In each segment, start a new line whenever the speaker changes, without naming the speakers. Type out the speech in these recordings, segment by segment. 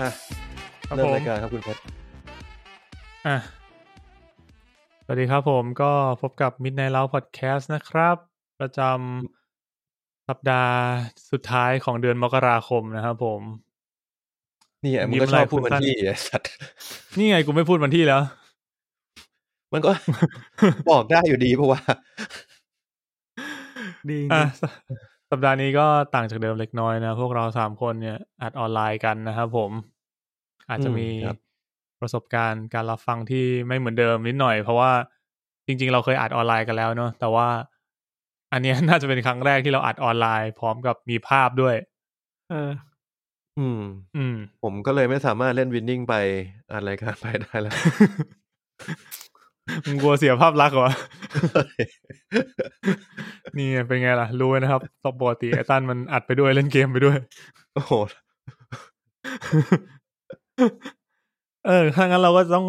อ่ะ
ครับ
เริ่ม
ผม
รายการครับคุณเพชร
อ่ะสวัสดีครับผมก็พบกับ Midnight Love Podcast นะครับ ประจำสัปดาห์สุดท้ายของเดือนมกราคมนะครับผม
นี่ไง
ยิ้ม
มึงก็ชอบ
อะไร
พูดวั
คุณ
น
สั้น
ที่ไอ้ สัตว์
นี่ไงกูไม่พูดวันที่แล้ว
มันก็ บอกได้อยู่ดีเพราะว่า
ดี
อ่ะสสัปดาห์นี้ก็ต่างจากเดิมเล็กน้อยนะ พวกเราสามคนเนี่ยอัดออนไลน์กันนะครับผม อาจจะ
อืม
มี
ครับ
ประสบการณ์การรับฟังที่ไม่เหมือนเดิมนิดหน่อย เพราะว่าจริง ๆ เราเคยอัดออนไลน์กันแล้วเนาะแต่ว่า อันเนี้ย น่าจะเป็นครั้งแรกที่เราอัดออนไลน์ พร้อมกับมีภาพด้วย
เออ
อืม
อืม
ผมก็เลยไม่สามารถเล่นวินนิ่งไปอัดรายการไปได้แล้ว
มึงกลัวเสียภาพลักษณ์เหรอ นี่ไงเป็นไงล่ะ รู้ไว้นะครับตบปกติไอ้ตันมันอัดไปด้วยเล่นเกมไปด้วย
โอ้โห
เออ ถ้างั้นเราก็ต้อง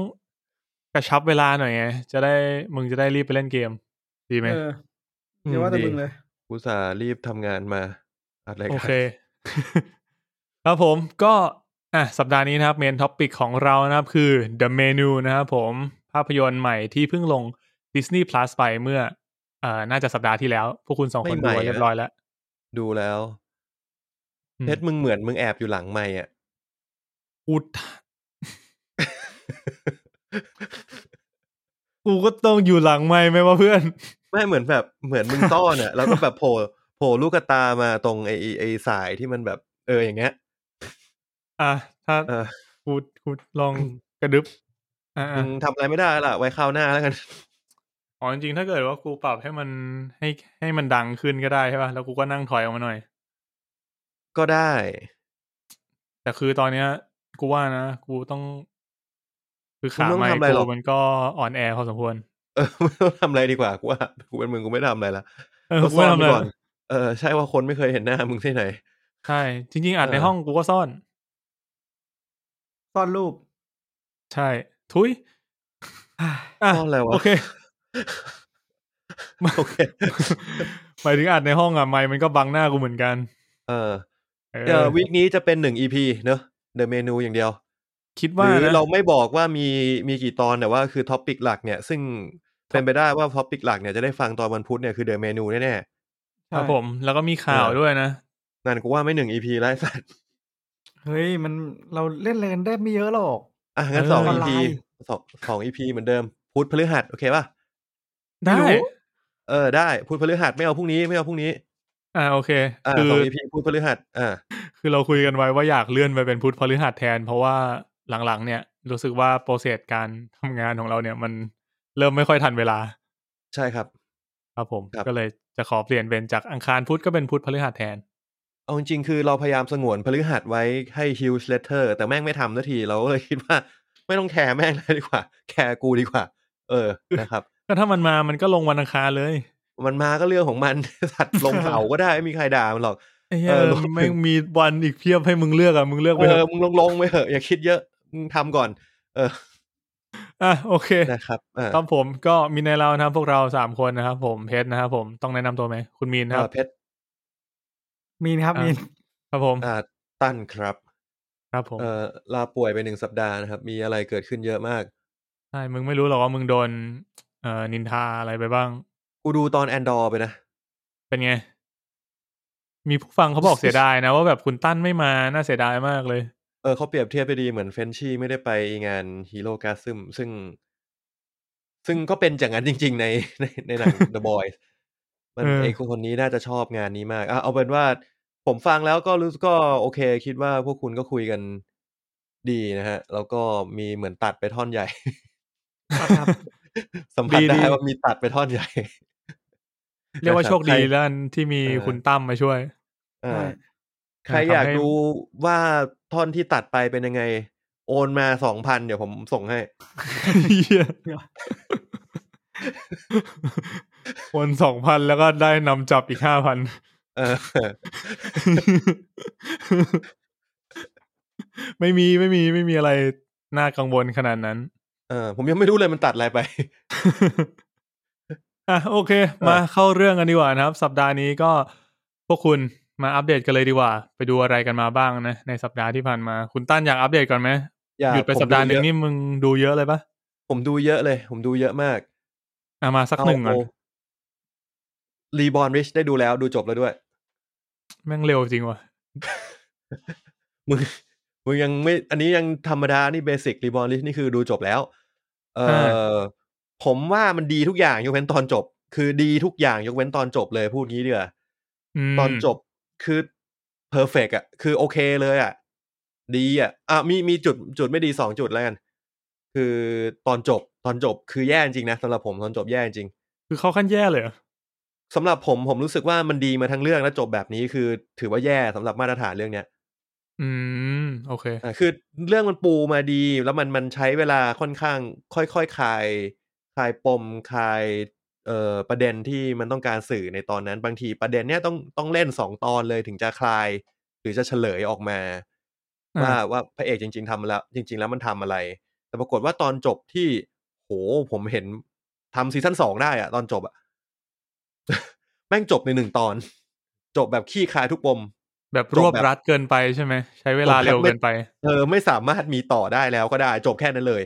กระชับเวลาหน่อยไง จะได้มึงจะได้รีบไปเล่นเกม ดีไหม
เออเดี๋ยวว่าแต่มึงเลย
กูสาห์รีบทำงานมาอัดราย
โอ
การ
เค ครับผมก็อ่ะสัปดาห์นี้นะครับเมนท็อปิกของเรานะครับ คือ The Menu นะครับผมภาพยนตร์ใหม่ที่เพิ่งลง Disney Plus ไปเมื่อเอ่อน่าจะสัปดาห์ที่แล้ว พวกคุณสองคนดูไว้เรียบร้อยแล้ว
ดูแล้ว
อืม
เพชรมึงเหมือนมึงแอบอยู่หลังไม่อ่ะ
กูถกูก็ต้องอยู่หลังไม่ไหมวะเพื่อน
ไม่เหมือนแบบเหมือนมึงต้อนอ่ะ แล้วก็แบบโผล่โผล่ลูกตามาตรงไอ้ไอ้ไอ้สายที่มันแบบ เอออย่างเงี้ย
อ่ะ ถ้า
เออ
กูกูลองกระดึบอ่ะ
มึ
อ่ะ
งทำอะไรไม่ได้ล่ะ ไว้คราวหน้าแล้วกัน
อ๋อจริงๆถ้าเกิดว่ากูปรับให้มันให้ให้มันดังขึ้นก็ได้ใช่ป่ะ แล้วกูก็นั่งถอยออกมาหน่อย
ก็ได้
แต่คือตอนเนี้ย กูว่านะ กูต้อง คือขาไม่กูมันก็อ่อนแอพอสมควร
เออไม่ต้องทำอะไรดีกว่ากูว่ากูเป็นมึงกูไม่ทำอะไรละ
เออ
ก็
กู
ซ่
ไม่
อน
ทำ
ไว้
เลย
ก่อนเออใช่ว่าคนไม่เคยเห็นหน้ามึงที่ไหน
ใช่ จริง ๆอัด
เออ
ในห้องกูก็ซ่อน
ซ่อนรูป
ใช่ ทุยอ่ะ
ซ่อนอะไรวะ
โอเค
โอเค
หมายถึงอัดในห้องอ่ะไมค์มันก็บังหน้ากูเหมือนกัน
เออ
เอ
เดี๋ยว
อ
วีคนี้จะเป็นหนึ่งอีพีเนอะเดอะเมนูอย่างเดียว
คิด
ห
ว่า
รือ
นะ
เราไม่บอกว่ามีมีกี่ตอนแต่ว่าคือท็อปิกหลักเนี่ยซึ่งเป็นไปได้ว่าท็อปิกหลักเนี่ยจะได้ฟังตอนวันพุธเนี่ยคือเดอะเมนูแน่
ใช่
ครับผม แล้วก็มีข่าวด้วยนะ
ๆนั่นกูว่าไม่หนึ่งอีพีแล้วไอ้สัตว์
เฮ้ย มันเราเล่นอะไรกันได้ไม่เยอะหรอก
อ่ะงั้น
เออ
สอง
ออ
อี
นไล
พี
น์
สองสองอีพีเหมือนเดิมพุธพฤหัสโอเคป่ะ
ได้
ไม่รู้
เออได้พุธพฤหัสไม่เอาพรุ่งนี้ไม่เอาพรุ่งนี้
อ่าโอเค
อ่า
คือ
สองอีพีพุธพฤหัสอ่า
คือเราคุยกันไว้ว่าอยากเลื่อนไปเป็นพุธพฤหัสแทน เพราะว่าหลังๆ เนี่ย รู้สึกว่าโปรเซสการทำงานของเราเนี่ย มันเริ่มไม่ค่อยทันเวลา
ใช่ครับ
ครับผม
ครับ
ก็เลยจะขอเปลี่ยนเป็นจากอังคารพุธก็เป็นพุธพฤหัสแทน
เอาจริงๆคือเราพยายามสงวนพฤหัสไว้ให้ huge letter แต่แม่งไม่ทำสักทีเราก็เลยคิดว่า ไม่ต้องแคร์แม่งเลยดีกว่า แคร์กูดีกว่า เออนะครับ
ก็ถ้ามันมามันก็ลงวันอังคารเลย
มันมาก็เรื่องของมัน สัตว์ลงเขาก็ได้ไม่มีใครด่ามันหรอก
ไอ้เหี้ย
เออลง
ไม่งมีวันอีกเพียบให้มึงเลือกอ่ะมึงเลือก ไป
เอ
เถ
อ
อะ
มึงลงลงๆไปเถอะอย่าคิดเยอะมึงทำก่อน
อ่ะโอเค
นะครับอ่า
ครับผมก็มีในเรานะครับพวกเราสามคนนะครับผมเพชรนะครับผมต้องแนะนำตัวไหมคุณมีนครับ
อ่าเพชร
มีนครับ
อ่ะ
มีน
ครับผม
อ่าตั้นครับ
ครับผม
เออลาป่วยไปหนึ่งสัปดาห์นะครับ มีอะไรเกิดขึ้นเยอะมาก
ใช่มึงไม่รู้หรอกว่ามึงโดนเอ่อนินทาอะไรไปบ้าง
กูดูตอนแอนดอร์ไปนะ
เป็นไง มีผู้ฟังเขา บอกเสียดายนะ ว่าแบบคุณตั้นไม่มาน่าเสียดายมากเลย
เออเขาเปรียบเทียบไปดีเหมือนเฟรนชี่ไม่ได้ไปงานฮีโร่กาซึมซึ่ง ซึ่งก็เป็นอย่างนั้นจริง ๆ ใน ในในหนัง The Boys มัน
เออ
ไอคนนี้น่าจะชอบงานนี้มากอ่ะเอาเป็นว่าผมฟังแล้วก็รู้สึกก็โอเค คิดว่าพวกคุณก็คุยกันดีนะฮะ แล้วก็มีเหมือนตัดไปท่อนใหญ่
ครับ
สัมผัส
ดี
ได้
ดี
ว่ามีตัดไปท่อนใหญ่
เรียกว่า
นะครับ
โชคดี
ใคร
แล้วกันที่มี
เออ
คุณตั้มมาช่วย
อ่า
ใช่
ใคร
ทำให้
อยากดูว่าท่อนที่ตัดไปเป็นยังไง โอนมาสองพันเดี๋ยวผมส่งให้
เหี้ย
เดี๋ยว
วันสองพันแล้วก็ได้นำจับอีกห้าพัน
เออ
ไม่มีไม่มีไม่มีอะไรน่ากังวลขนาดนั้น
เออผมยังไม่รู้เลยมันตัดอะไรไป
อ่ะโอเค มาเข้าเรื่องกันดีกว่านะครับ สัปดาห์นี้ก็พวกคุณ มาอัปเดตกันเลยดีกว่า ไปดูอะไรกันมาบ้างนะ ในสัปดาห์ที่ผ่านมา คุณตั้นอยากอัปเดตก่อนไหม
อยาก
หยุดไป
ผม
สัปดาห์หนึ่ง
เยอะ
นี่มึงดูเยอะเลยปะ
ผมดูเยอะเลย ผมดูเยอะมาก
อ่ะมาสักหนึ่งก่อน
รีบอนริชได้ดูแล้วดูจบแล้วด้วย
แม่งเร็วจริงว่ะ
มึงมึงยังไม่ อันนี้ยังธรรมดา นี่เบสิกรีบอ n ลิสนี่คือดูจบแล้ว เออผมว่ามันดีทุกอย่างยกเว้นตอนจบ คือดีทุกอย่างยกเว้นตอนจบเลยพูดงี้เดือ
ม
ตอนจบคือเพอร์เฟกอะคือโอเคเลยอะดีอะอ่ะมีมีจุดจุดไม่ดีสองจุดแล้วกัน คือตอนจบตอนจบคือแย่จริงนะสำหรับผมตอนจบแย่จริง
คือเข้าขั้นแย่เลยเหรอ
สำหรับผมผมรู้สึกว่ามันดีมาทั้งเรื่องแล้วจบแบบนี้คือถือว่าแย่สำหรับมาตรฐานเรื่องเนี้ย
อืม โอเค
อ่าคือเรื่องมันปูมาดี แล้วมันมันใช้เวลาค่อนข้าง ค่อยๆคคลายคลายปมคลายเอ่อประเด็นที่มันต้องการสื่อในตอนนั้นบางทีประเด็นเนี้ยต้องต้องเล่นสองตอนเลยถึงจะคลาย หรือจะเฉลยออกมา
อ่า
ว่าว่าพระเอกจริง ๆทำแล้ว จริง ๆ แล้วมันทำอะไร แต่ปรากฏว่าตอนจบที่โหผมเห็นทำซีซั่นสองได้อะตอนจบอะ แม่งจบในหนึ่งตอน จบแบบขี้คายทุกปม
แบบ
จ
ร
บ
วบ
แบบ
รัดเกินไปใช่ไหม ใช้เว
จ
ลา
บแบบ
เร็วเกินไป
เออไม่สามารถมีต่อได้แล้วก็ได้ จบแค่นั้นเลย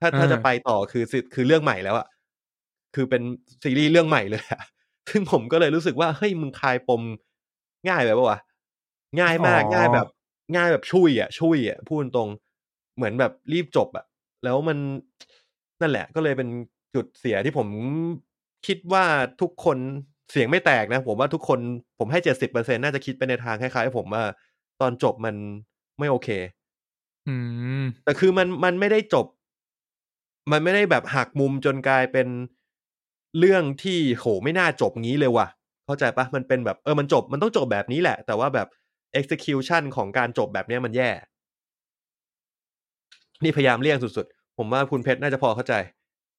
ถ้าถ้า
อ่า
จะไปต่อคือซีคือเรื่องใหม่แล้วอะคือเป็นซีรีส์เรื่องใหม่เลยอะ ซึ่งผมก็เลยรู้สึกว่าเฮ้ยมึงคลายปมง่ายแบบวะง่ายมากง่ายแบบ ง่ายแบบช่วยอะช่วยอะพูดตรงๆเหมือนแบบรีบจบอะแล้วมันนั่นแหละ ก็เลยเป็นจุดเสียที่ผมคิดว่าทุกคนเสียงไม่แตกนะ ผมว่าทุกคนผมให้เจ็ดสิบเปอร์เซ็นน่าจะคิดไปในทางคล้ายๆผมว่า ตอนจบมันไม่โอเค
อืม
แต่คือมันมันไม่ได้จบ มันไม่ได้แบบหักมุมจนกลายเป็นเรื่องที่โหไม่น่าจบงี้เลยว่ะ เข้าใจปะมันเป็นแบบเออมันจบมันต้องจบแบบนี้แหละ แต่ว่าแบบ execution ของการจบแบบเนี้ยมันแย่ นี่พยายามเลี่ยงสุดๆ ผมว่าคุณเพชรน่าจะพอเข้าใจ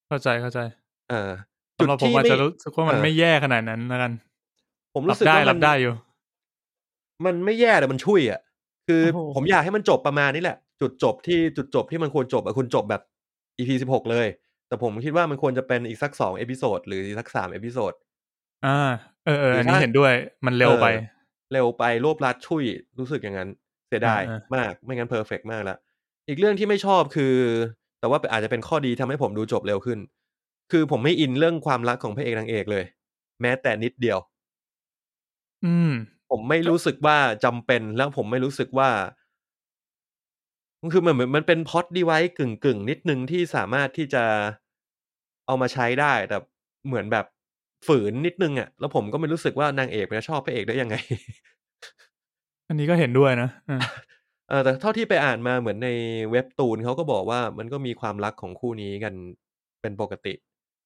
เข้าใจเข้าใจ
เออ
สำหรับผมอาจ
ไ
จะรู้สึกว่ามัน
เออ
ไม่แย่ขนาดนั้นแล้วกัน
ผม
รั
รู้
บ
สึก
ได้
ว่ามั
รับ
น
ได้อยู่
มันไม่แย่แต่มันช่วยอ่ะ คือ
โอ้โห
ผมอยากให้มันจบประมาณนี้แหละ จุดจบที่จุดจบที่มันควรจบอะคุณจบแบบ EP สิบหกเลย แต่ผมคิดว่ามันควรจะเป็นอีกสักสองเอพิโซดหรืออีกสักสามเอพิโซด
อ่า เออเอออัน
หรือ
นี้
ถ้า
เห็นด้วยมันเร็วไป
ออเร็วไปรวบรัดช่วยรู้สึกอย่างนั้น เสียดาย
อ่า
มากไม่งั้นเพอร์เฟกมากละอีกเรื่องที่ไม่ชอบคือ แต่ว่าอาจจะเป็นข้อดีทำให้ผมดูจบเร็วขึ้น คือผมไม่อินเรื่องความรักของพระเอกนางเอกเลย แม้แต่นิดเดียว
อืม
ผมไม่รู้สึกว่าจำเป็นแล้วผมไม่รู้สึกว่ามันคือมันเหมือนมันเป็นพอดดีไว้กึ่งกึ่งๆ นิดนึงที่สามารถที่จะเอามาใช้ได้ แต่เหมือนแบบฝืนนิดนึงอะ่ะ แล้วผมก็ไม่รู้สึกว่านางเอกมันจะชอบพระเอกได้ยังไง
อันนี้ก็เห็นด้วยนะ อ่า
เออแต่เท่าที่ไปอ่านมาเหมือนในเว็บตูนเขาก็บอกว่ามันก็มีความรักของคู่นี้กันเป็นปกติ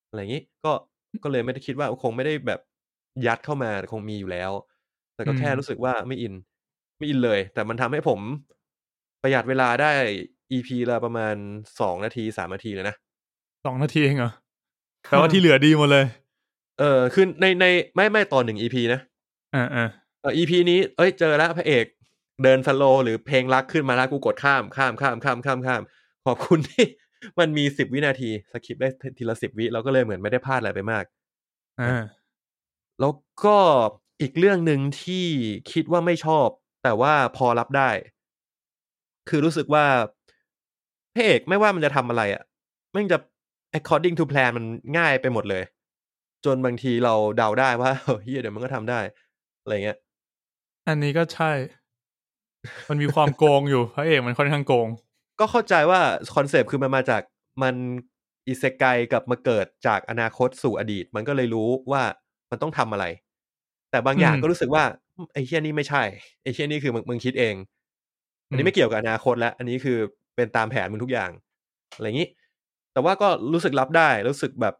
อะไรอย่างนี้ก็ก็เลยไม่ได้คิดว่าคงไม่ได้แบบยัดเข้ามาคงมีอยู่แล้ว แต่ก็แค่รู้สึกว่าไม่อิน ไม่อินเลย แต่มันทำให้ผมประหยัดเวลาได้ EP ละประมาณสองนาทีสามนาทีเลยนะ
สองนาทีเองเหรอแปลว่าที่เหลือดีหมดเลย
เออคือในในไม่ไม่ตอนหนึ่ง EP นะ
อ่าอ่า
เออ EP นี้ เอ้ย เจอแล้วพระเอก เดินสโลว์หรือเพลงรักขึ้นมาแล้วกูกดข้าม ข้ามข้ามข้ามข้ามข้าม ขอบคุณที่ มันมีสิบวินาทีสคริปต์ได้ทีละสิบวิเราก็เลยเหมือนไม่ได้พลาดอะไรไปมาก
อ่า
แล้วก็อีกเรื่องหนึ่งที่คิดว่าไม่ชอบ แต่ว่าพอรับได้ คือรู้สึกว่าพระเอกไม่ว่ามันจะทำอะไรอะ่ะแม่งจะ according to plan มันง่ายไปหมดเลย จนบางทีเราเดาได้ว่า เฮียเดี๋ยวมันก็ทำได้อะไรเงี้ย
อันนี้ก็ใช่ มันมีความโกงอยู่พ ระเอกมันค่อนข้างโกง
ก็เข้าใจว่าคอนเซปต์คือมันมาจากมันอิเซไกกับมาเกิดจากอนาคตสู่อดีต มันก็เลยรู้ว่ามันต้องทำอะไร แต่บางอย่าง
อืม
ก็รู้สึกว่าอืมไอ้เฮี้ยนี่ไม่ใช่ไอ้เฮี้ยนี่คือมึงมึงคิดเอง อันนี้
อืม
ไม่เกี่ยวกับอนาคตแล้ว อันนี้คือเป็นตามแผนมึงทุกอย่างอะไรอย่างนี้ แต่ว่าก็รู้สึกรับได้ รู้สึกแบบ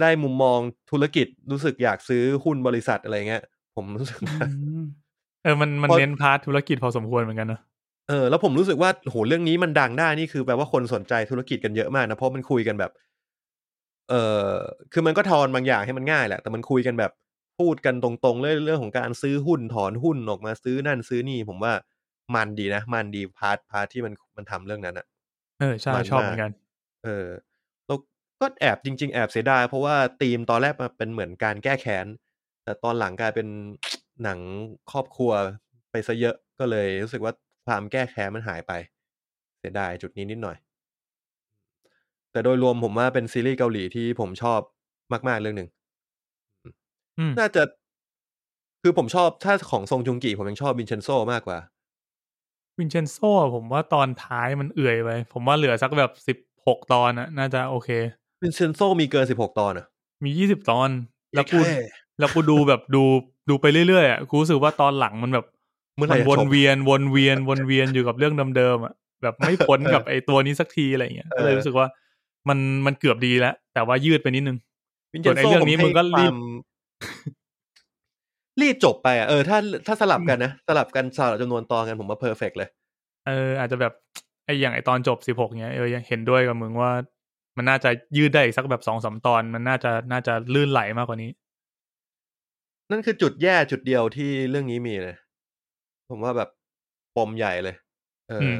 ได้มุมมองธุรกิจรู้สึกอยากซื้อหุ้นบริษัทอะไรเงี้ยผมรู้สึกว่า
เออมันมัน
พอ
เน้นพาร์ทธุรกิจพอสมควรเหมือนกันเนอะ
เออแล้วผมรู้สึกว่าโหเรื่องนี้มันดังได้นี่คือแปลว่าคนสนใจธุรกิจกันเยอะมากนะ เพราะมันคุยกันแบบ เออคือมันก็ทอนบางอย่างให้มันง่ายแหละ แต่มันคุยกันแบบพูดกันตรงๆเรื่องเรื่องของการซื้อหุ้นถอนหุ้นออกมาซื้อนั่นซื้อนี่ ผมว่ามันดีนะ มันดีพาร์ทพาร์ทที่มันมันทำเรื่องนั้นอะ
เออใช่
มัน
ชอบ
มาก
เหมือนกัน
เออแล้วก็แอบจริง ๆ แอบเสียดายเพราะว่าธีมตอนแรกมันเป็นเหมือนการแก้แค้นแต่ตอนหลังกลายเป็น หนังครอบครัวไปซะเยอะก็เลยรู้สึกว่าความแก้แค้นมันหายไป เสียดายจุดนี้นิดหน่อย แต่โดยรวมผมว่าเป็นซีรีส์เกาหลีที่ผมชอบมาก ๆ เรื่องหนึ่ง
อืม
น่าจะคือผมชอบถ้าของทรงจุงกีผมยังชอบวินเชนโซมากกว่า
วินเชนโซอะผมว่าตอนท้ายมันเอื่อยไป ผมว่าเหลือสักแบบสิบหกตอนอะน่าจะโอเค
วินเชนโซมีเกินสิบหกตอนเหรอ่ะ
มียี่สิบตอน แล้วกูแล้วกูดูแบบดูดูไปเรื่อยๆอะกูรู้สึกว่าตอนหลังมันแบบ
เมื่อไห
มั
ร่
น
จะ
ว
จ
น
บ
เวียนวนเวียนวนเวียนอยู่กับเรื่องเดิมๆอ่ะแบบไม่พ้น
เออ
กับไอ้ตัวนี้สักทีอะไรอย่างเงี้ย
เออ
ก็เลยรู้สึกว่ามันมันเกือบดีแล้ว แต่ว่ายืดไปนิดนึง
วิน
ส่
เช
วน นไอ้
โซ
เรื่องนี้
ผให้
มึงก็รีบ
ความ รีบจบไปอ่ะเออถ้าถ้าสลับกันนะ สลับกันสลับจำนวนตอนกันผมว่าเพอร์เฟกเลย
เอออาจจะแบบไอ้อย่างไอ้ตอนจบสิบหกเนี้ยเออยังเห็นด้วยกับมึงว่า มันน่าจะยืดได้อีกสักแบบสองสามตอน มันน่าจะน่าจะลื่นไหลมากกว่านี้
นั่นคือจุดแย่จุดเดียวที่เรื่องนี้มีเลย ผมว่าแบบปมใหญ่เลย เอออ
ม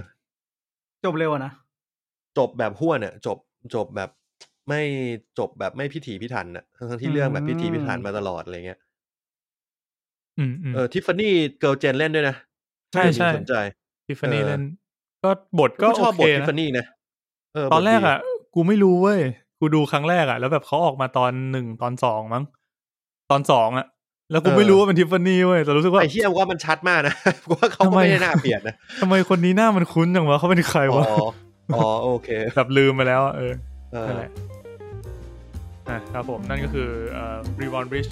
จบเร็วอะนะ
จบแบบห้วนอ่ะจบจบแบบไม่จบแบบไม่พิถีพิถันอ่ะทั้งๆที่เรื่องแบบพิถีพิถันมาตลอดอะไรเงี้ย
อืมอืม
เออทิฟฟานี่เกิลเจนเล่นด้วยนะ
ใช่ใช่
น่าสนใจ
ทิฟฟานี่
เออ
เล่น ก็บทก็
ก็ช
โอ
อบบ
เค
ททิฟ
นะ
ฟานี่นะเ
ตอนแรก
บทดี
อ่ะ กูไม่รู้เว้ย กูดูครั้งแรกอ่ะ แล้วแบบเขาออกมาตอนหนึ่งตอนสองมั้ง ตอนสองอ่ะ แล้วกูไม่รู้ว่าเป็นทิฟฟานี่เว้ยแต่รู้สึกว่า
ไอ้เฮียว่ามันชัดมากนะ ว่าเขาก็
ทำไม
ไม่ได้หน้าเปลี่ยนนะ
ทำไมคนนี้หน้ามันคุ้นจังวะเขาเป็นใคร
อ๋อ
วะ
อ๋อโอเค
แบบลืมไปแล้วอะเออ
เออ
นั่นแหละอ่ะครับผมนั่นก็คือเอ่อ Reborn Bridge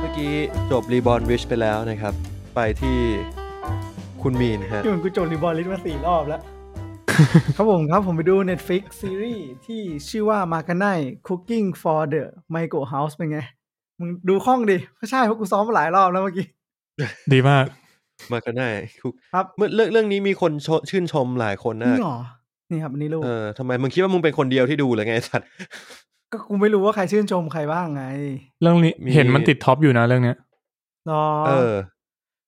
เมื่อกี้จบรีบอ w วิชไปแล้วนะครับ ไปที่คุณมีนฮะ
พี่เหมือนกูจดรีบอลลิสต์มาสี่รอบแล้ว ครับผมครับผมไปดู Netflix ซีรีส์ที่ชื่อว่ามากันไน Cooking for the m i g o House เป็นไง มึงดูคล่องดิเพราะใช่เพราะกูซ้อมมาหลายรอบแล้วเมื่อกี้
ดีมาก
มากันได้คุก
ครับ
เมื่อเรื่องเรื่องนี้มีคนชชื่นชมหลายคน
จริ
นะ
งเหรอ นี่ครับอันนี้ลูก
เออทำไมมึงคิดว่ามึงเป็นคนเดียวที่ดูเหรือไงไอ้สัตว์
ก็กูไม่รู้ว่าใครชื่นชมใครบ้างไง
เรื่องนี้
มี
เห็นมันติดท็อปอยู่นะเรื่องเนี้ย
รอ
เออ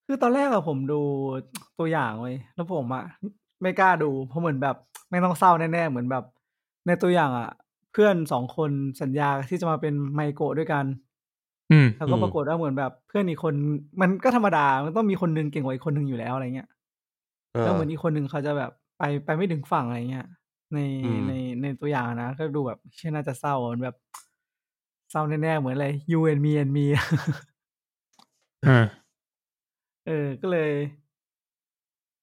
คือตอนแรกอะผมดูตัวอย่างเว้ยแล้วผมอะไม่กล้าดู เพราะเหมือนแบบไม่ต้องเศร้าแน่ๆ เหมือนแบบ ในตัวอย่างอะเพื่อนสองคนสัญญาที่จะมาเป็นไมโกะด้วยกัน
อืม
แล้วก็
อืม
ปรากฏว่าเหมือนแบบเพื่อนอีกคน มันก็ธรรมดา มันต้องมีคนหนึงเก่งกว่าอีกคนหนึงอยู่แล้วอะไรเงี้ย
เออ
แล้วเหมือนอีกคนหนึงเขาจะแบบไปไปไม่ถึงฝั่งอะไรเงี้ย ใน
อืม
ในในตัวอย่างนะก็ดูแบบเช่นน่าจะเศร้ามันแบบเศร้าแน่ๆเหมือนอะไร you and me and me
อ่า
เออ ก็เลย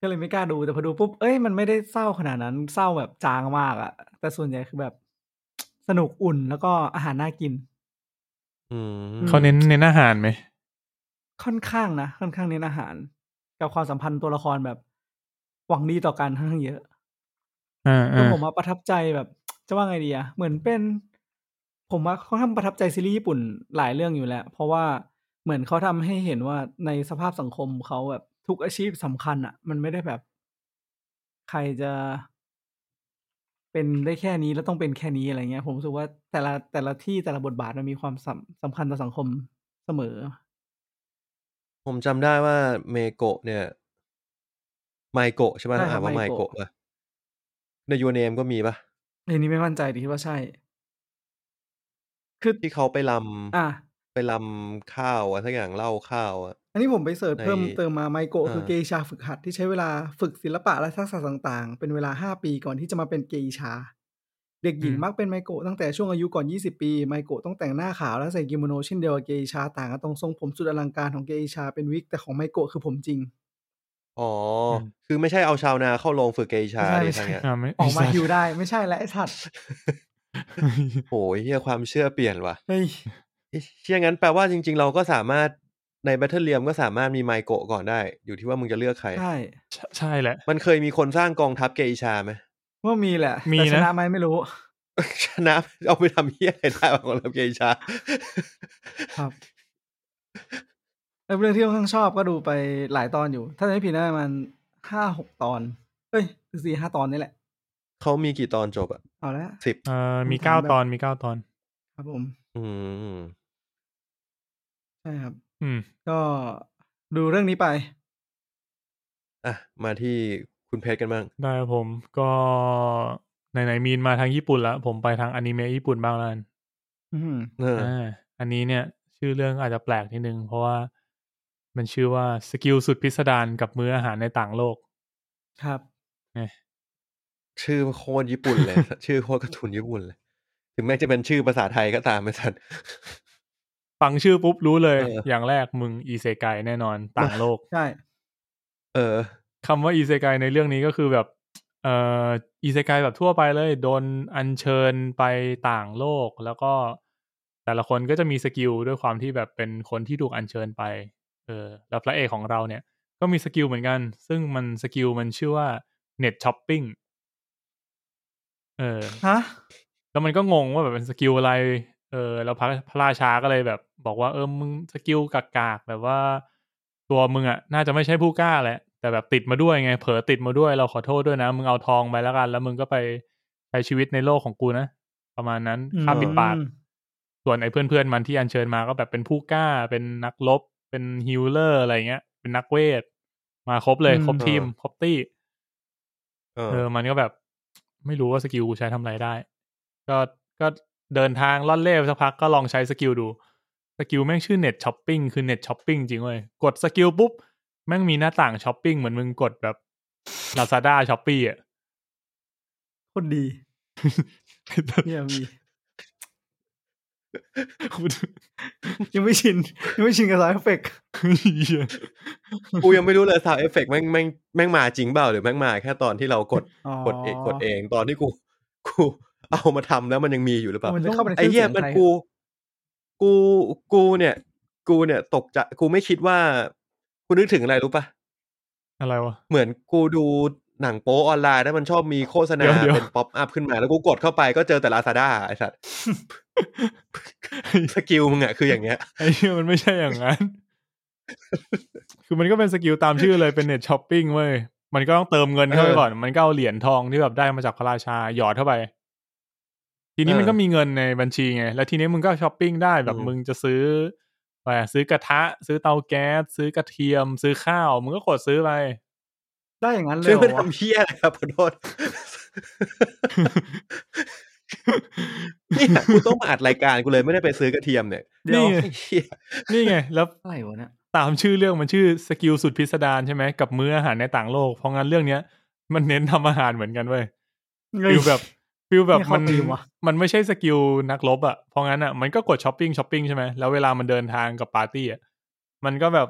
ก็เลยไม่กล้าดูแต่พอดูปุ๊บ เอ้ย มันไม่ได้เศร้าขนาดนั้น เศร้าแบบจางมากอะแต่ส่วนใหญ่คือแบบ สนุกอุ่นแล้วก็อาหารน่ากิน
อืม
เขาเน้นเน้นอาหารไหม
ค่อนข้างนะ ค่อนข้างเน้นอาหาร กับความสัมพันธ์ตัวละครแบบ หวังดีต่อกันค่อนข้างเยอะ
อ่า
แล้ว
อ่า
ผมมาประทับใจแบบ จะว่าไงดีอะเหมือนเป็น ผมว่าค่อนข้างประทับใจซีรีส์ญี่ปุ่นหลายเรื่องอยู่แล้ว เพราะว่าเหมือนเขาทำให้เห็นว่าในสภาพสังคมเขาแบบทุกอาชีพสำคัญอะมันไม่ได้แบบ ใครจะเป็นได้แค่นี้แล้วต้องเป็นแค่นี้อะไรเงี้ย ผมรู้สึกว่าแต่ละแต่ละที่แต่ละบทบาทมันมีความสำสำคัญต่อสังคมเสมอ
ผมจำได้ว่าเมโกะเนี่ย ไมโกะใช่ไหม
ใช่ครับ
อ่านว่าไม
ไม
โกะ
โกะ
ป่ะในยูเนมก็มีป่ะ
อันนี้ไม่มั่นใจดิคิดว่าใช่ คือ
ที่เขาไปล
อ่ะ
ำไปลำข้าวอะสักอย่างเล่าข้าวอะ
อันนี้ผมไปเสิร์ช
ใน
เพิ่มเติมมาไมโกะ
อ่า
คือเกอิชาฝึกหัดที่ใช้เวลาฝึกศิลปะและทักษะต่างๆ เป็นเวลา 5 ปีก่อนที่จะมาเป็นเกอิชา เด็กหญิงมักเป็นไมโกะตั้งแต่ช่วงอายุก่อน 20 ปี ไมโกะต้องแต่งหน้าขาวและใส่กิโมโนเช่นเดียวกับเกอิชาต่างกันตรงทรงผมสุดอลังการของเกอิชาเป็นวิกแต่ของไมโกะคือผมจริง
อ๋ออคือไม่ใช่เอาชาวนาเข้าโรงฝึกเกอิชา
ไม่
ดิ
ใช่
ทางเนี้ย
อ่าไม่
ออกมา
ไใช่
ฮิวได้ไม่ใช่และไอ้สัตว์
โอ้ยเฮียความเชื่อเปลี่ยนว่ะ
เฮ้ย
เอ้ยเชี่ยงั้นแปลว่าจริง ๆ เราก็สามารถในแบทเทิลเลียมก็สามารถมีไมโกะก่อนได้ อยู่ที่ว่ามึงจะเลือกใคร
ใช่
ใช่ใช่แหละ
มันเคยมีคนสร้างกองทัพเกอิชา ไหม
ว่ามีแหละ
มี
แต่ช
นะ
นะไหมไม่รู้
ชนะเอาไปทำเฮียอะไรได้ของเราเกอิชา
ครับแล้วเรื่องที่ค่อนข้างชอบก็ดูไปหลายตอนอยู่ ถ้าจะไม่ผิดน่าจะประมาณห้าหกตอน เอ้ยสี่ห้าตอนนี่แหละ
เขามีกี่ตอนจบอะ
เอาละ
สิบ
เอ่อมี
มันทำ
เก้า
แบบ
ตอนมีเก้าตอน
ครับผม
อืม
ใช่ครับ
อืม
ก็ดูเรื่องนี้ไป
อ่ะ มาที่คุณเพชรกันบ้าง
ได้ครับผมก็ ไหนๆมีนมาทางญี่ปุ่นแล้ว ผมไปทางอนิเมะญี่ปุ่นบ้างแล้วกัน
อืม
เออ
อ่าอันนี้เนี่ย ชื่อเรื่องอาจจะแปลกนิดนึง เพราะว่ามันชื่อว่าสกิลสุดพิสดารกับมื้ออาหารในต่างโลก
ครับ
ชื่อโคตรญี่ปุ่น เลย ชื่อโคตรการ์ตูนญี่ปุ่นเลย ถึงแม้จะเป็นชื่อภาษาไทยก็ตามไอ้สัตว์
ฟังชื่อปุ๊บรู้เลย
เอออ
อย่างแรกมึงอีเซไกแน่นอนต่างโลก
ใช่
เออ
คำว่าอีเซไกในเรื่องนี้ก็คือแบบ เอ่ออีเซไกแบบทั่วไปเลย โดนอัญเชิญไปต่างโลก แล้วก็แต่ละคนก็จะมีสกิลด้วยความที่แบบเป็นคนที่ถูกอัญเชิญไป เออ แล้วพระเอกของเราเนี่ย ก็มีสกิลเหมือนกัน ซึ่งมันสกิลมันชื่อว่าเน็ตช้อปปิ้งเออ
ฮะ
แล้วมันก็งงว่าแบบเป็นสกิลอะไร เออ แล้วพระพระราชาก็เลยแบบ บอกว่าเออ มึงสกิลกากากๆแบบว่า ตัวมึงอะน่าจะไม่ใช่ผู้กล้าแหละ แต่แบบติดมาด้วยไง เผลอติดมาด้วยเราขอโทษด้วยนะ มึงเอาทองไปแล้วกัน แล้วมึงก็ไปใช้ชีวิตในโลกของกูนะ ประมาณนั้นข้ามปิดปาก
อืม
ส่วนไอ้เพื่อนๆมันที่อัญเชิญมาก็แบบเป็นผู้กล้า เป็นนักลบ เป็นฮิลเลอร์อะไรเงี้ย เป็นนักเวท มาครบเลย ครบทีม ครบตี้
เอ
เอ
อ
อ มันก็แบบ ไม่รู้ว่าสกิลกูใช้ทำอะไรได้ ก็ ก็เดินทางล่อนเล่ไปสักพักก็ลองใช้สกิลดู สกิลแม่งชื่อเน็ตช้อปปิ้ง คือเน็ตช้อปปิ้งจริงเว้ย กดสกิลปุ๊บ แม่งมีหน้าต่างช้อปปิ้งเหมือนมึงกดแบบ Lazada s h o p ป e อ่ะ
คนดีเนี่ย มี ยังไม่ชิน ยังไม่ชินกับสายเอฟเฟกต์
เหี้ย
กูยังไม่รู้เลย sound effect แม่งแม่งแม่งมาจริงเปล่าหรือแม่งมาแค่ตอนที่เรากดกดเองกดเองตอนที่กูกูเอามาทำแล้วมันยังมีอยู่หรือเปล่า
มันจะเข้าไปในค
ไอ้
รื่อง
เหี้ย
สีง
มัน
ไท
กู กูกูเนี่ย กูเนี่ยตกใจกูไม่คิดว่า กูนึกถึงอะไรรู้ปะ
อะไรวะ
เหมือนกูดูหนังโป๊ออนไลน์แล้วมันชอบมีโฆษณา
เดี๋ยวเดี๋ยว
เป็นป๊อปอัพขึ้นมา แล้วกูกดเข้าไปก็เจอแต่ลาซาด้าไอ้สัตว์สกิลมึงอะคืออย่างเงี้ย
ไอ้เหี้ยมันไม่ใช่อย่างนั้น คือมันก็เป็นสกิลตามชื่อเลยเป็นเน็ตช้อปปิ้งเว้ย มันก็ต้องเติมเงินเข้าไป
เออ
ก่อน มันก็เอาเหรียญทองที่แบบได้มาจากพระราชาหยอดเข้าไป ทีนี้
เออ
มันก็มีเงินในบัญชีไง แล้วทีนี้มึงก็ช้อปปิ้งได้แบบ
อืม
มึงจะซื้ออะไรซื้อกระทะ ซื้อเตาแก๊ส ซื้อกระเทียม ซื้อข้าว มึงก็กดซื้อไป
ได้อย่างนั้นเลย
ซึ่ง
เหร
มัน
อวะ
ทำเหี้ยอะไรครับขอโทษ เนี่ยกูต้องมาอัดรายการกูเลยไม่ได้ไปซื้อกระเทียมเนี่ย
เดี๋ยว
นี่ไง
ไอ้เหี้ย
นี่ไง แล้ว
อะไรวะเนี่ย
ตามชื่อเรื่องมันชื่อสกิลสุดพิสดารใช่ไหมกับมื้ออาหารในต่างโลก เพราะงั้นเรื่องเนี้ย มันเน้นทำอาหารเหมือนกันเว้ย ฟิลแบบฟิลแบบ
เยเข้า
มัน
ธีว่ะ
มันไม่ใช่สกิลนักลบอ่ะเพราะงั้นอ่ะมันก็กดช้อปปิ้งช้อปปิ้งใช่ไหมแล้วเวลามันเดินทางกับปาร์ตี้อ่ะมันก็แบบ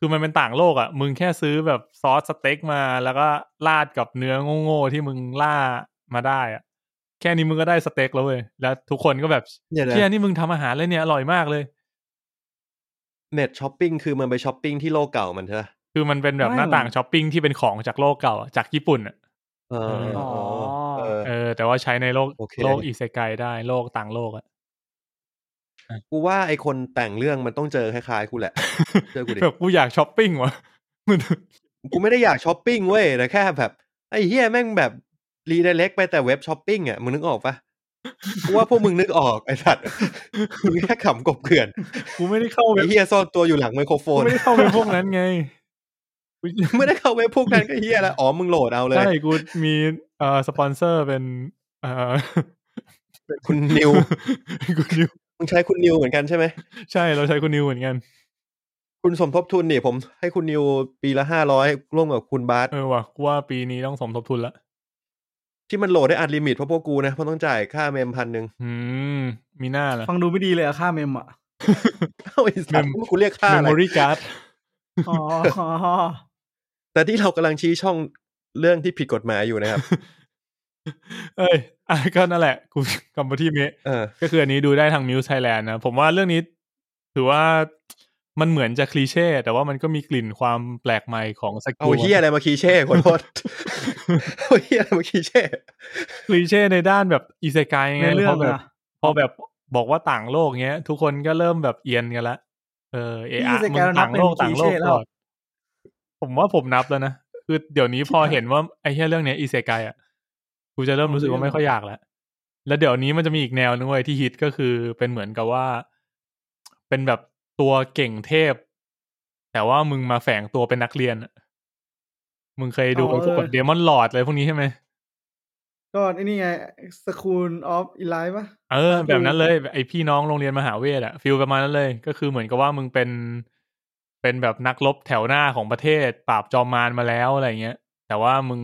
คือมันเป็นต่างโลกอ่ะ มึงแค่ซื้อแบบซอสสเต็กมา แล้วก็ราดกับเนื้อโง่ๆที่มึงล่ามาได้อ่ะ แค่นี้มึงก็ได้สเต็กแล้วเว้ยแล้วทุกคนก็แบบ
เนี่ยนะ
เชี่ยนี่มึงทำอาหารเลยเนี่ยอร่อยมากเลย
เน็ตช้อปปิ้งคือมันไปช้อปปิ้งที่โลกเก่ามันใช่ปะ
คือมันเป็นแบบหน้าต่างช้อปปิ้งที่เป็นของจากโลกเก่าอะจากญี่ปุ่นอ่ะ
เออ
อ๋
อ๋
อ
อเออ
เออแต่ว่าใช้ในโลก
โอเค
โลกอิเซไกได้โลกต่างโลกอ่ะ
กูว่าไอคนแต่งเรื่องมันต้องเจอคล้ายๆกูแหละ เจอกูดิ
แบบกูอยากช้อปปิ้งว่ะ มึง
กูไม่ได้อยากช้อปปิ้งเว้ยแต่แค่แบบไอเฮียแม่งแบบรีไดเ c กไปแต่เว็บช้อปปิ้งอ่ะมึงนึกออกปะกูว่าพวกมึงนึกออกไอสัตว์ มึงแค่ขำกบเกลื่อน
กูไม่ได้เข้า
ไอ
เว็บ
เฮียซ่อนตัวอยู่หลังไมโครโฟ
กู
น
ไม่ได้เข้าเว็บพวกนั้นไงกู
ไม่ ได้เข้าเว็บพวกนั้นก็เฮียแล้วอ๋อมึงโหลดเอาเลย
ใช่กูมีเอ่อสปอนเซอร์เป็นเอ่อ
คุณนิว
กูนิว
มึงใช้คุณนิวเหมือนกันใช่ไหม
ใช่เราใช้คุณนิวเหมือนกัน
คุณสมทบทุนนี่ผมให้คุณนิวปีละห้าร้อยร่วมกับคุณบาส
เออว่ะกูว่าปีนี้ต้องสมทบทุนละ
ที่มันโหลดได้อัดลิมิตเพราะพวกกูนะเพราะต้องจ่ายค่าเมมพันหนึ่ง
อืมมีหน้าล่ะ
ฟังดูไม่ดีเลยอะค่าเมมอ่ะ
เอ้าไอ้สัตว์
เมม
กูเรียกค่าอะ
เมม
ไร
โมรี่การ์ด
อ๋ออ๋อ
แต่ที่เรากำลังชี้ช่องเรื่องที่ผิดกฎหมายอยู่ นะครับ
เอ้ยอ่ะก็นั่นแหละ กูกลับมาที่เมะ
เออ
ก็คืออันนี้ดูได้ทางมิวส์ไทยแลนด์นะ ผมว่าเรื่องนี้ถือว่ามันเหมือนจะคลีเช่แต่ว่ามันก็มีกลิ่นความแปลกใหม่ของสกิ
เอา
ล
เฮียอะไรมาคีเช่ขอโท ษ เอาเฮียอะไรมาคีเช่
คลีเช่ในด้านแบบอิเซไก ายไง
ในเรื่อ
พ
ง
อแบบ
นะ
พอแบบบอกว่าต่างโลกเงี้ย ทุกคนก็เริ่มแบบเอียนกันละเออเอะ
นี่
อะ
ส
มึ
แก
ง
นนั
ต่า
บ
ง
เป็น
โลกต่างโลก
cliché แล้ว
ก่อนผมว่าผมนับแล้วนะ คือเดี๋ยวนี้พอเห็นว่าไอ้เหี้ยเรื่องเนี้ยอิเซไกายอ่ะกูจะเริ่มรู้สึกว่าไม่ค่อยอยากแล้ว แล้วเดี๋ยวนี้มันจะมีอีกแนวนึงเว้ยที่ฮิตก็คือเป็นเหมือนกับว่า เป็นแบบตัวเก่งเทพ แต่ว่ามึงมาแฝงตัวเป็นนักเรียนอะมึงเคยดู
เออ
พวกเดมอนหลอดอะไรพวกนี้ใช่ไหม
ก็ไอ้นี่ไงสคูลออฟอีไลปะ
เออ แบบนั้นเลยไอพี่น้องโรงเรียนมหาเวทอะฟิลประมาณนั้นเลย ก็คือเหมือนกับว่ามึงเป็น เป็นแบบนักรบแถวหน้าของประเทศ ปราบจอมมารมาแล้วอะไรเงี้ย แต่ว่ามึง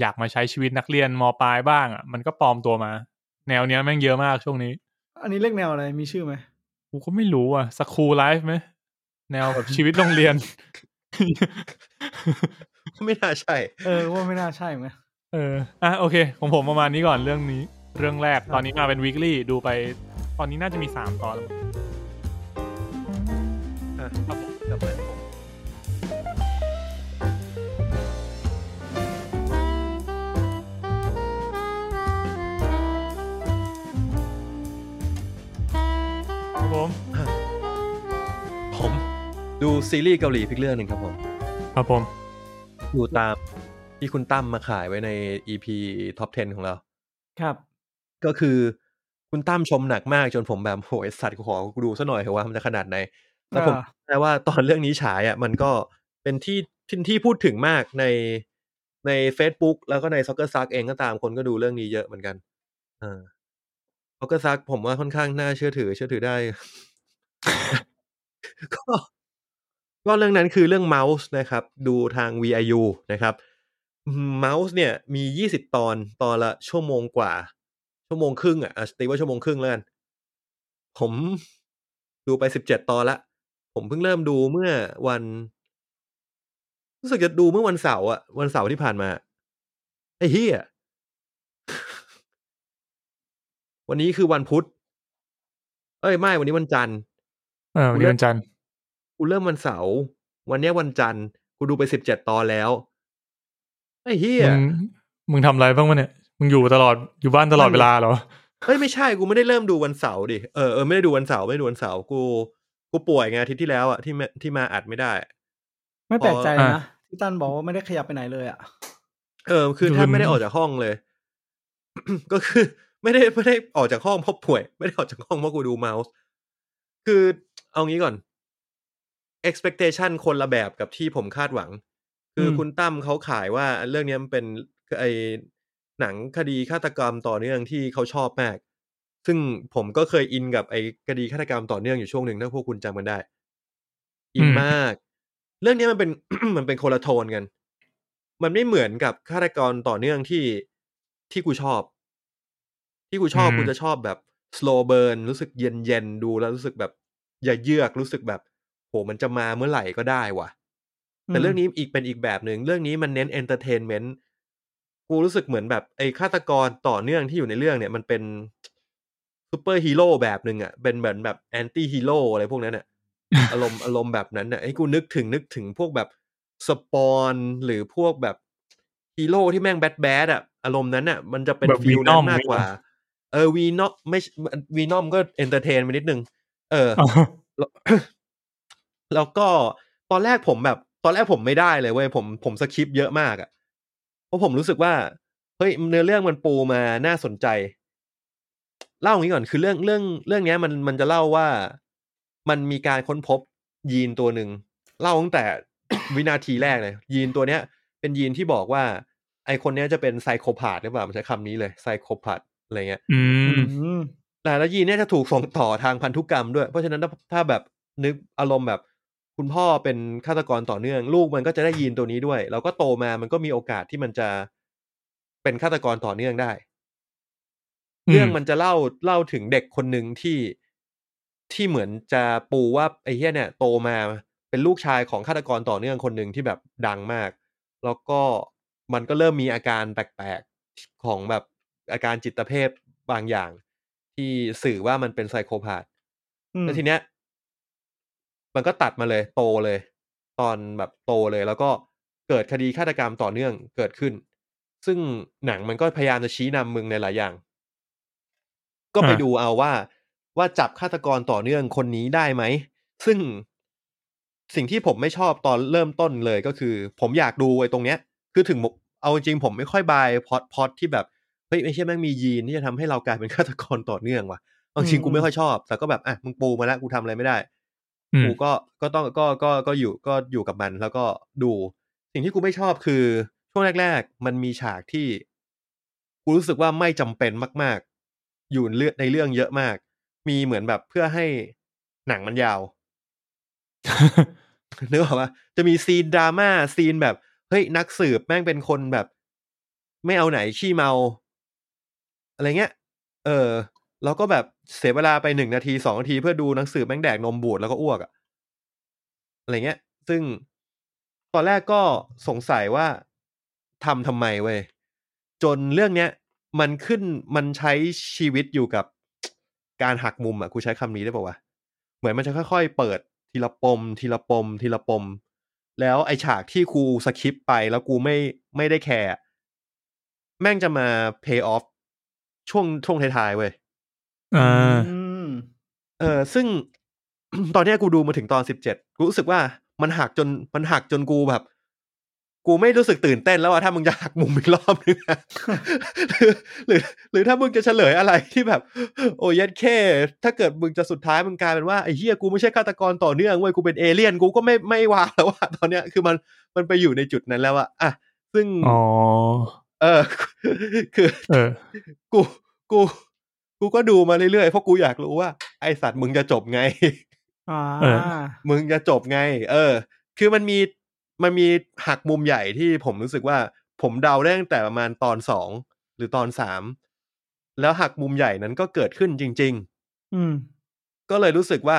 อยากมาใช้ชีวิตนักเรียนมปลายบ้างอะมันก็ปลอมตัวมา แนวเนี้ยแม่งเยอะมากช่วงนี้
อันนี้เรียกแนวอะไรมีชื่อไหม
กูก็ไม่รู้อ่ะสคูลไลฟ์ไหมแนวแบบชีวิตโรงเรียน
ไม่น่าใช่
เออว่าไม่น่าใช่เหมือนกัน
เออ อ่ะโอเค ของผมประมาณนี้ก่อนเรื่องนี้ เรื่องแรกตอนนี้มาเป็น weekly ดูไป ตอนนี้น่าจะมีสามตอนแล้ว
อ่ะ
ครับผม
กลับมาที่ผม
ครับผม
ผมดูซีรีส์เกาหลีเพิกเรื่องหนึ่งครับผม
ครับผม
ดูตามที่คุณตั้มมาขายไว้ใน EP Top 10 ของเรา
ครับ
ก็คือคุณตั้มชมหนักมากจนผมแบบ โหยสัตว์กูขอกูดูซะหน่อยเถอะว่ามันจะขนาดไหนแล้วผม
อ่า
แต่ว่าตอนเรื่องนี้ฉายอ่ะมันก็เป็นที่ที่ที่พูดถึงมากในใน Facebook แล้วก็ใน s o c c e r s a c เองก็ตามคนก็ดูเรื่องนี้เยอะเหมือนกันอ่า s o c c e r s a c ผมว่าค่อนข้างน่าเชื่อถือ เชื่อถือได้ ก็ก็เรื่องนั้นคือเรื่อง Mouse นะครับ ดูทาง VIU นะครับอืม Mouse เนี่ยมี 20 ตอนตอนละชั่วโมงกว่า ชั่วโมงครึ่งอ่ะอ่ะตีว่าชั่วโมงครึ่งแล้วกัน ผมดูไป 17 ตอนละ ผมเพิ่งเริ่มดูเมื่อวัน รู้สึกจะดูเมื่อวันเสาร์อ่ะ วันเสาร์ที่ผ่านมา ไอ้เฮีย วันนี้คือวันพุธ เอ้ย ไม่วันนี้วันจันทร์
เออวันนี้วันจันทร์
กูเริ่มวันเสาร์วันเนี้ยวันจันทร์กูดูไปสิบเจ็ดตอนแล้ว ไอ้เฮีย
มึงมึงทำอะไรบ้างวะเนี่ย มึงอยู่ตลอดอยู่บ้านตลอดเวลาเหรอ
เฮ้ยไม่ใช่กูไม่ได้เริ่มดูวันเสาร์ดิเออเออไม่ได้ดูวันเสาร์ไม่ได้ดูวันเสาร์กู กูป่วยไงอาทิตย์ที่แล้วอะที่มาที่มาอัดไม่ได้
ไม่แปลกใจเลย
อ่ะ
นะที่ตันบอกว่าไม่ได้ขยับไปไหนเลยอ่ะ
เออ คือแทบไม่ได้ออกจากห้องเลย ก็คือ ไม่ได้ไม่ได้ออกจากห้องเพราะป่วย ไม่ได้ออกจากห้องเพราะกูดูเมาส์ คือเอางี้ก่อน expectation คนละแบบกับที่ผมคาดหวัง คืออ
ม
คุณตั้มเขาขายว่าเรื่องเนี้ยมันเป็นไอหนังคดีฆาตกรรมต่อเนื่องที่เขาชอบมาก ซึ่งผมก็เคยอินกับไอคดีฆาตกรรมต่อเนื่องอยู่ช่วงหนึ่งถ้าพวกคุณจำกันได้ อิน
อืม
มาก เรื่องเนี้ยมันเป็น มันเป็นคนละโทนกัน มันไม่เหมือนกับฆาตกรต่อเนื่องที่ที่กูชอบ ที่กูชอบ
อืม
กูจะชอบแบบ slow burn รู้สึกเย็นเย็นๆดูแล้วรู้สึกแบบ อย่าเยือกรู้สึกแบบ โหมันจะมาเมื่อไหร่ก็ได้ว่ะ แต่เรื่องนี้อีกเป็นอีกแบบหนึ่งเรื่องนี้มันเน้น entertainment กูรู้สึกเหมือนแบบไอ้ฆาตกรต่อเนื่องที่อยู่ในเรื่องเนี่ย มันเป็นซูเปอร์ฮีโร่แบบหนึ่งอะ่ะเป็นเหมือนแบบแอนตี้ฮีโร่อะไรพวกนั้นอะ่ะ อ ารมณ์อารมณ์แบบนั้นอะ่ะไอ้กูนึกถึงนึกถึงพวกแบบสปอนหรือพวกแบบฮีโร่ที่แม่งแบดแบดอ่ะอารมณ์นั้นอ่ะ มันจะเป็น
แบบ
ฟิลนั้
Venom
นมากกว่า เออวีนอมไม่วีนอมก็เอนเตอร์เทนไปนิดนึงเออ แล้ว แล้วก็ตอนแรกผมแบบ ตอนแรกผมไม่ได้เลยเว้ยผมผมสคริปต์เยอะมากอะ่ะเพราะผมรู้สึกว่าเฮ้ยเนื้อเรื่องมันปูมาน่าสนใจ เล่าอย่างนี้ก่อนคือเรื่องเรื่องเรื่องเนี้ยมันมันจะเล่าว่ามันมีการค้นพบยีนตัวหนึ่งเล่าตั้งแต่ วินาทีแรกเลยยีนตัวเนี้ย เป็นยีนที่บอกว่า ไอคนเนี้ยจะเป็นไซโคพาธหรือเปล่ามันใช้คำนี้เลยไซโคพาธอะไรเงี้ย
อืม
อืม
แต่ละยีนเนี่ยจะถูกส่งต่อทางพันธุกรรมด้วย เพราะฉะนั้นถ้าถ้าแบบนึกอารมณ์แบบ คุณพ่อเป็นฆาตกรต่อเนื่อง ลูกมันก็จะได้ยีนตัวนี้ด้วย แล้วก็โตมามันก็มีโอกาสที่มันจะเป็นฆาตกรต่อเนื่องได้ เรื่องมันจะเล่าเล่าถึงเด็กคนหนึ่งที่ที่เหมือนจะปูว่าไอ้เฮียเนี่ย โตมาเป็นลูกชายของฆาตกรต่อเนื่องคนหนึ่งที่แบบดังมาก แล้วก็มันก็เริ่มมีอาการแปลกๆของแบบอาการจิตเภทบางอย่าง ที่สื่อว่ามันเป็นไซโคพาธ
อืม
แล้วทีเนี้ยมันก็ตัดมาเลย โตเลย ตอนแบบโตเลย แล้วก็เกิดคดีฆาตกรรมต่อเนื่องเกิดขึ้น ซึ่งหนังมันก็พยายามจะชี้นำมึงในหลายอย่าง ก็ไป
อ่า
ดูเอาว่า ว่าจับฆาตกรต่อเนื่องคนนี้ได้ไหม ซึ่งสิ่งที่ผมไม่ชอบตอนเริ่มต้นเลยก็คือ ผมอยากดูไอ้ตรงเนี้ย คือถึงผมเอาจริงๆผมไม่ค่อยบายพอดพอดที่แบบเฮ้ยไม่ใช่แม่งมียีนที่จะทำให้เรากลายเป็นฆาตกรต่อเนื่องว่ะ เอาจริงกูไม่ค่อยชอบ แต่ก็แบบอ่ะมึงปูมาแล้วกูทำอะไรไม่ได้
อืม
กูก็ก็ต้องก็ก็ก็อยู่ก็อยู่กับมันแล้วก็ดู สิ่งที่กูไม่ชอบคือช่วงแรก ๆ มันมีฉากที่ กูรู้สึกว่าไม่จำเป็นมาก ๆ อยู่เลือในเรื่องเยอะมาก มีเหมือนแบบเพื่อให้หนังมัน ยาว นึกออกปะจะมีซีนดราม่าซีนแบบเฮ้ยนักสืบแม่งเป็นคนแบบ ไม่เอาไหนขี้เมา อะไรเงี้ย เออ แล้วก็แบบเสียเวลาไปหนึ่งนาทีสองนาทีเพื่อดูหนังสือแม่งแดกนมบูดแล้วก็อ้วกอะอะไรเงี้ย ซึ่งตอนแรกก็สงสัยว่าทำทำไมเว้ยจนเรื่องเนี้ย มันขึ้นมันใช้ชีวิตอยู่กับ การหักมุมอะกูใช้คำนี้ได้ป่าวะเหมือนมันจะค่อยๆ เปิดทีละปม ทีละปม ทีละปม แล้วไอฉากที่กูสคิปไปแล้วกูไม่ไม่ได้แคร์อะแม่งจะมา pay off ช่วงช่วงท้ายๆเว้ย
อ่า
ม
เออซึ่ง ตอนเนี้ยกูดูมาถึงตอนสิบเจ็ดกูรู้สึกว่ามันหักจนมันหักจนกูแบบ กูไม่รู้สึกตื่นเต้นแล้วอะถ้ามึงจะหักมุมอีกรอบนึงอะ หรือหรือ หรือถ้ามึงจะเฉลยอะไรที่แบบ โอ้ยเย็ดเค ถ้าเกิดมึงจะสุดท้ายมึงกลายเป็นว่าไอ้เฮียกูไม่ใช่ฆาตกรต่อเนื่องเว้ยกูเป็นเอเลี่ยนกูก็ไม่ไม่ว้าวแล้วอะ ตอนเนี้ยคือมันมันไปอยู่ในจุดนั้นแล้วอะอ่ะซึ่ง
อ๋อ
เอ อ คือ
เออ
กูกู กูก็ดูมาเรื่อยๆเพราะกูอยากรู้ว่าไอสัตว์มึงจะจบไง
อ่า
เออ
มึงจะจบไง เออ คือมันมี มันมีหักมุมใหญ่ที่ผมรู้สึกว่า ผมเดาได้ตั้งแต่ประมาณตอนสองหรือตอนสามแล้วหักมุมใหญ่นั้นก็เกิดขึ้นจริง
อืม
ๆ ก็เลยรู้สึกว่า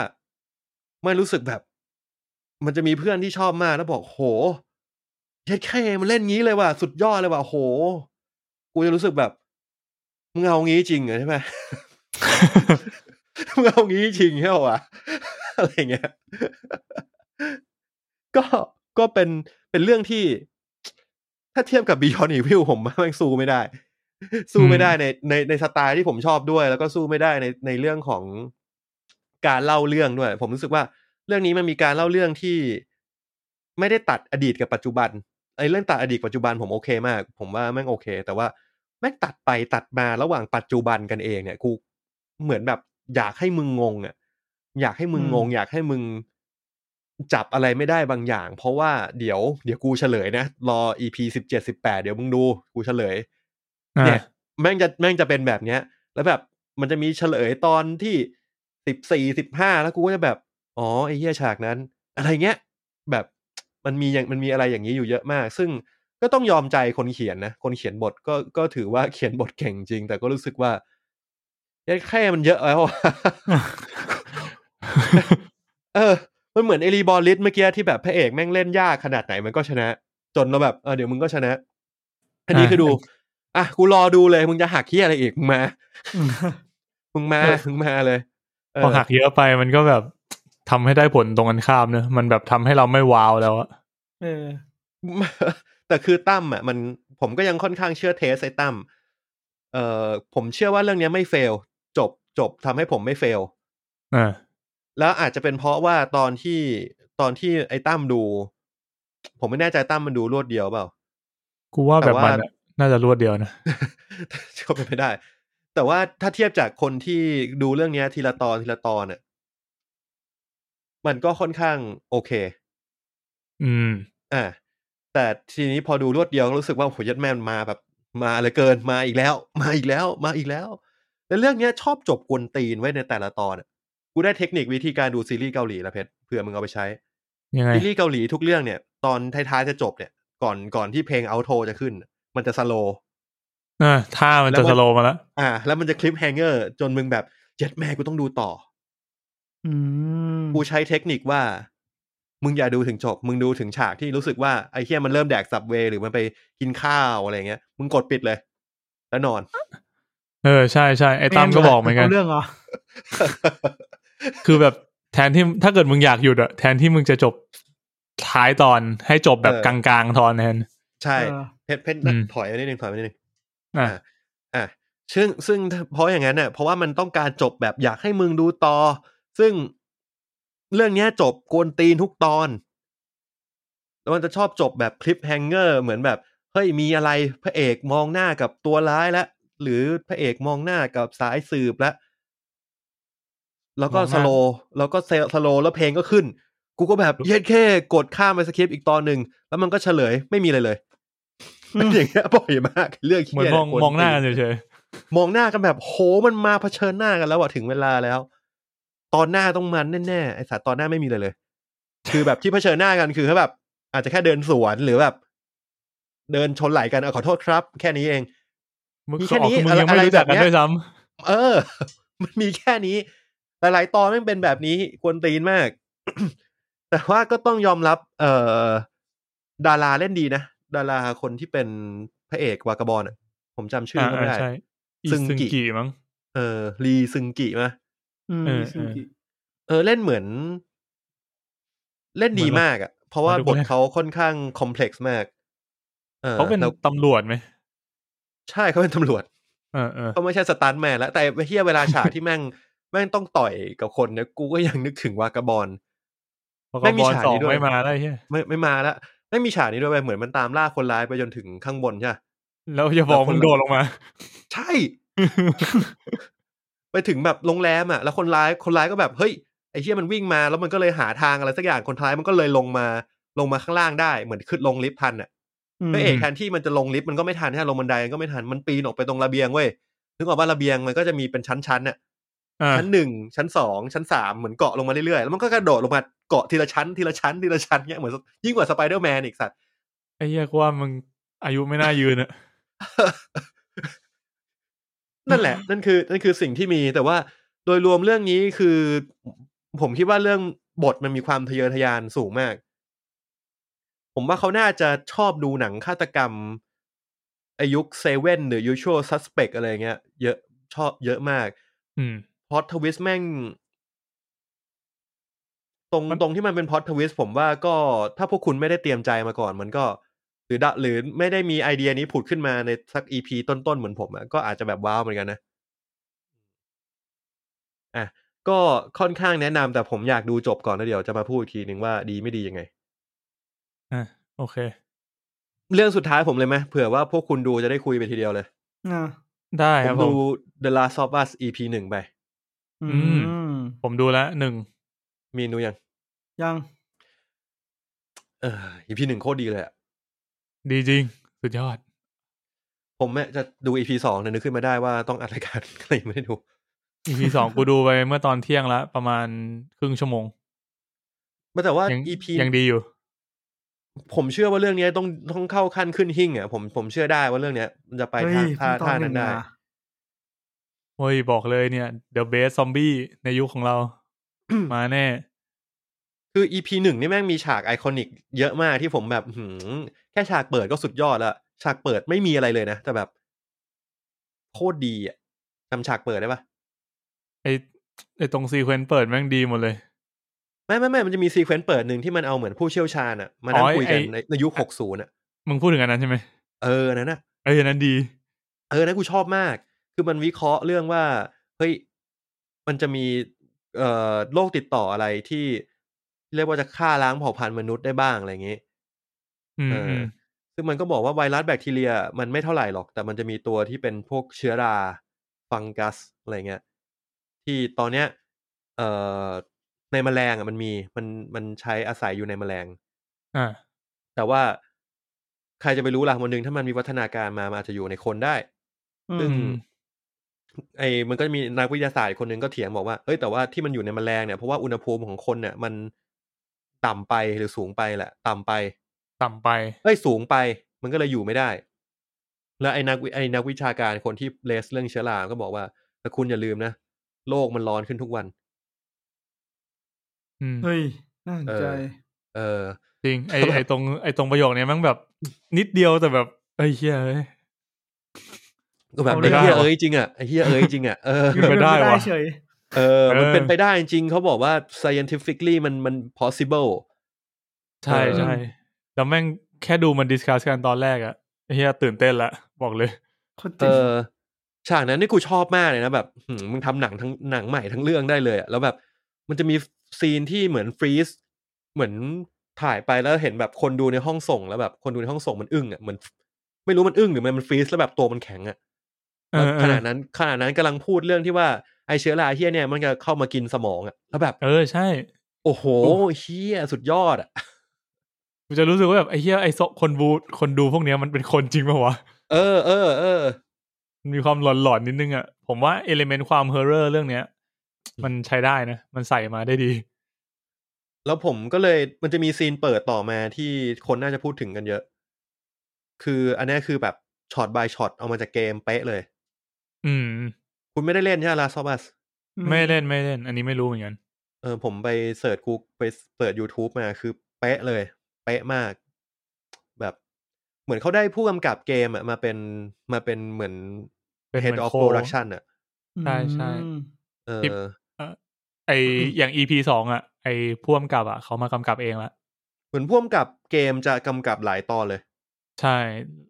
ไม่รู้สึกแบบ มันจะมีเพื่อนที่ชอบมากแล้วบอกโหเย็ดแค่มันเล่นงี้เลยว่ะสุดยอดเลยว่ะโห กูจะรู้สึกแบบมึงเอางี้จริงเหรอใช่ไหม มึ งเอางี้จริงเหรอวะ อะไรเงี้ย ก็ก็เป็นเป็นเรื่องที่ ถ้าเทียบกับ Beyond Evil ผมว่าแม่งสู้ไม่ได้ สู้ไม่ได้ในในในสไตล์ที่ผมชอบด้วย แล้วก็สู้ไม่ได้ในในเรื่องของการเล่าเรื่องด้วย ผมรู้สึกว่า เรื่องนี้มันมีการเล่าเรื่องที่ไม่ได้ตัดอดีตกับปัจจุบันไอ้เรื่องตัดอดีตปัจจุบันผมโอเคมาก ผมว่าแม่งโอเค แต่ว่าแม่งตัดไปตัดมาระหว่างปัจจุบันกันเองเนี่ยกูเหมือนแบบอยากให้มึงงงอ่ะอยากให้มึงงง
อืม
อยากให้มึงจับอะไรไม่ได้บางอย่าง เพราะว่าเดี๋ยวเดี๋ยวกูเฉลยนะ รอ EP สิบเจ็ดสิบแปดเดี๋ยวมึงดูกูเฉลย
อ่า
เนี่ยแม่งจะแม่งจะเป็นแบบเนี้ย แล้วแบบมันจะมีเฉลยตอนที่สิบสี่สิบห้าแล้วกูก็จะแบบ อ๋อไอ้เหี้ยฉากนั้น อะไรเงี้ย แบบมันมีอย่างมันมีอะไรอย่างนี้อยู่เยอะมาก ซึ่งก็ต้องยอมใจคนเขียนนะ คนเขียนบทก็ก็ถือว่าเขียนบทเก่งจริง แต่ก็รู้สึกว่าเหี้ยแค่มันเยอะแล้วอะ เออ มันเหมือนเอลีบอลลิสเมื่อกี้ที่แบบพระเอกแม่งเล่นยากขนาดไหนมันก็ชนะ จนเราแบบเออเดี๋ยวมึงก็ชนะ อันนี้คือดู อ่ะกูรอดูเลยมึงจะหักเฮียอะไรอีกมึงมา มึงมามึงมาเลยเ
พอหักเยอะไปมันก็แบบทำให้ได้ผลตรงกันข้ามเนอะมันแบบทำให้เราไม่ว้าวแล้วอะ
เออ
แต่คือตั้มอ่ะมันผมก็ยังค่อนข้างเชื่อเทสไอ้ตั้มเอ่อผมเชื่อว่าเรื่องเนี้ยไม่เฟล จบจบทำให้ผมไม่เฟล
อ่า
แล้วอาจจะเป็นเพราะว่าตอนที่ตอนที่ไอ้ตั้มดู ผมไม่แน่ใจตั้มมันดูรวดเดียวเปล่า
กูว่าแบบมัน
แต่
อะ
ว่า
น่าจะรวดเดียวนะ
ก็เป็นไปได้ แต่ว่าถ้าเทียบจากคนที่ดูเรื่องเนี้ย ทีละตอนทีละตอนเนี่ยมันก็ค่อนข้างโอเค
อืม
อ่าแต่ทีนี้พอดูรวดเดียวก็รู้สึกว่าโอ้โหยัดแม่นมาแบบมาเหลยเกินมาอีกแล้ว มาอีกแล้ว มาอีกแล้วแล้วเรื่องเนี้ยชอบจบกวนตีนไว้ในแต่ละตอนอะกูได้เทคนิควิธีการดูซีรีส์เกาหลีละเพชรเผื่อมึงเอาไปใช้
ยังไง
ซีรีส์เกาหลีทุกเรื่องเนี่ย ตอนท้ายๆจะจบเนี่ย ก่อนก่อนที่เพลงเอาโทจะขึ้น มันจะสโล
อ่าท่ามัน
แล้
จะ
วมัน
สโลว์มาแล้ว
อ่า แล้วมันจะคลิปแฮงเกอร์จนมึงแบบเจ็ดแม่กูต้องดูต่อ
อืม
กูใช้เทคนิคว่า มึงอย่าดูถึงจบ มึงดูถึงฉากที่รู้สึกว่าไอ้เฮียมันเริ่มแดกสับเวย์หรือมันไปกินข้าวอะไรเงี้ย มึงกดปิดเลย แล้วนอน
เออใช่ใช่ไอ้ตั้มก็บอกเหมือนกัน
เรื่องเหรอ
คือแบบแทนที่ถ้าเกิดมึงอยากหยุดอะแทนที่มึงจะจบท้ายตอนให้จบแบบ
เออ
กลางๆตอนแทน
ใช่เพชรเพชรนะ
อืม
ถอยไปนิดนึงถอยไปนิดนึง
อ่ะ
อ่ะซึ่งซึ่งเพราะอย่างนั้นเนี่ยเพราะว่ามันต้องการจบแบบอยากให้มึงดูต่อ ซึ่งเรื่องเนี้ยจบกวนตีนทุกตอน แล้วมันจะชอบจบแบบคลิปแฮงเกอร์เหมือนแบบเฮ้ยมีอะไรพระเอกมองหน้ากับตัวร้ายแล้วหรือพระเอกมองหน้ากับสายสืบแล้วแล้วก็
มองห
ส
น้า
โลว์แล้วก็เซลสโลว์แล้วเพลงก็ขึ้น กูก็แบบเย็ดแค่กดข้ามไปสคริปต์อีกตอนหนึ่งแล้วมันก็เฉลยไม่มีอะไรเลย เป็น อย่างเงี้ยบ่อยมาก เรื่อง
เหมือน
เหี้ย
มอง
ค
มองหน้ากันเฉย
มองหน้ากันแบบโหมันมาเผชิญหน้ากันแล้วอะถึงเวลาแล้ว ตอนหน้าต้องมันแน่ๆไอสัตว์ตอนหน้าไม่มีเลยเลย คือแบบที่เผชิญหน้ากันคือแค่แบบ อาจจะแค่เดินสวนหรือแบบ เดินชนไหลกันเออขอโทษครับ แค่นี้เอง
ๆมึง
มีแค่
ก็ออก
นี้
คือมึงยัง
อะไร
ไม่รู้จักกั
แบ
น
บเนี้ย
ด้วยซ้ำ
เออ มันมีแค่นี้ หลายๆ ตอนแมันเป็นแบบนี้กวนตีนมาก แต่ว่าก็ต้องยอมรับ เอ่อ ดาราเล่นดีนะ ดาราคนที่เป็นพระเอกวากาบอลอะผมจำชื่อ
อ่า
เขา
อ่า
ไม่ได้
ใช่อี
ซึ
ซึ
ง
ง
กิ
กิมั้ง
เออลีซึงกิมา
อืม
เออ
ซูกิ
เออ เล่นเหมือน เล่นดีมากอะเพราะว่าบทเขาค่อนข้างคอมเพล็กซ์มากออ
เขาเป็น
แล้ว
ตำรวจไหม
ใช่เขาเป็นตำรวจ
เออเออ
ก็ไม่ใช่สตันท์แมนแล้วแต่ไอ้เฮียเวลาฉากที่แม่ง แม่งต้องต่อยกับคนเนี่ยกูก็ยังนึกถึงวากาบอล
ปก
ไม่มี
บอล
ฉาก
สอง
นี้ด้วย
ไม่มาได้เฮีย
ไม่ไม่มาแล้วไม่มีฉากนี้ด้วยไปเหมือนมันตามล่าคนร้ายไปจนถึงข้างบนใช่ปะ
แล้วอย่าบอก
แล้วคน
มึงโดดลงมา
ใช่ ไปถึงแบบโรงแรมอ่ะ แล้วคนร้ายคนร้ายก็แบบเฮ้ยไอ้เชี่ยมันวิ่งมา แล้วมันก็เลยหาทางอะไรสักอย่างคนร้ายมันก็เลยลงมาลงมาข้างล่างได้เหมือนขึ้นลงลิฟต์ทันอ่ะพระเอกแทนที่มันจะลงลิฟต์มันก็ไม่ทันใช่ปะลงบันไดมันก็ไม่ทันมันปีนออกไปตรงระเบียงเว้ยนึกออกว่าระเบียงมันก็จะมีเป็นชั้นๆน่ะ
อ่า
ชั้นหนึ่งชั้นสองชั้นสามเหมือนเกาะลงมาเรื่อยๆ แล้วมันก็กระโดดลงมาเกาะทีละชั้นทีละชั้นทีละชั้นเงี้ยเหมือนยิ่งกว่าสไปเดอร์แมนอีกสัตว์
ไอ้เฮียกูว่ามึงอายุไม่น่ายืนอะ
นั่นแหละ นั่นคือนั่นคือสิ่งที่มีแต่ว่าโดยรวมเรื่องนี้คือ ผมคิดว่าเรื่องบทมันมีความทะเยอทะยานสูงมาก ผมว่าเขาน่าจะชอบดูหนังฆาตกรรมอายุเซเว่นหรือ usual suspect อะไรเงี้ย เยอะชอบเยอะมาก
อืม
พอ t ทวิสแม่ง ตรง
มัน
ตรงที่มันเป็นพอ t ทวิสผมว่าก็ถ้าพวกคุณไม่ได้เตรียมใจมาก่อน มันก็ หรือดะหรือไม่ได้มีไอเดียนี้ผุดขึ้นมาในสักอีพีต้นๆ เหมือนผมอะก็อาจจะแบบว้าวเหมือนกันนะ อ่ะ ก็ค่อนข้างแนะนำแต่ผมอยากดูจบก่อนแล้วเดี๋ยวจะมาพูดอีกทีนึงว่าดีไม่ดียังไง
อ่ะโอเค
เรื่องสุดท้ายผมเลยไหมเผื่อว่าพวกคุณดูจะได้คุยไปทีเดียวเลย
อ่ะ
ได้
ผ
ครับ
ม
ผ
ดู
ม
The Last of Us EP หนึ่งไป
อื
ม
ม
ผมดูแล้วหนึ่ง
มีนดูยัง
ยัง
เออ EP หนึ่งโคตรดีเลยอะ
ดีจริง สุดยอด
ผมเนี่ยจะดู EP สองเนี่ยนึกขึ้นมาได้ว่าต้องอัดราย การ ก็เลยไม่ได้ดู
EP ส องกูดูไปเมื่อตอนเที่ยงละประมาณครึ่งชั่วโมง
แต่ว่า
ยัง
EP
ยังดีอยู่
ผมเชื่อว่าเรื่องนี้ต้องต้องเข้าขั้นขึ้นหิ่งอ่ะผมผมเชื่อได้ว่าเรื่องเนี้ยมันจะไป
เฮ้
ทาง
ย
ท่า
เพิ่งตอ
ท่าน
ห
นั้
นึ่ง
นได้
มา
โอ้ยบอกเลยเนี่ย The Best Zombie ในยุคของเรา มาแน่
คือ EP หนึ่งนี่แม่งมีฉากไอคอนิกเยอะมากที่ผมแบบหืมแค่ฉากเปิดก็สุดยอดละฉากเปิดไม่มีอะไรเลยนะ แต่แบบ โคตรดีอ่ะจำฉากเปิดได้ปะ
ไอไอตรงซีเควนต์เปิดแม่งดีหมดเลย
ไม่ไม่ไม่มันจะมีซีเควนต์เปิดหนึ่งที่มันเอาเหมือนผู้เชี่ยวชาญอ่ะ มานั่ง
อ๋อไอ้
คุยกัน
ไอ้
ในในยุคหกศูนย์อ่ะ
มึงพูดถึงอันนั้นใช่ไหม
เอออันนั้นน่ะ
เอ้ยอันนั้นดี
เออนะกูชอบมาก คือมันวิเคราะห์เรื่องว่า เฮ้ย มันจะมี เอ่อ โรคติดต่ออะไรที่เรียกว่าจะฆ่าล้างเผ่าพันธุ์มนุษย์ได้บ้างอะไรอย่างงี้
อืม
เออ
อื
อ
ม
ซึ่งมันก็บอกว่าไวรัสแบคทีเรีย มันไม่เท่าไหร่หรอก แต่มันจะมีตัวที่เป็นพวกเชื้อรา ฟังกัส อะไรเงี้ย ที่ตอนเนี้ย เอ่อ ในแมลงอ่ะมันมี มันมันใช้อาศัยอยู่ในแมลง
อ่า
แต่ว่าใครจะไปรู้ล่ะวันหนึ่งถ้ามันมีวัฒนาการมามันอาจจะอยู่ในคนได้
อืม
ซึ่ง ไอ้มันก็มีนักวิทยาศาสตร์คนหนึ่งก็เถียงบอกว่า เอ้ยแต่ว่าที่มันอยู่ในแมลงเนี่ยเพราะว่าอุณหภูมิของคนเนี่ยมันต่ำไปหรือสูงไปแหละ ต่ำไป
ต่ำไป
เอ้ยสูงไป มันก็เลยอยู่ไม่ได้ แล้วไอ้นักวิไอ้นักวิชาการคนที่เลสเรื่องเชื้อราก็บอกว่าแต่คุณอย่าลืมนะโลกมันร้อนขึ้นทุกวัน
อืม
เฮ้ย น่าสนใจ
เออ เออ
จริง ไอ
แบบ
ไอตรงไอตรงประโยคเนี้ยแมันแบบ นิดเดียวแต่แบบไอ้ยเฮียเอ้ย
ก็แบบ
เอาเรื่
ไอ้
อง
เฮียเอ้ยจริงอ่ะไอ้เฮียเอ้ยจริงอ่ะเออ
เป็นไปได้ว่ะ
เฉย
เออ มัน
เออ
เป็นไปได้จริงเขาบอกว่า scientifically มันมัน possible
ใช่
เออ
ใช่แล้วแม่งแค่ดูมันดิสคัสกันตอนแรกอะไอ้เฮียตื่นเต้นละบอกเลย
คน
เอ
เจ๋ง
อฉากนั้นนี่กูชอบมากเลยนะแบบหืมมึงทำหนังทั้งหนังใหม่ทั้งเรื่องได้เลยอะแล้วแบบ มันจะมีซีนที่เหมือนฟรีซเหมือนถ่ายไปแล้วเห็นแบบคนดูในห้องส่งแล้วแบบคนดูในห้องส่งมันอึ้งอะเหมือนไม่รู้มันอึ้งหรือมันมันฟรีซแล้วแบบตัวมันแข็งอะ
เออเออ
ขนาดนั้นขนาดนั้นกำลังพูดเรื่องที่ว่าไอเชื้อราเฮียเนี่ยมันจะเข้ามากินสมองอะแล้วแบบ
เออใช่
โอ้โหเฮียสุดยอดอะ
มันจะรู้สึกว่าแบบไอ้เหี้ยไอ้โซคนบูคนดูพวกเนี้ยมันเป็นคนจริงปะวะ
เออเออเออ
มันมีความหลอนๆนิดนึงอะผมว่าเอลิเมนต์ความเฮอร์เรอร์เรื่องเนี้ย มันใช้ได้นะ มันใส่มาได้ดี
แล้วผมก็เลยมันจะมีซีนเปิดต่อมาที่คนน่าจะพูดถึงกันเยอะ คืออันเนี้ยคือแบบช็อตบายช็อตเอามาจากเกมเป๊ะเลย
อืม
คุณไม่ได้เล่นใช่ไหมลาซอบัส
ไม่เล่นไม่เล่น อันนี้ไม่รู้เหมือนกัน
เออผมไปเสิร์ชกูไปเปิด YouTube มาคือเป๊ะเลย เป๊ะมาก แบบเหมือนเขาได้ผู้กำกับเกมอะมาเป็นมาเป็นเหมือน
เป็นเห
head
มือน
of
โค้ช
production อะ
ใช่ใช่
อืม
เอ
ที่
อ
ไออย่าง EP สองอะไอพ่วมกับอะเขามากำกับเองละ
เหมือนพ่วมกับเกมจะกำกับหลายตอนเลย
ใช่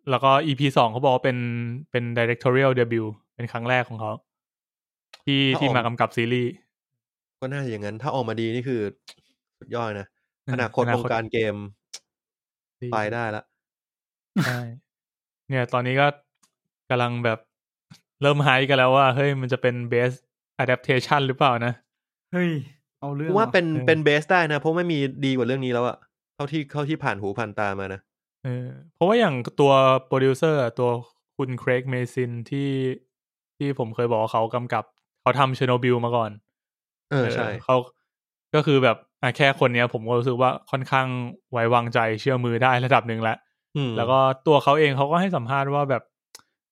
แล้วก็ EP สองเขาบอกว่าเป็นเป็น directorial debut เป็นครั้งแรกของเขา ที่
ถ้าออก
ที่มากำกับซีรีส์
ก็น่าจะอย่างนั้น ถ้าออกมาดีนี่คือสุดยอดนะ
อืม
อนาคต
อ
ว
นาคต
งการเกมไปได้ละ
ใช่ เนี่ยตอนนี้ก็กำลังแบบเริ่มไฮป์กันแล้วว่า เฮ้ยมันจะเป็น best adaptation หรือเปล่านะ
เฮ้ย เอาเรื่อง
ว่าเป็น
เออ
เป็นเบสได้นะ เพราะไม่มีดีกว่าเรื่องนี้แล้วอะเท่าที่เท่าที่ผ่านหูผ่านตามานะ
เออเพราะว่าอย่างตัวโปรดิวเซอร์ตัวคุณเครกเมซินที่ที่ผมเคยบอกว่าเขากำกับ เขาทำเชโนบิลมาก่อน
เออใช่
เขาก็คือแบบอ่ะแค่คนเนี้ย ผมก็รู้สึกว่าค่อนข้างไว้วางใจเชื่อมือได้ ระดับหนึ่งแล้ว
อืม
แล้วก็ตัวเขาเองเขาก็ให้สัมภาษณ์ว่าแบบ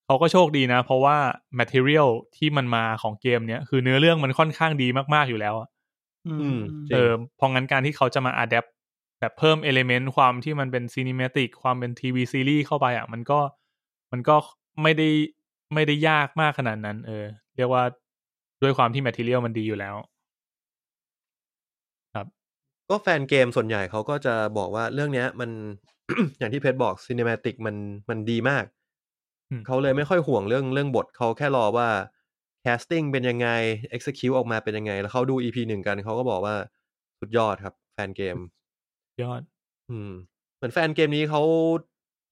เขาก็โชคดีนะ เพราะว่า material ที่มันมาของเกมเนี้ย คือเนื้อเรื่องมันค่อนข้างดีมาก ๆ อยู่แล้วอะ
อื
อื
ม
มจริ
เอง อเพราะงั้นการที่เขาจะมาอัดแอปแบบเพิ่มเอลิเมนต์ความที่มันเป็นซีนิเมติกความเป็นทีวีซีรีส์เข้าไปอ่ะ มันก็มันก็ไม่ได้ไม่ได้ยากมากขนาดนั้น เออ เรียกว่าด้วยความที่แมทเทียลมันดีอยู่แล้ว
ก็แฟนเกมส่วนใหญ่เขาก็จะบอกว่าเรื่องเนี้ย มัน อย่างที่เพชรบอกซีนิม a ติกมันมันดีมาก
อืม
เขาเลยไม่ค่อยห่วงเรื่องเรื่องบทเขาแค่รอว่า casting เป็นยังไง execute ออกมาเป็นยังไง แล้วเขาดู EP หนึ่งกันเขาก็บอกว่าสุดยอดครับ แฟนเกม
ยอด
อืมเหมือนแฟนเกมนี้เขา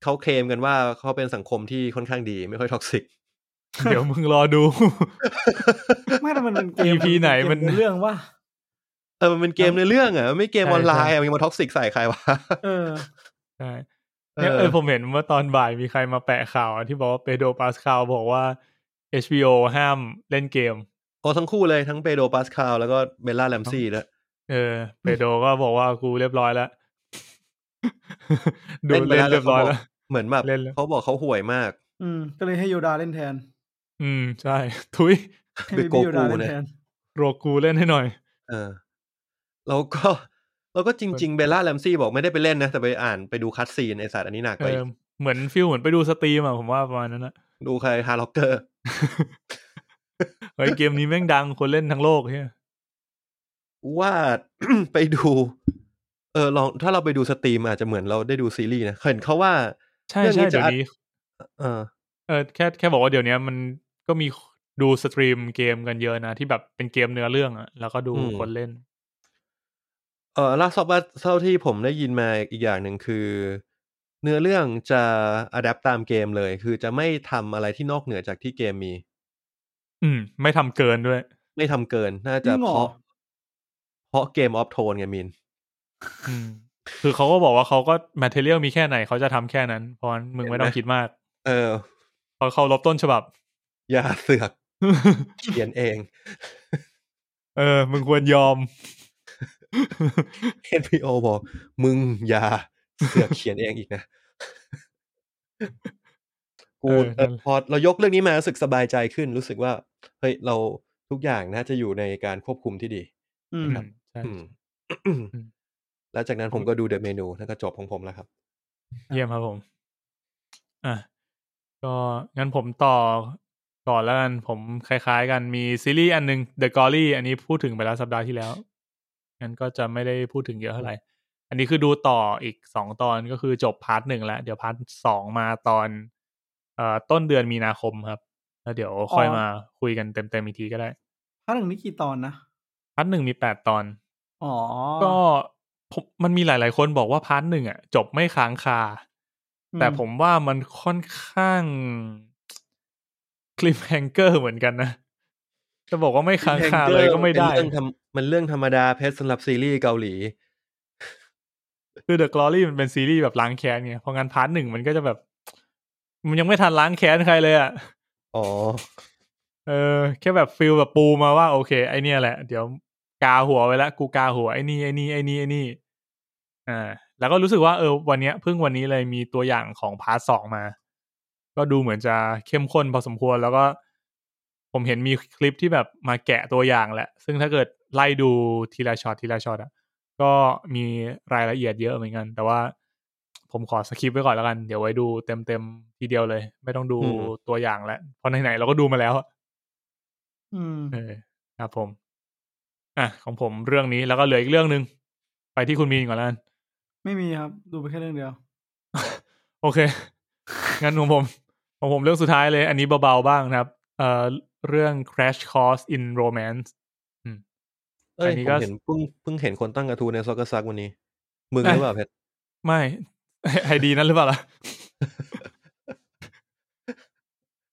เขาเคลมกันว่าเขาเป็นสังคมที่ค่อนข้างดีไม่ค่อยท็อก ซิก
เดี๋ยว มึงรอดู
ไม่แต่มันเป็นเกม
EP ไหนมัน
เป็เรื่องว่า
เออมันเป็นเกมในเรื่องอ่ะมันไม่เกมออนไลน์อ่ะมันยังมาท็อกซิกใส่ใครวะ
เออ
ใช่เนี่ย
เออ
เออผมเห็นเมื่อตอนบ่ายมีใครมาแปะข่าวที่บอกว่าเปโดปาสคาลบอกว่า HBO ห้ามเล่นเกม
โอ้ทั้งคู่เลยทั้งเปโดรปาสคาลแล้วก็เบลล่าแลมซี่แล้วย
เออเปโดก็บอกว่ากูเรียบร้อยแล้ว ดู
ไป
เล่น
แว
เรียบร้อยแล้ว
เหมือนแบบ
เล่นแล้ว
เขาบอกเขาห่วย มาก
อืม ก็เลยให้โยดาเล่นแทน
อืม ใช่ ทุย
ให้
เป็น
เบบี้โยดา
โกกู
เล่น
เนี่ย
แทน
โรกูเล่นให้หน่อย
เออแล้วก็แล้วก็จริง ๆ เบลล่าแลมซี่บอกไม่ได้ไปเล่นนะ แต่ไปอ่านไปดูคัดซีนไอสัตว์อันนี้หนัก
เอ
ไป
อ เหมือนฟิลเหมือนไปดูสตรีมอ่ะผมว่าประมาณนั้นนะ
ดูใครฮาร์ล็อกเกอร์
เฮ้ยเกมนี้แม่งดังคนเล่นทั้งโลกเฮีย
ว่า ไปดู เออลองถ้าเราไปดูสตรีมอาจจะเหมือนเราได้ดูซีรีส์นะเห็นเขาว่า
ใช่
เรื่องนี้จะ
ใช่เดี๋ยวนี้
เออ
เออแค่แค่บอกว่าเดี๋ยวนี้มันก็มีดูสตรีมเกมกันเยอะนะ ที่แบบเป็นเกมเนื้อเรื่องอ่ะแล้วก็ดู
อืม
คนเล่น
เออล่าสุดว่าเท่าที่ผมได้ยินมาอีกอย่างหนึ่งคือ เนื้อเรื่องจะอัดแอปตามเกมเลย คือจะไม่ทำอะไรที่นอกเหนือจากที่เกมมี
อืม ไม่ทำเกินด้วย
ไม่ทำเกินน่าจะ
จริงเหรอ
เพราะเพราะเกมออฟโทนไงมิน
อืม คือเขาก็บอกว่าเขาก็แมทเทอเรียลมีแค่ไหนเขาจะทำแค่นั้น เพราะงั้นมึงไม่ต้องคิดมาก
เออ
เพราะเขาลบต้นฉบับ
อย่าเสือกเขียนเอง
เออ มึงควรยอม
NPO บอก มึงอย่าเสือกเขียนเองอีกนะ กู
เออ
เอ
นั่
อน
แหละ
พอเรายกเรื่องนี้มารู้สึกสบายใจขึ้น รู้สึกว่า เฮ้ย เราทุกอย่างน่าจะอยู่ในการควบคุมที่ดี
อืม
อืมใช่
อืม
อืม
แล้วจากนั้นผมก็ดูเดอะเมนูแล้วก็จบของผมแล้วครับ
เยี่ยมครับผม อ่ะ ก็งั้นผมต่อก่อนแล้วกัน ผมคล้ายๆกันมีซีรีส์อันหนึง The Glory อันนี้พูดถึงไปแล้วสัปดาห์ที่แล้ว งั้นก็จะไม่ได้พูดถึงเยอะเท่าไหร่ อันนี้คือดูต่ออีกสองตอนก็คือจบพาร์ทหนึ่งแล้ว เดี๋ยวพาร์ทสองมาตอน เอ่อต้นเดือนมีนาคมครับ แล้วเดี๋ยวค่อย
อ๋อ
มาคุยกันเต็มๆอีกทีก็ได้
ภาคหนึ่งนี่กี่ตอนนะ
พาร์ทหนึ่งมีแปดตอน
อ๋อ
ก็ผมมันมีหลาย ๆ คนบอกว่าพาร์ทหนึ่งอ่ะ จบไม่ค้างคา แต่ผมว่ามันค่อนข้าง คลิปแฮงเกอร์เหมือนกันนะ จะบอกว่าไม่ค้างคา
Cliffhanger
เลยก็ไม่ได้
นเรื่องธรรมมันเรื่องธรรมดาเพชรสำหรับซีรีส์เกาหลี
คือ The Glory มันเป็นซีรีส์แบบล้างแค้นไงเพราะงั้นพาร์ทหนึ่งมันก็จะแบบ มันยังไม่ทันล้างแค้นใครเลยอ่ะ
อ๋อ
เออแค่แบบฟิลแบบปูมาว่าโอเค ไอเนี่ยแหละ เดี๋ยวกาหัวไว้แล้วกูกาหัวไอนี่ไอนี่ไอนี่ไอนี่อ่าแล้วก็รู้สึกว่าเออวันเนี้ยเพิ่งวันนี้เลยมีตัวอย่างของพาร์ทสองมา ก็ดูเหมือนจะเข้มข้นพอสมควรแล้วก็ ผมเห็นมีคลิปที่แบบมาแกะตัวอย่างแหละ ซึ่งถ้าเกิดไล่ดูทีละช็อตทีละช็อตอ่ะ ก็มีรายละเอียดเยอะเหมือนกัน แต่ว่าผมขอสคิปไว้ก่อนแล้วกัน เดี๋ยวไว้ดูเต็มๆทีเดียวเลย ไม่ต้องดู
อืม
ตัวอย่างแล้วเพราะไหนๆเราก็ดูมาแล้วอะ
อืม
เออครับผม อ่ะ ของผมเรื่องนี้แล้วก็เหลืออีกเรื่องหนึ่งไปที่คุณมีนก่อนแล้วกัน
ไม่มีครับ ดูไปแค่เรื่องเดียว
โอเค งั้นของผมของผมเรื่องสุดท้ายเลย อันนี้เบาๆบ้างนะครับ เอ่อเรื่อง Crash Course in Romance
เอ้
อั
ย
นนี้
ผ
ก็
มเห็นเพิ่งเพิ่งเห็นคนตั้งกระทูในซอกกซักวันนี้ มึงหรือเปล่าเพชร
ไม่ ไอดีนั้นหรือเปล่าล่ะ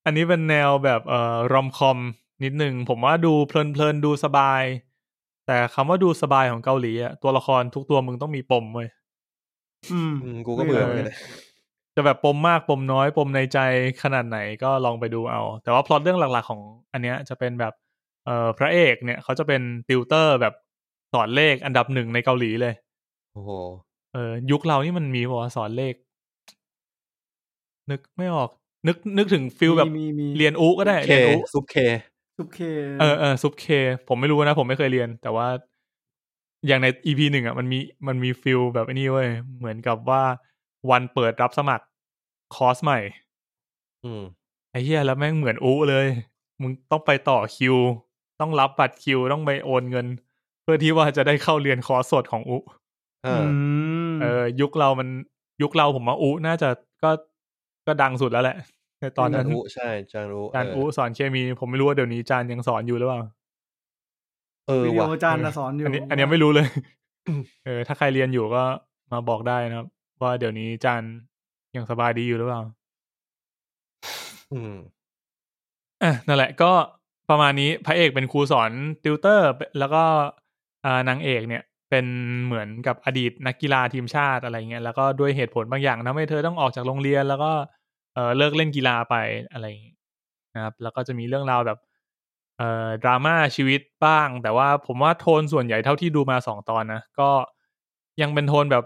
อันนี้เป็นแนวแบบเอ่อรอมคอมนิดหนึ่ง ผมว่าดูเพลินๆ ดูสบาย แต่คำว่าดูสบายของเกาหลีอะตัวละครทุกตัวมึงต้องมีปมเว้ย
อืม
อืมกูก็เบื่อเหมือนกัน
จะแบบปมมากปมน้อยปมในใจขนาดไหนก็ลองไปดูเอา แต่ว่าพล็อตเรื่องหลักๆของอันเนี้ยจะเป็นแบบเอ่อพระเอกเนี่ยเขาจะเป็นติวเตอร์แบบสอนเลขอันดับหนึ่งในเกาหลีเลย
โอ้โห
เออยุคเรานี่มันมีบอกว่าวะสอนเลข นึกไม่ออก นึกนึกถึงฟิลแบบ
มีมีมี
เรียนอุก็ได้
เค
เรียนอุ
ซุปเค
ซุปเค
เออเออซุปเคผมไม่รู้นะ ผมไม่เคยเรียน แต่ว่าอย่างในอีพีหนึ่งอ่ะมันมีมันมีฟิลแบบไอ้นี้เว้ยเหมือนกับว่าวันเปิดรับสมัครคอร์สใหม่
อืม
ไอ้เหี้ยแล้วแม่งเหมือนอุเลย มึงต้องไปต่อคิว ต้องรับบัตรคิว ต้องไปโอนเงิน เพื่อที่ว่าจะได้เข้าเรียนคอร์สสดของอุ
อ่า
ม
เออ ยุคเรามันยุคเราผมว่าอุน่าจะก็ก็ดังสุดแล้วแหละ ในตอน
จา
นั้น น
อุใช่จานอุ
จาน
เ
อุสอนเคมี ผมไม่รู้ว่าเดี๋ยวนี้จานยังสอนอยู่หรือเปล่า
เออ
วิดี
ว่ะ
โออาจารย์น่ะสอนอยู่
อันนี้อันนี้ไม่รู้ เลย เออ ถ้าใครเรียนอยู่ก็มาบอกได้นะครับ ว่าเดี๋ยวนี้จานยังสบายดีอยู่หรือเปล่า
อืม
อ่ะนั่นแหละก็ประมาณนี้พระเอกเป็นครูสอนติวเตอร์ แล้วก็อ่านางเอกเนี่ย เป็นเหมือนกับอดีตนักกีฬาทีมชาติอะไรเงี้ยแล้วก็ด้วยเหตุผลบางอย่างทำให้เธอต้องออกจากโรงเรียน แล้วก็เออเลิกเล่นกีฬาไปอะไรอย่างงี้นะครับ แล้วก็จะมีเรื่องราวแบบเอ่อดราม่าชีวิตบ้าง แต่ว่าผมว่าโทนส่วนใหญ่เท่าที่ดูมาสองตอนนะก็ยังเป็นโทนแบบ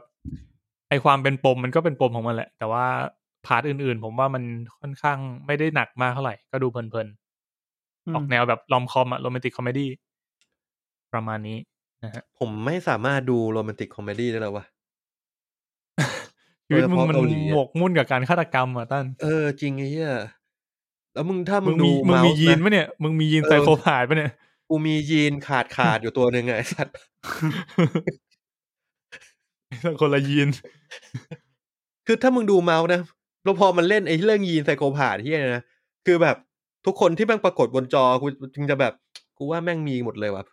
ไอความเป็นปมมันก็เป็นปมของมันแหละ แต่ว่าพาร์ทอื่นๆ ผมว่ามันค่อนข้างไม่ได้หนักมากเท่าไหร่ก็ดูเพลินๆ ออกแนวแบบลอมคอมอะโรแมนติกคอมเมดี้ประมาณนี้
ผมไม่สามารถดูโรแมนติกคอมเมดี้ได้แล้ววะ
ชีวิตมึง
โดยเฉพาะ
มัน
เกาหลีอะ
หมกมุ่นกับการฆาตกรรมอ่ะตั้น
เออ จริงไอ้เหี้ยแล้วมึงถ้ามึ
มึ
ง
ง
ดู
มีมึงมี
เาส์
ยีน
นะ
ปะเนี่ย มึงมียีน
เออ
ไซโคพาดปะเนี่ย
กูมียีนขาดขาดอยู่ตัวหนึ่งอะไงสัตว์
คนละยีน
คือถ้ามึงดูเมาส์นะแล้วพอมันเล่นไอ้เรื่องยีนไซโคพาธที่เนี่ยนะคือแบบทุกคนที่แม่งปรากฏบนจอกูจึงจะแบบกูว่าแม่งมีหมดเลยว่ะ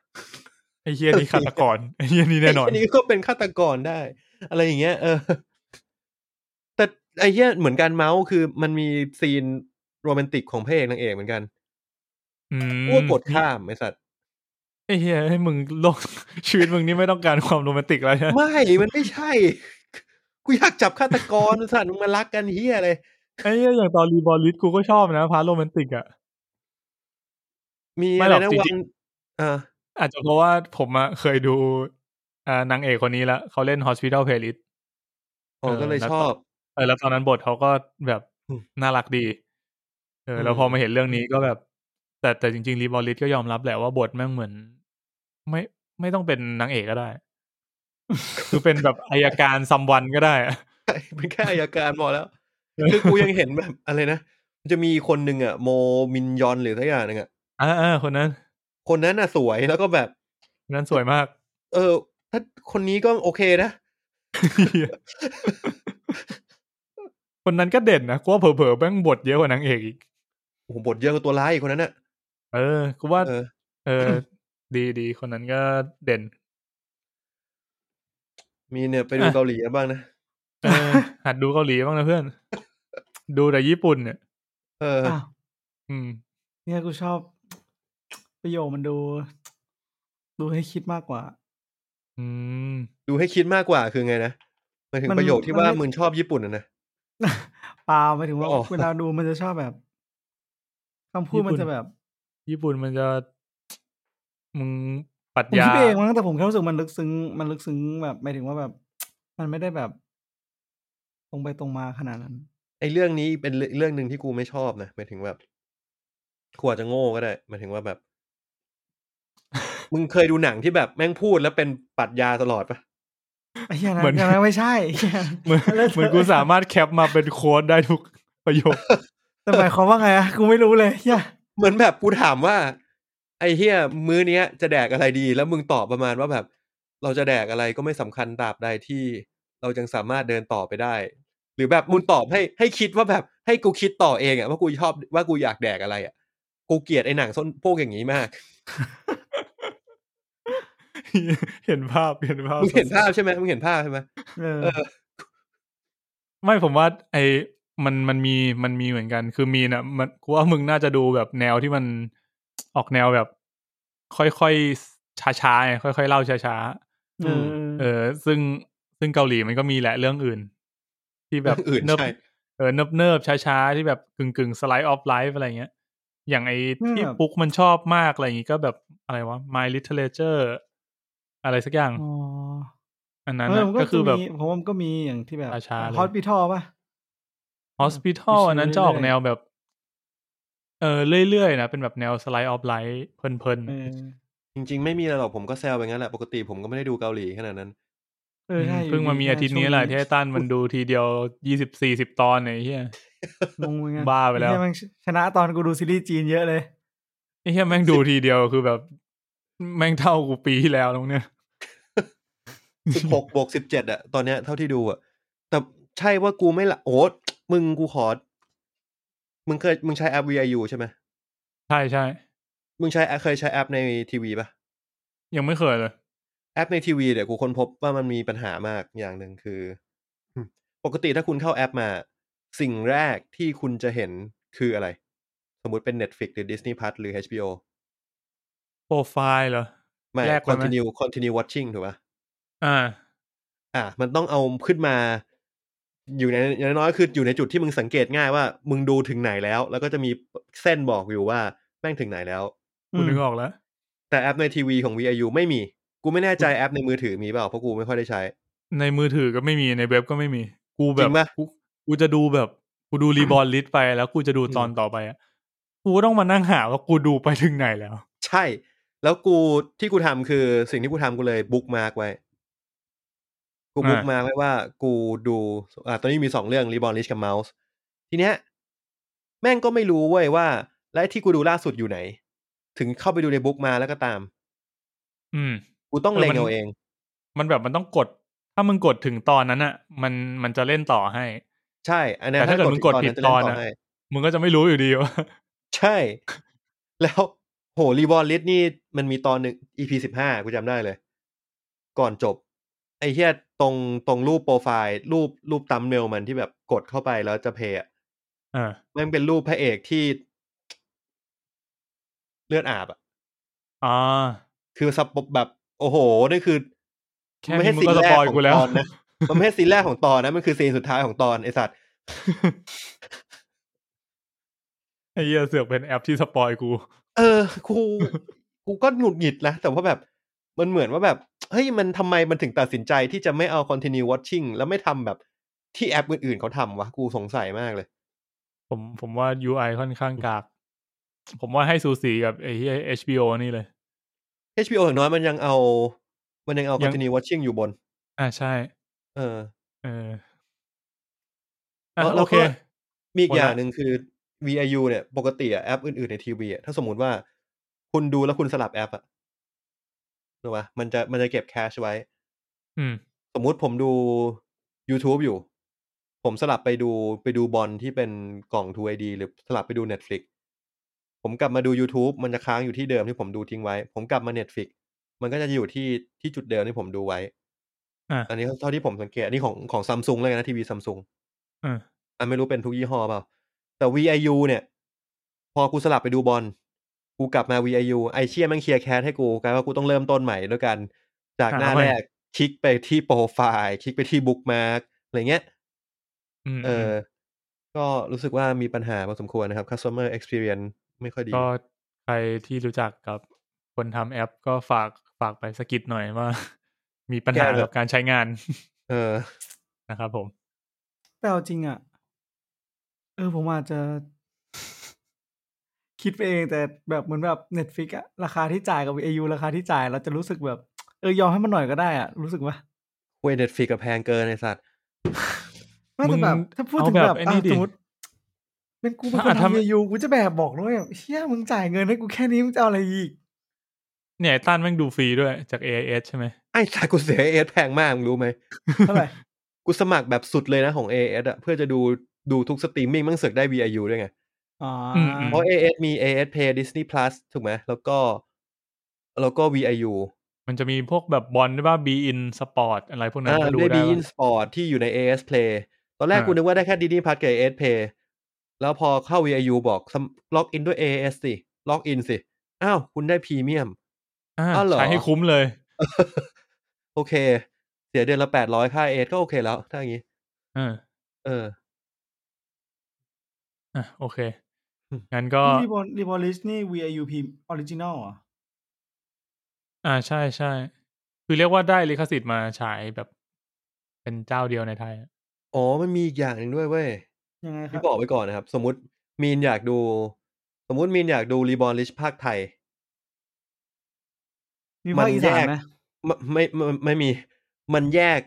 ไอ้เฮียนี่ฆาตกรไอ้เฮียนี่แน่นอน
ไอันนี้ก็เป็นฆาตกรได้ อะไรอย่างเงี้ย เออ แต่ไอ้เหี้ยเหมือนการเมาส์คือมันมีซีนโรแมนติกของพระเอกนางเอกเหมือนกัน
อืม
อ้วกกดข้ามไอ้สัตว์
ไอ้เฮียให้มึง โลก ชีวิตมึงนี่ไม่ต้องการความโรแมนติกแล้วใช่ไหม
ไม่ มันไม่ใช่ กูอยากจับฆาตกรไอ้สัตว์มึงมารักกันเฮียอะไร
ไอ้เฮียอย่างตอนรีบอลลิสกูก็ชอบนะพาร์ทโรแมนติกอ่ะ
มี
ไม่
อะไร
หรอก
นะ
จริงๆ
วันอ่า
อาจจะเพราะว่าผมอะเคยดูอ่านางเอกคนนี้ละเขาเล่น Hospital Playlist
อ๋อ
เออ
ก็เลย
แล้ว
ช
ก็
อบ
เออแล้วตอนนั้นบทเขาก็แบบ
อืม
น่ารักดี เออ
อืม
แล้วพอมาเห็นเรื่องนี้ก็แบบ แต่แต่จริงๆรีบอลลิสก็ยอมรับแหละว่าบทแม่งเหมือน ไม่ไม่ต้องเป็นนางเอกก็ได้ คือเป็นแบบอายการซัมวันก็ได้อะ
เป็นแค่อายการพอแล้ว คือกูยังเห็นแบบอะไรนะมันจะมีคนหนึ่งอ่ะโมมินยอนหรือสักอย่างหนึ่งอ่ะ
อ่าอ่าคนนั้น
คนนั้นอ่ะสวยแล้วก็แบบ
คนนั้นสวยมาก
เออ ถ้าคนนี้ก็โอเคนะ
คนนั้นก็เด่นนะกูว่าเผลอๆแม่งบทเยอะกว่านางเอกอีก
โอ้โหบทเยอะกว่าตัวร้ายอีกคนนั้นน่ะ
เออกูว่า
เออ
เออ ดีดีคนนั้นก็เด่น
มีเนี่ยไปดู
อ่ะ
เกาหลีกันบ้างนะ
เอ อ หัดดูเกาหลีบ้างนะเพื่อน ดูแต่ญี่ปุ่นเนี่ย
เออ
อ้าว
อืม
เนี่ยกูชอบ ประโยคมันดู ดูให้คิดมากกว่า
อืม
ดูให้คิดมากกว่าคือไงนะ หมายถึง
มัน
ประโยคที่ว่า
มันไม่
มึงชอบญี่ปุ่นอะนะ
เปล่าหมายถึงว่า
อ๋อ
เวลาดูมันจะชอบแบบคำพูดมันจะแบบ
ญี่ปุ่นมันจะ มึงปรัด
ผม
ยา
คิดเองมั้งแต่ผมแค่รู้สึกมันลึกซึ้งมันลึกซึ้งแบบหมายถึงว่าแบบ มันไม่ได้แบบ ตรงไปตรงมาขนาดนั้น
ไอ้เรื่องนี้เป็นเรื่องหนึ่งที่กูไม่ชอบนะหมายถึงแบบขวาจจะโง่ก็ได้หมายถึงว่า แบบ มึงเคยดูหนังที่แบบแม่งพูดแล้วเป็นปรัดยาตลอดปะ
ไอ้อย่างนั้นอย่างนั้นไม่ใช่
เหมือน
แล้วเธอ
เหมือนกูสามารถแคปมาเป็นโค้ดได้ทุกประโยค
แต่หมายความว่าไงอะกูไม่รู้เลย เหี้ย
เหมือนแบบกูถามว่า ไอ้เฮียมื้อเนี้ย จะแดกอะไรดี แล้วมึงตอบประมาณว่าแบบ เราจะแดกอะไรก็ไม่สำคัญตราบใดที่ เรายังสามารถเดินต่อไปได้ หรือแบบมึงตอบให้ให้คิดว่าแบบ ให้กูคิดต่อเองอะว่ากูชอบว่ากูอยากแดกอะไรอะกูเกลียดไอ้หนังส้นพวกอย่างนี้มาก
เห็นภาพเห็นภาพ
มึงเห็นภาพใช่ไหมมึงเห็นภาพใช่ไหม
เออ
เออ
ไม่ผมว่า ไอมันมันมีมันมีเหมือนกัน คือมีนะมันกูว่ามึงน่าจะดูแบบแนวที่มันออกแนวแบบ ค่อยๆช้าๆไงค่อยๆเล่าช้า
เออ
ๆเออ ซึ่งซึ่งเกาหลีมันก็มีแหละเรื่องอื่น ที่แบบ
อื่น
เนิบ
ใช่
เออเนิบเนิบๆช้าๆ ที่แบบกึ่งกึ่งสไลด์ออฟไลฟ์อะไรเงี้ย อย่างไอที่
แบบ
ปุ๊กมันชอบมากอะไรอย่างงี้ก็แบบอะไรวะ My Literature อะไรสักอย่าง
อ๋อ
อันนั้น
เออ
น่ะ
มัน
ก็
ก็
คื
คืออ
แบ
แบบ บผมว่ามันก็มีอย่างที่แบบ
อาชาเลย
ฮอสพิทอลป่ะ
Hospital
อยู่ชิล
อันนั้นจะออก
เรื่
แน
อยๆ
วแบบ เออเรื่อยๆนะ เป็นแบบแนวสไลด์ออฟไลท์เพลิน
เออ
จริงๆ ไม่มีอะไรหรอกผมก็แซวไปงั้นแหละ ปกติผมก็ไม่ได้ดูเกาหลีขนาดนั้น
เอ
ๆ
อใช่
อืมเพิ่งมามีอาทิตย์นี้แหละที่ไอ้ตันมันดูทีเดียวยี่สิบสี่สิบตอนเนี่ยไอ้เฮีย
งงเหมือนกัน
บ้าไปแล้ว
ม่ใช่ม่งชนะตอนกูดูซีรีส์จีนเยอะเลย
ไอ้เฮียแม่งดูทีเดียวคือแบบ แม่งเท่ากูปีที่แล้วตรงเนี้ย
สิบหกบวกสิบเจ็ดอะตอนเนี้ยเท่าที่ดูอะแต่ใช่ว่ากูไม่ละโอ๊ตมึงกูขอ มึงเคยมึงใช้แอป VIU ใช่ไหม
ใช่ใช่
มึงใช้แอปเคยใช้แอปในทีวีปะ
ยังไม่เคยเลย
แอปในทีวีเดี๋ยวกูค้นพบว่ามันมีปัญหามากอย่างหนึ่งคือ ปกติถ้าคุณเข้าแอปมา สิ่งแรกที่คุณจะเห็นคืออะไร สมมติเป็น Netflix หรือ Disney Plus หรือ HBO
โปรไฟล์เหรอ
ไม่
แรกเลยไหม
continue continue watching ถูกปะ
อ่า
อ่ะมันต้องเอาขึ้นมา อยู่ในอย่างน้อยๆคืออยู่ในจุดที่มึงสังเกตง่ายว่า มึงดูถึงไหนแล้ว แล้วก็จะมีเส้นบอกอยู่ว่าแม่งถึงไหนแล้ว
กูนึกออกแล้ว
แต่แอปในทีวีของ VIU ไม่มี กูไม่แน่ ใจแอปในมือถือมีเปล่าเพราะกูไม่ค่อยได้ใช้
ในมือถือก็ไม่มีในเว็บก็ไม่มี กูแบ
จริ
บ
งปะ
กูกูจะดูแบบ กูดูรีบอลลิสไปแล้วกูจะดู
อืม
ตอนต่อไปอะกูก็ต้องมานั่งหาว่ากูดูไปถึงไหนแล้ว
ใช่ แล้วกูที่กูทำคือสิ่งที่กูทำกูเลยบุ๊กมาร์กไว้ กู
อ่า
บุ๊กมาร์กไว้ว่า กูดูอ่าตอนนี้มีสองเรื่องรีบอ n ลิชกับเมาส์ทีเนี้ย แม่งก็ไม่รู้เว้ยว่า และที่กูดูล่าสุดอยู่ไหน ถึงเข้าไปดูในบุ๊กมาแล้วก็ตาม
อืม
กูต้องเล็ง
เออมัน
เอาเอง
มันแบบมันต้องกด ถ้ามึงกดถึงตอนนั้นอะมันมันจะเล่นต่อให้
ใช่ อันนี้
แต่ถ้าเกิดมึงกดผิดตอน
จะเล่
อะ
ให้
มึงก็จะไม่รู้อยู่ดี ว่า
ใช่ แล้วโหรีบอลลิสนี่มันมีตอนหนึ่ง EP สิบห้ากูจำได้เลย ก่อนจบ ไอ้เหี้ยตรงตรงรูปโปรไฟล์ รูปรูปตัมเมลมันที่แบบกดเข้าไปแล้วจะเพย์อะ
เออ
มันเป็นรูปพระเอกที่เลือดอาบอะ
อ่า
คือสปบแบบ โอ้โหนี่คือ
แค่
มันไม่ใช่
นี้มึง
ซีน
ก็
แร
ส
ก
ปอย
ของ
กูแล้ว
ตอนนะมันไม่ใช่ซีนแรกของตอนนะมันคือซีนสุดท้ายของตอนไอสัตว์
ไอ้เหี้ยเสือกเป็นแอปที่สปอยกู
เออ กู กูก็หงุดหงิดนะ แต่ว่าแบบมันเหมือนว่าแบบ เฮ้ย มันทำไมมันถึงตัดสินใจที่จะไม่เอา continue watching แล้วไม่ทำแบบที่แอปอื่นๆเขาทำวะ กูสงสัยมากเลย
ผมผมว่า UI ค่อนข้างกาก ผมว่าให้ซูสีกับไอ้เหี้ย HBO นี่เลย
HBO อย่างน้อยมันยังเอา มันยังเอา
ยัง
continue watching อยู่บน
อ่าใช่
เออ
เอออ่ะ
แล้ว
โอ
เรา
เค
ก็ มีอี
หม
กอ
ดละ
ย่างหนึ่งคือ VIU เนี่ย ปกติอะแอปอื่นๆในทีวีอะถ้าสมมติว่า คุณดูแล้วคุณสลับแอปอะถูกปะมันจะมันจะเก็บแคชไว้
อืม
สมมุติผมดู YouTube อยู่ ผมสลับไปดูไปดูบอลที่เป็นกล่อง True ID หรือสลับไปดู Netflix ผมกลับมาดู YouTube มันจะค้างอยู่ที่เดิมที่ผมดูทิ้งไว้ ผมกลับมา Netflix มันก็จะอยู่ที่ที่จุดเดิมที่ผมดูไว้
อ่า
อันนี้เท่าที่ผมสังเกต อันนี้ของของซัมซุงแล้วกันนะทีวีซัมซุง
อ่า
อันไม่รู้เป็นทุกยี่ห้อเปล่า แต่ VIU เนี่ย พอกูสลับไปดูบอลกูกลับมา VIU ไอเชี่ยแมันเคลียร์แคสให้กูกลายว่ากูต้องเริ่มต้นใหม่ด้วยกัน จากหน้า
หาใหม่
แรก คลิกไปที่โปรไฟล์ คลิกไปที่บุ๊กมาร์กอะไรเงี้ย
ม
เออ ก็รู้สึกว่ามีปัญหาพอสมควรนะครับ customer experience ไม่ค่อยดี
ก็ใครที่รู้จักกับคนทำแอปก็ฝากฝากไปสะกิดหน่อยว่า มีปัญหา
แก้เถอะ
กับการใช้งาน
เออ
นะครับผม
แต่เอาจริงอะเออผมอาจจะ คิดไปเองแต่แบบเหมือนแบบเน็ตฟิกอะราคาที่จ่ายกับ AU ราคาที่จ่ายเราจะรู้สึกแบบ เออยอมให้มันหน่อยก็ได้อะรู้สึกว่า
เวเน็ตฟิกกับแพงเกินไอสัตว์
ไม่แต่แบบ
มึง
ถ้าพูดถึง
เอา
แบบ
แบบไอ้นี่
อ่ะ
ดิ
สมมติเป็นกูเป็นคน
อ่ะถ้า
ทำ AU กูจะแบบบอกด้วยแบบเชี่ยมึงจ่ายเงินให้กูแค่นี้มึงจะเอาอะไรอีก
เนี่ยไอ้ต้านแม่งดูฟรีด้วยจาก AIS ใช่ไหม
ไอ้สัตว์กูเสียเอสแพงมากมึงรู้ไหม
เท่าไหร่
กูสมัครแบบสุดเลยนะของ AS อะเพื่อจะดูดูทุกสตรีมมิ่งมั่งเสือกได้ VIU ด้วยไง
อ๋อ
อื
อ
มอืม
เพราะ AS มี AS Play Disney Plus ถูกไหมแล้วก็ แล้วก็ VIU
มันจะมีพวกแบบบอลด้วยว่า B in Sport อะไรพวกนั้น
อ่า
ก็ดู
ได้
ได้
Bein
ปะ
Sport ที่อยู่ใน AS Play ตอนแรก
อ่ากู
กูนึกว่าได้แค่ Disney Plus กับ AS Play แล้วพอเข้า VIU บอกสมล็อกอินด้วย AS สิ ล็อกอินสิ อ้าว คุณได้พรีเมียม
อ่า
อ้าวเหรอ
ใช้ให้คุ้มเลย
โอเค เสียเดือนละ 800 ค่า AS ก็โอเคแล้ว ถ้าอย่างนี้
อ่า
เออ
อ่ะโอเค งั้นก็
รีบอลรีบอลลิสนี่ VIUP original เหรอ่ะ
อ่าใช่ใช่คือเรียกว่าได้ลิขสิทธิ์มาฉายแบบ เป็นเจ้าเดียวในไทยอะ
อ๋อ มันมีอีกอย่างหนึ่งด้วยเว้ย
ยังไงครั
พี่
บ
บอกไว้ก่อนนะครับ สมมติมีนอยากดู สมมติมีนอยากดูรีบอ l ลิชภาคไทย
มี
มั
ภาคน อี
แย
สาน
ก
นะ
มไม่ไม่ไม่ไม่มี มันแยก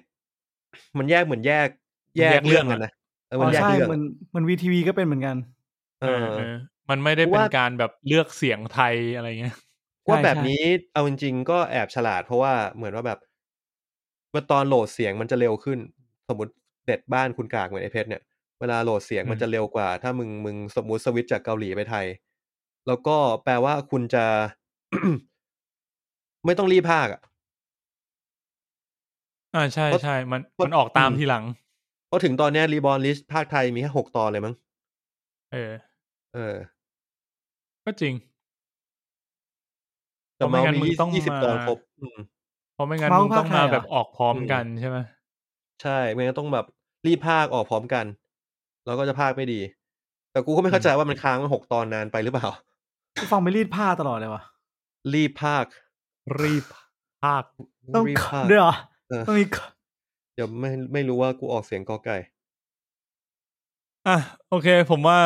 มันแยกเหมือนแยก แยกเรื่องกันนะเออมันแยก
ใช่
เรื่อง
มันมันวีทีวีก็เป็นเหมือนกัน
เออ
เออ มันไม่ได้เป็น
ว่า
การแบบเลือกเสียงไทยอะไรเงี้ย
ว่า
ใช่
แบบ
ใช่
นี้เอาจริง ๆ ก็แอบฉลาดเพราะว่าเหมือนว่าแบบเมื่อตอนโหลดเสียงมันจะเร็วขึ้น สมมติเด็ดบ้านคุณกากเหมือนไอเพชรเนี่ย เวลาโหลดเสียง
อืม
มันจะเร็วกว่า ถ้ามึงมึงสมมติสวิตช์จากเกาหลีไปไทย แล้วก็แปลว่าคุณจะ ไม่ต้องรีบภาคอะ
อ่าใช่
เพราะ
ใช่มัน
เพราะ
มันออกตาม
อืม
ทีหลัง
เพราะถึงตอนเนี้รีบอ l ลิชภาคไทยมีแค่หกตอนเลยมั้ง
เออ
เออ
ก็จริง
แต่
เพ
มา
ราะไม่งั้น
มี
มึงต้อง
ยี่สิบ
มา
ตอนครบอืม
เพราะไม่งั้น
เมาส์
มึงต้อง
ภาคไท
มาย แบบ
เหรอ
ออกพร้อม
อืม
กันใช่ไหม
ใช่ไม่งั้นต้องแบบรีบภาคออกพร้อมกัน แล้วก็จะภาคไม่ดี แต่กูก็ไม่เข้าใจว่ามันค้างมันหกตอนนานไปหรือเปล่า
กูฟังไปรีดผ้าตลอดเลยว่ะ
รีบภาค
รีบภาค
ต้อง
รีบภาค
ด้วยเหรอ
เออ
ต้องมี
เดี๋ยวไม่ไม่รู้ว่ากูออกเสียงกอไก่
อ่ะโอเค ผมว่า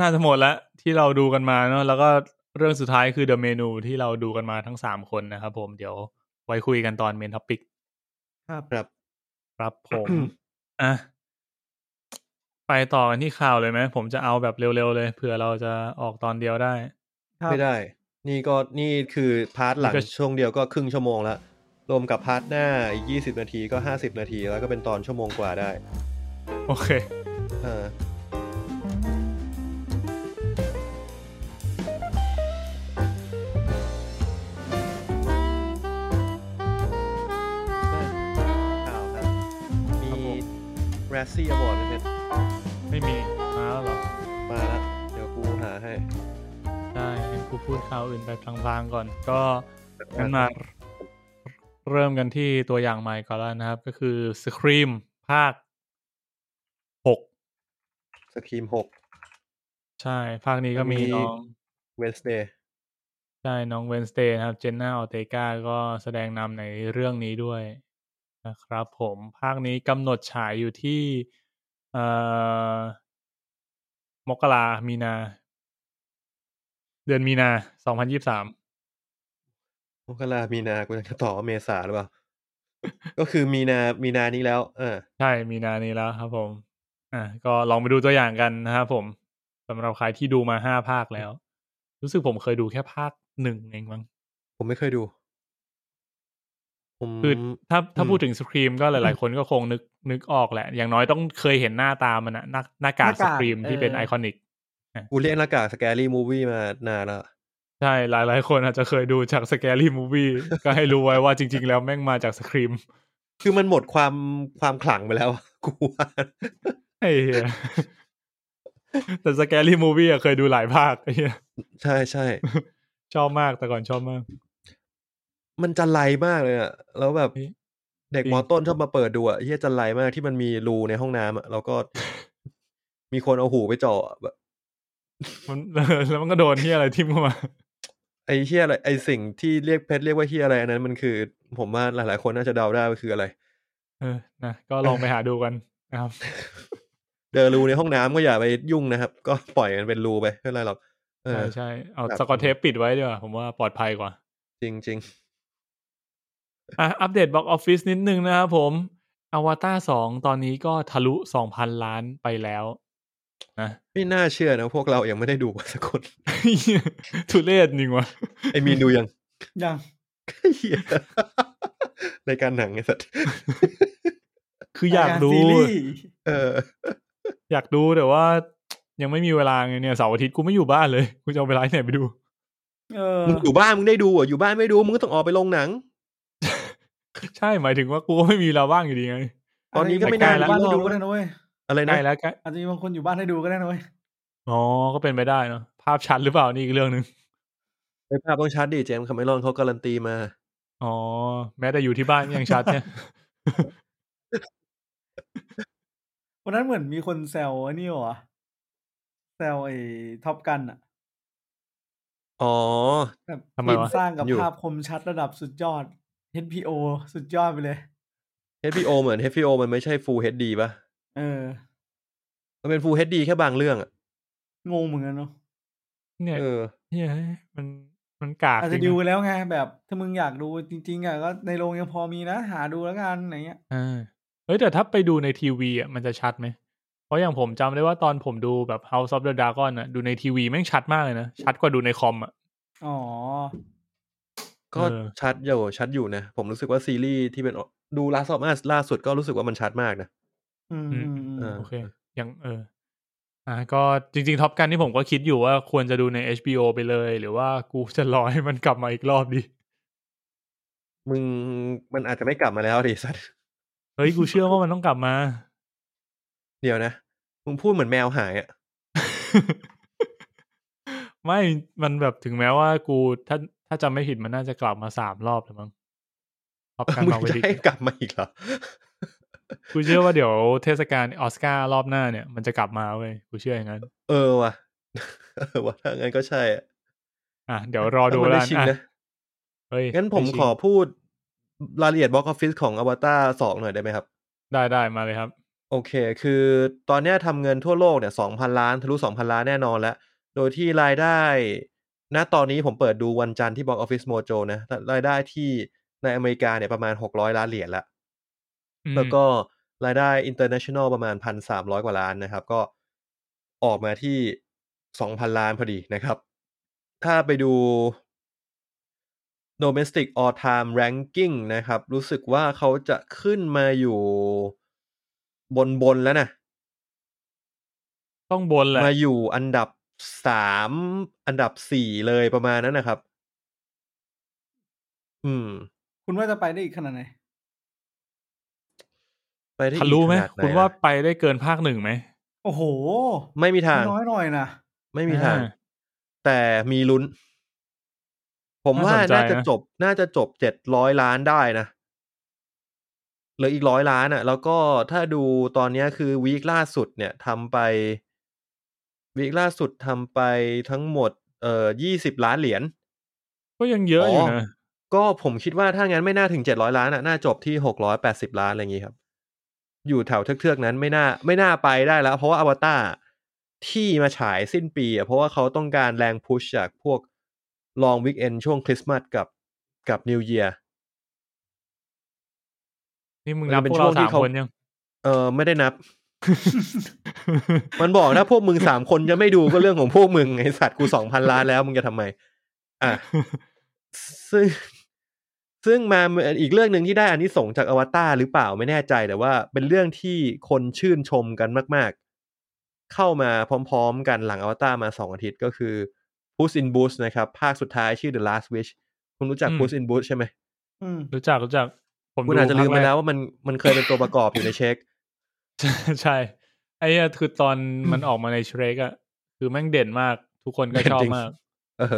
น่าจะหมดแล้วที่เราดูกันมาเนอะแล้วก็เรื่องสุดท้ายคือ The Menu ที่เราดูกันมาทั้งสามคนนะครับผมเดี๋ยวไว้คุยกันตอนเมนท็อปิก
ครับ
ครับ
ครับผม อ่ะไปต่อกันที่ข่าวเลยไหมผมจะเอาแบบเร็วๆเลยเผื่อเราจะออกตอนเดียวได้
ครับ
ไม่ได้ นี่ก็นี่คือพาร์ทหลัง
นี่ก็
ช่วงเดียวก็ครึ่งชั่วโมงละรวมกับพาร์ทหน้าอีกยี่สิบนาทีก็ห้าสิบนาที แล้วก็เป็นตอนชั่วโมงกว่าได้
โอเค
เออข่าวครับ
ครับผ
มี
ม
แรซซี่อบอร์ดไหมเพชร
ไม่มีมาแล้วเหรอ
มาละเดี๋ยวกูหาให้
ได้งั้นกูพูดข่าวอื่นไปพลางๆก่อน ก็งั้นมา เริ่มกันที่ตัวอย่างใหม่ก่อนแล้วนะครับ ก็คือ Scream ภาคหก
สครีมหก
ใช่ ภาคนี้ก็มี
มี
น้อง
เวนสเดย์
ใช่น้องเวนสเตย์นะครับ เจนน่าออเตกาก็แสดงนำในเรื่องนี้ด้วยนะครับผมภาคนี้กำหนดฉายอยู่ที่เอ่อมกรามีนา เดือนมีนาสองพันยี่สาม
มกรามีนากูจะต่อว่าเมษาหรือเปล่า ก็คือมีนามีนานี้แล้วเออ
ใช่มีนานี้แล้วครับผมอ่ะก็ลองไปดูตัวอย่างกันนะครับผมสำหรับใครที่ดูมาห้าภาคแล้ว รู้สึกผมเคยดูแค่ภาคหนึ่งเองมั้ง
ผมไม่เคยดู ผม
คือถ้าถ้า
อืม
พูดถึงสครีมก็หลาย ๆ คนก็คงนึกนึกออกแหละ อย่างน้อยต้องเคยเห็นหน้าตามันนะหน้าหน้ากากสครีมที่เป็นไอคอนิก
กูเรียกหน้ากากสแกรี่มูวี่มานานแล้ว
ใช่หลายหลายๆคนอาจจะเคยดูจากส c ก r ี่มูฟี่ ก็ให้รู้ไว้ว่าจริง ๆ แล้วแม่งมาจากสครีม
คือมันหมดความความขลังไปแล้ว กูว่า
ไอ้เหี้ยแต่ส c ก r ี่มูฟี่เคยดูหลายภาคไอ้เหี้ย
ใช่ใช่
ชอบมากแต่ก่อนชอบมาก
มันจะไลมากเลยอะแล้วแบบ
เฮ้ย
เด็ก
จริง
มอต้นชอบมาเปิดดูอ่ะเฮียจันไรมากที่มันมีรูในห้องน้ำอ่ะ แล้วก็ มีคนเอาหูไปเจาะแบบ
มัน แล้วมันก็โดนที่อะไรทิ่มเข้ามา
ไอ้เฮียอะไรไอ้สิ่งที่เรียกเพชรเรียกว่าเฮียอะไรอันนั้นมันคือ ผมว่าหลายๆคนน่าจะเดาได้ว่าคืออะไร
เออนะก็ลองไปหาดูกันนะครับ
เจอรูในห้องน้ำก็อย่าไปยุ่งนะครับ ก็ปล่อยมันเป็นรูไปไม่เป็นไรหรอกเออ
ใช่ใช่เอา
ครับ
สกอตเทปปิดไว้ดีกว่าผมว่าปลอดภัยกว่า
จริงจริง
อ่ะอัปเดตบ็อกออฟฟิศนิดนึงนะครับผมอวตารสองตอนนี้ก็ทะลุสองพันล้านไปแล้วนะ
ๆไม่น่าเชื่อนะพวกเรายังไม่ได้ดูสักคน
ทุเรศจริงวะ
ไอ้มีนดูยัง
ยัง
เฮีย รายการหนังไอ้สัตว์
คืออยากดู
ซีรีส์
เออ
อยากดูแต่ว่า ยังไม่มีเวลาไงเนี่ยเสาร์อาทิตย์กูไม่อยู่บ้านเลยกูจะเอาเวลาที่ไหนไปดู
เออ
มึงอยู่บ้านมึงได้ดูอ่ะอยู่บ้านไม่ดูมึงก็ต้องออกไปลงหนัง
ใช่หมายถึงว่ากูก็ไม่มีเวลาว่างอยู่ดีไง
ตอนนี้ก็ไม่
าจจะ
น่า
บ้านเราดูก็ได้นะเว้ย
อะไรนะ
ได้แล้วก็
อาจจะมีบางคนอยู่บ้านให้ดูก็ได้นะเว้ย
อ๋อก็เป็นไปได้เนาะภาพชัดหรือเปล่านี่อีกเรื่องหนึ่ง
ไอ้ภาพต้องชัดดิเจมส์คาเมรอนเขาการันตีมา
อ๋อแม้แต่อยู่ที่บ้านยังชัดเนี่ย
วันนั้นเหมือนมีคนแซวไอ้นี่เหรอแซวไอ้ท็อปกันอะ
อ๋อ
แบบ
ทำไม
ทีม
วะ
สร้างกับ
อยู่
ภาพคมชัดระดับสุดยอด HPO สุดยอดไปเลย
HBO เหมือน HBO มันไม่ใช่ Full HD ป่ะ
เออ
มันเป็น Full HD แค่บางเรื่องอ่ะ
งงเหมือนกันเนาะ
เนี่ย
เออ
เนี่ยมันมันกาก
อาจ
จ
จะ
ริง
ดู
นะ
ไปแล้วไงแบบถ้ามึงอยากดูจริง ๆอะก็ในโรงยังพอมีนะหาดูแล้วกันอะไรเงี้ย
อ่าเฮ้ยแต่ถ้าไปดูในทีวีอ่ะมันจะชัดไหมเพราะอย่างผมจำได้ว่าตอนผมดูแบบ House of the Dragon อ่ะดูในทีวีแม่งชัดมากเลยนะ ชัดกว่าดูในคอมอ่ะ
อ๋อ
ก็
เออ
ชัดอยู่ชัดอยู่นะ ผมรู้สึกว่าซีรีส์ที่เป็นดู Last of Us ล่าสุดก็รู้สึกว่ามันชัดมากนะ
อืม
อืม
อืมอืม
เออ
โอเคอย่างเออ อ่า ก็จริงๆท็อปกันที่ผมก็คิดอยู่ว่าควรจะดูใน HBO ไปเลย หรือว่ากูจะรอให้มันกลับมาอีกรอบดี
มึงมันอาจจะไม่กลับมาแล้วดิ สัตว์
เฮ้ย กูเชื่อว่ามันต้องกลับมา
เดี๋ยวนะ มึงพูดเหมือนแมวหายอ่ะ
ไม่ มันแบบถึงแม้ว่ากูถ้าถ้าจำไม่ผิดมันน่าจะกลับมาสามรอบแล้วมั้งท็อปกัน
มึ
มางไป
จะ
ดิ
ให้กลับมาอีกเหรอ
กูเชื่อว่าเดี๋ยวเทศกาลออสการ์รอบหน้าเนี่ยมันจะกลับมาเว้ยกูเชื่ออย่างนั้น
เออว่ะ เออว่ะถ้างั้นก็ใช่อะ
อ่ะเดี๋ยวรอดู
ถ้ามัน
แล้
ได้
วกั
ชิง
นอ่ะ
นะ
เฮ้ย
งั้นผม
ไชิง
ขอพูดรายละเอียดบ็อกออฟฟิศของอวตารสองหน่อยได้ไหมครับ
ได้ได้มาเลยครับ
โอเค คือตอนเนี้ยทำเงินทั่วโลกเนี่ยสองพันล้านทะลุสองพันล้านแน่นอนแล้ว โดยที่รายได้ ณ ตอนนี้ผมเปิดดูวันจันทร์ที่บ็อกออฟฟิศโมโจนะ รายได้ที่ในอเมริกาเนี่ยประมาณหกร้อยล้านเหรียญละ
อืม
แล้วก็รายได้ international ประมาณพันสามร้อยกว่าล้านนะครับ ก็ออกมาที่สองพันล้านพอดีนะครับ ถ้าไปดู domestic all time ranking นะครับ รู้สึกว่าเขาจะขึ้นมาอยู่บนบนๆแล้วนะ
ต้องบนแหละ
มาอยู่อันดับสามอันดับสี่เลยประมาณนั้นนะครับ อืม
คุณว่าจะไปได้อีกขนาดไหน
ไปได้อีก
ทะลุไหม
ขนดน
คุณว่า
นะ
ไปได้เกินภาคหนึ่งไหม
โอ้โห
ไม่มีทาง
น้อยหน่อยนะ
ไม่มีทาง
อ่า
แต่มีลุ้น ผมว่า
น่าสนใจ
น่าจะ
นะ
จบ น่าจะจบเจ็ดร้อยล้านได้นะเหลืออีกร้อยล้านอ่ะ แล้วก็ถ้าดูตอนเนี้ยคือวีคล่าสุดเนี่ยทำไปวีคล่าสุดทำไปทั้งหมด เอ่อยี่สิบล้านเหรียญ
ก็ยังเยอะอยู่
อ๋อ
นะ
ก็ผมคิดว่าถ้างั้นไม่น่าถึงเจ็ดร้อยล้านอ่ะ น่าจบที่หกร้อยแปดสิบล้านอะไรอย่างงี้ครับ อยู่แถวเทือกๆนั้นไม่น่าไม่น่าไปได้แล้ว เพราะว่าอวตารที่มาฉายสิ้นปีอ่ะเพราะว่าเขาต้องการแรงพุชจากพวกลองวิกเอนช่วงคริสต์มาสกับกับนิวเยีย
นี่มึง
มัน
นับ
เป็น
พวกเรา
ช่วงที่
สาม
เขา
คนยัง
เออไม่ได้นับ มันบอกนะพวกมึงสามคนจะไม่ดูก็เรื่องของพวกมึงไอสัตว์กูสองพันล้านแล้วมึงจะทำไม อ่ะ ซึ่งซึ่งมาอีกเรื่องหนึ่งที่ได้อันนี้ส่งส์จากอวตารหรือเปล่าไม่แน่ใจแต่ว่าเป็นเรื่องที่คนชื่นชมกันมาก ๆ เข้ามาพร้อม ๆ กันหลังอวตารมาสองอาทิตย์ก็คือ Puss in Boots นะครับ ภาคสุดท้ายชื่อ The Last Wish คุณรู้จัก
อืม
Puss in Boots ใช่ไหม
อืม
รู้จักรู้จัก ผม
คุณอาจจะลืมไปแล้ว
ดู
ว่ามันมันเคยเป็นตัวประกอบอยู่ในเช็ค
ภาคแรก ใช่ไอ้เหี้ยคือตอนมันออกมาในเชรกอะคือแม่งเด่นมาก ทุกคนก็
เด่น
ชอบ
จริง
มาก
เออ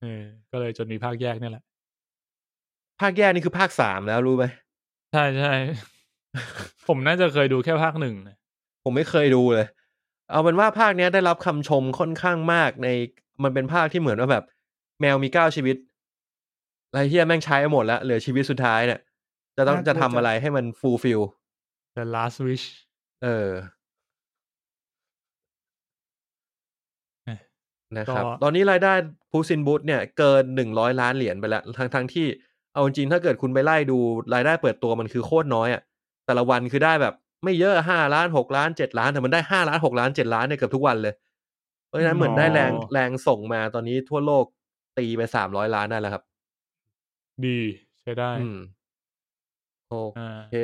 เออก็เลยจนมีภาคแยกเนี่ยแหละ
ภาคแยกนี่คือภาคสามแล้วรู้ไหม
ใช่ ใช่ ผมน่าจะเคยดูแค่ภาคหนึ่งนะ
ผมไม่เคยดูเลย เอาเป็นว่าภาคเนี้ยได้รับคำชมค่อนข้างมากในมันเป็นภาคที่เหมือนว่าแบบ แมวมีเก้าชีวิตไรเฮียแม่งใช้หมดแล้วเหลือชีวิตสุดท้ายเนี่ยจะต้อง
น่ากลัว
จะทำ
จัง
อะไรให้มันฟูลฟิล
The Last Wish
เออ
เอ๊ะ
นะครับ
ก็
ตอนนี้รายได้พูซินบูธเนี่ยเกินหนึ่งร้อยล้านเหรียญไปแล้วทั้งทั้งที่เอาจริงๆถ้าเกิดคุณไปไล่ดูรายได้เปิดตัวมันคือโคตรน้อยอะ่ะแต่ละวันคือได้แบบ ไม่เยอะห้าล้านหกล้านเจ็ดล้านแต่มันได้ห้าล้านหกล้านเจ็ดล้านเนี่ยเกือบทุกวันเลย เพราะฉะนั้นเหมือนได้แรง
อ๋อ
แรงส่งมาตอนนี้ทั่วโลกตีไปสามร้อยล้านได้แล้วครับ
ดีใช้ได้
อืมโอ
อ่า
เค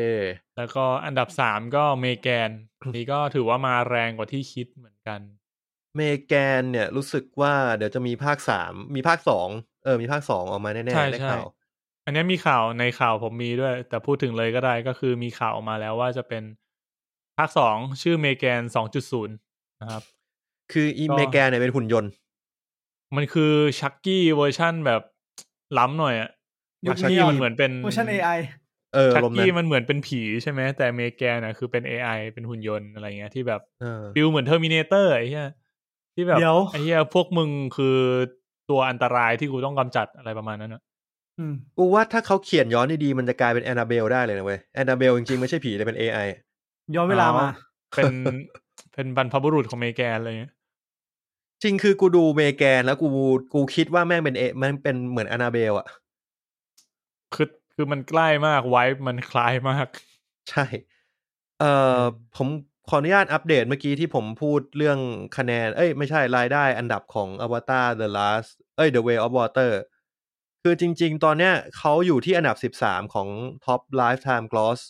แล้วก็อันดับสามก็เมแกน นี่ก็ถือว่ามาแรงกว่าที่คิดเหมือนกัน
เมแกนเนี่ยรู้สึกว่าเดี๋ยวจะมีภาคสามมีภาคสองเออมีภาคสองออกมาแน่
ใช่
ๆได้
ใช่
ข่าว
อันนี้มีข่าวในข่าวผมมีด้วย แต่พูดถึงเลยก็ได้ก็คือมีข่าวออกมาแล้วว่าจะเป็นภาคสองชื่อเมแกนสองจุดศูนย์นะครับ
คืออี
ก็
เมแกนเนี่ยเป็นหุ่นยนต์
มันคือชักกี้เวอร์ชั่นแบบล้ำหน่อยอะ
ยุค
ชัก
นี้
กี้มันเหมือนเป็น
เวอร์ชัน AI
เออ
ชัก
ลมณ์นั้
กี้
น
มันเหมือนเป็นผีใช่ไหมแต่เมแกนน่ะคือเป็น AI เป็นหุ่นยนต์อะไรเงี้ยที่แบบ
เออ
ฟิลเหมือนเทอร์มินเตอร์ไอ้เหี้ยที่แบบ
เดี๋ยว
ไอ้เหี้ยพวกมึงคือตัวอันตรายที่กูต้องกำจัดอะไรประมาณนั้นอะ
อืม
กูว่าถ้าเขาเขียนย้อนดีๆมันจะกลายเป็นแอนนาเบลได้เลยนะเว้ยแอนนาเบลจริงๆไม่ใช่ผีแต่เป็น AI
ย้อนเวลามา
เป็น เป็นบรรพบุรุษของเมแกนอะไรเงี้ย
จริงคือกูดูเมแกนแล้วกูกูคิดว่าแม่งเป็นเอแม่งเป็นเหมือนแอนนาเบลอ่ะ
คือคือมันใกล้มากไวท์มันคล้ายมาก
ใช่ เอ่อผมขออนุญาตอัปเดตเมื่อกี้ที่ผมพูดเรื่องคะแนน เอ้ย ไม่ใช่รายได้อันดับของ Avatar The Last เอ้ย The Way of Water คือจริง ๆ ตอนเนี้ยเขาอยู่ที่อันดับ 13 ของ Top Lifetime Gloss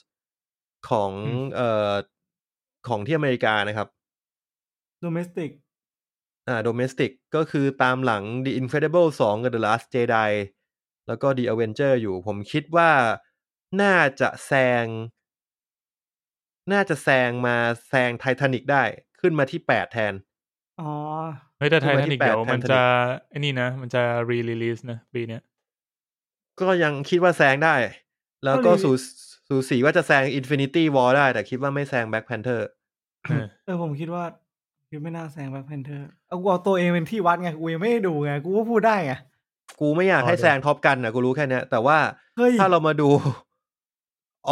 ของ
อืม
เอ่อของที่อเมริกานะครับ
domestic
อ่า domestic ก็คือตามหลัง The Incredible 2 กับ The Last Jedi แล้วก็ The Avenger อยู่ ผมคิดว่าน่าจะแซง น่าจะแซงมาแซงไททานิกได้ขึ้นมาที่ 8 แทน
อ๋อ
เฮ้ยแต่
ขึ้น
ไท
มา
ทา
ที่
นิก
แปด
เดี๋ยวมัน
Titanic
จะไอ้นี่นะ มันจะรีลิลีสนะปีเนี้ย
ก็ยังคิดว่าแซงได้ แล้วก็
ก็รี
สูสูสีว่าจะแซง Infinity War ได้ แต่คิดว่าไม่แซง Black Panther
เออ
เออผมคิดว่าคิดไม่น่าแซงแบ็คแพนเทอร์เอากูเอาตัวเองเป็นที่วัดไง กูยังไม่ได้ดูไง กูก็พูดได้ไง
กูไม่อยากให้แซงท็อปกันนะกูรู้แค่เนี้ยแต่ว่า
เฮ้ย
ถ้าเรามาดู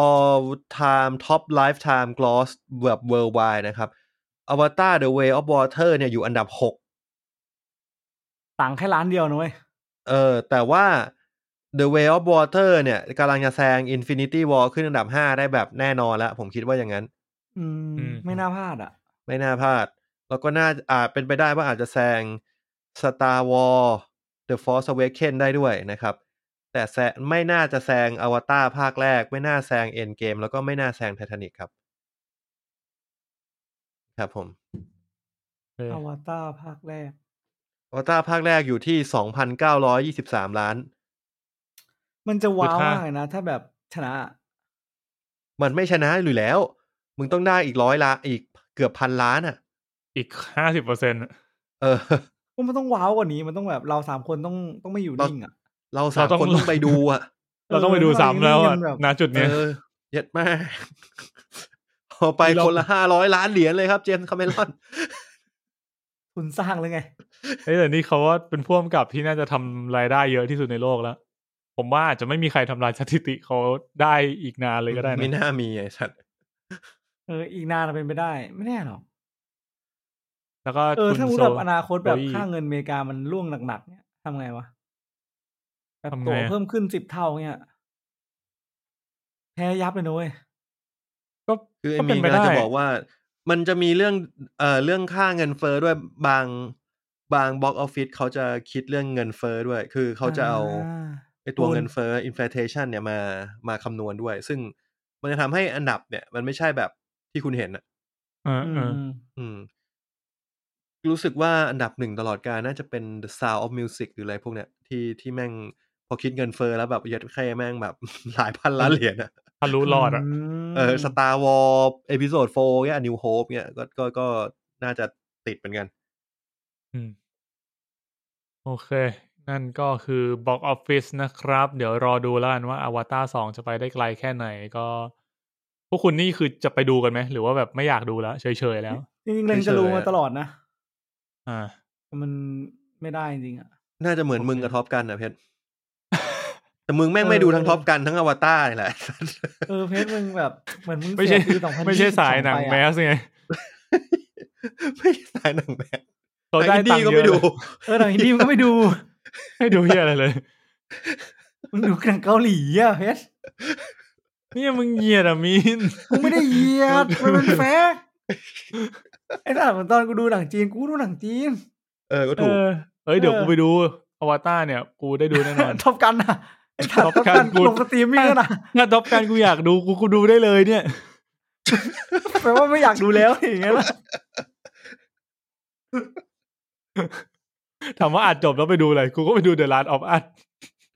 all time top lifetime gloss แบบ worldwide นะครับ Avatar The Way of Water เนี่ยอยู่อันดับ
ต่างแค่ร้านเดียวนะเว้ย
6 เออ แต่ว่า The Way of Water เนี่ยกำลังจะแซง Infinity War ขึ้นอันดับ 5 ได้แบบแน่นอนแล้ว ผมคิดว่าอย่างนั้น
อืม ไม่น่าพลาดอ่ะ
ไม่น่าพลาด แล้วก็น่าอาจเป็นไปได้ว่าอาจจะแซง Star War The Force Awakens ได้ด้วยนะครับ แต่แซงไม่น่าจะแซงอวตารภาคแรก ไม่น่าแซง Endgame แล้วก็ไม่น่าแซง Titanic ครับ ครับผม
เออ
อวตารภาคแรก
อวตารภาคแรกอยู่ที่ 2,923 ล้าน
มันจะว้าวมากเลยนะ ถ้าแบบชนะ
มันไม่ชนะอยู่แล้ว มึงต้องได้อีกร้อยล้านอีกเกือบพันล้านอ่ะ
อีกห้าสิบเปอร์เซ็นต์
เออ
ว่ามันต้องว้าวกว่านี้ มันต้องแบบเราสามคนต้องต้องไม่อยู่นิ่งอ่ะ
เราสามคนต้อง ไปดูอ่ะ
เราต้องไปดูซ้ำแล้วอะณจุดเนี้ย
เออเย็ดมาก เอาไป
เรา
คนละห้าร้อยล้านเหรียญเลยครับเจมส์คาเมรอน
ทุนสร้างเลยไง
เอ้ยแต่นี่เขาว่าเป็นพ่วงกับที่น่าจะทำรายได้เยอะที่สุดในโลกแล้ว ผมว่าอาจจะไม่มีใครทำลายสถิติเขาได้อีกนาน เลยก็ได้
ไม่
นะ
น่ามีไอ้สัตว์
เออ อีกนานเป็นไปได้ ไม่แน่หรอก
แล้วก็
เออ
คุณ
ถ้าพูด
โซ
แบบอนาคตแบบ
โซอี้
ค่าเงินอเมริกามันร่วงหนักๆเนี่ยทำไงวะ แบบ
ทำไงอะ
ตัวเพิ่มขึ้นสิบเท่าเนี่ยแพ้ยับเลยนุ้ย
ก็
คือ
ก็
ไอ้
เป็
มี
นไป
กำลั
ได้
งจะบอกว่า มันจะมีเรื่องเอ่อเรื่องค่าเงินเฟ้อด้วยบางบางบ็อกออฟฟิศเขาจะคิดเรื่องเงินเฟ้อด้วย คือเขาจะเอาไอ้ตัว
ปูน
เงินเฟ้ออินฟลชันเนี่ยมามาคำนวณด้วย ซึ่งมันจะทำให้อันดับเนี่ย มันไม่ใช่แบบที่คุณเห็นอะ
เออเออ
อืม
อืม รู้สึกว่าอันดับหนึ่งตลอดกาลน่าจะเป็น The Sound of Music หรืออะไรพวกเนี้ยที่ที่แม่งพอคิดเงินเฟอ้อแล้วแบบยัดแค่แม่งแบบ หลายพันล้านเหรียญอะ
ทะลุรอดอ่ะ
ม
เออสตาร์วอลเอพิโซดโฟร์เนี่ยนิวโฮปเนี่ยก็ก็ก็น่าจะติดเหมือนกัน
อืม โอเค นั่นก็คือ Box Office นะครับ เดี๋ยวรอดูแล้วกันว่าอวตารสองจะไปได้ไกลแค่ไหนก็ พวกคุณนี่คือจะไปดูกันไหม หรือว่าแบบไม่อยากดูแล้วเฉยๆแล้ว
จริงๆเล็งจะรู้มาตลอดนะ
อ่า
แต่มันไม่ได้จริงๆอ่ะ
น่าจะเหมือนมึงกับท็อปกันนะเพชรแต่มึงแม่ง
เออ
ไม่ดูทั้งท็อปกันทั้งอวตารนี่แหละ
เออเพชรมึงแบบเหมือนมึง
ไม่ใช่
เสียปี2022
ไม่ใช่สายหนัง
ไปอะ
แมสไง
ไม่ใช่สายหนังแบก
เขา
ห
ได้
นัง
ตั
ดี
งค์
ก็
เย
ไม่
อะเล
ดู
ย
เออหนังอินดี้มึงก็ไม่ดู
ให้ดูเฮียอะไรเลย
มึงดูหนังเกาหลีอ่ะเพชร
เนี่ยมึงเหยียดอะมิน
กูไม่ได้เหยียดมันเป็นแฟร์ไอ้สัตว์เหมือนตอนกูดูหนังจีนกูดูหนังจีน
เออ ก็ถูก
เออเอ้ยเดี๋ยว
เออ
กูไปดูอวตารเนี่ย กูได้ดูแน่นอน
ท็อปกัน อ่ะไอ้สัตว์
ท็อ
ท็อ
ป
ป
กั
กัน น
กู
ลงสตรีมมิ่งแล้วนะ
งานท็อปการกูอยากดูกูกูดูได้เลยเนี่ย
แปลว่าไม่อยากดูแล้วอย่างเงี้ยนะ
ถามว่าอัดจบแล้วไปดูอะไร กูก็ไปดูเดอะลาสออฟอัด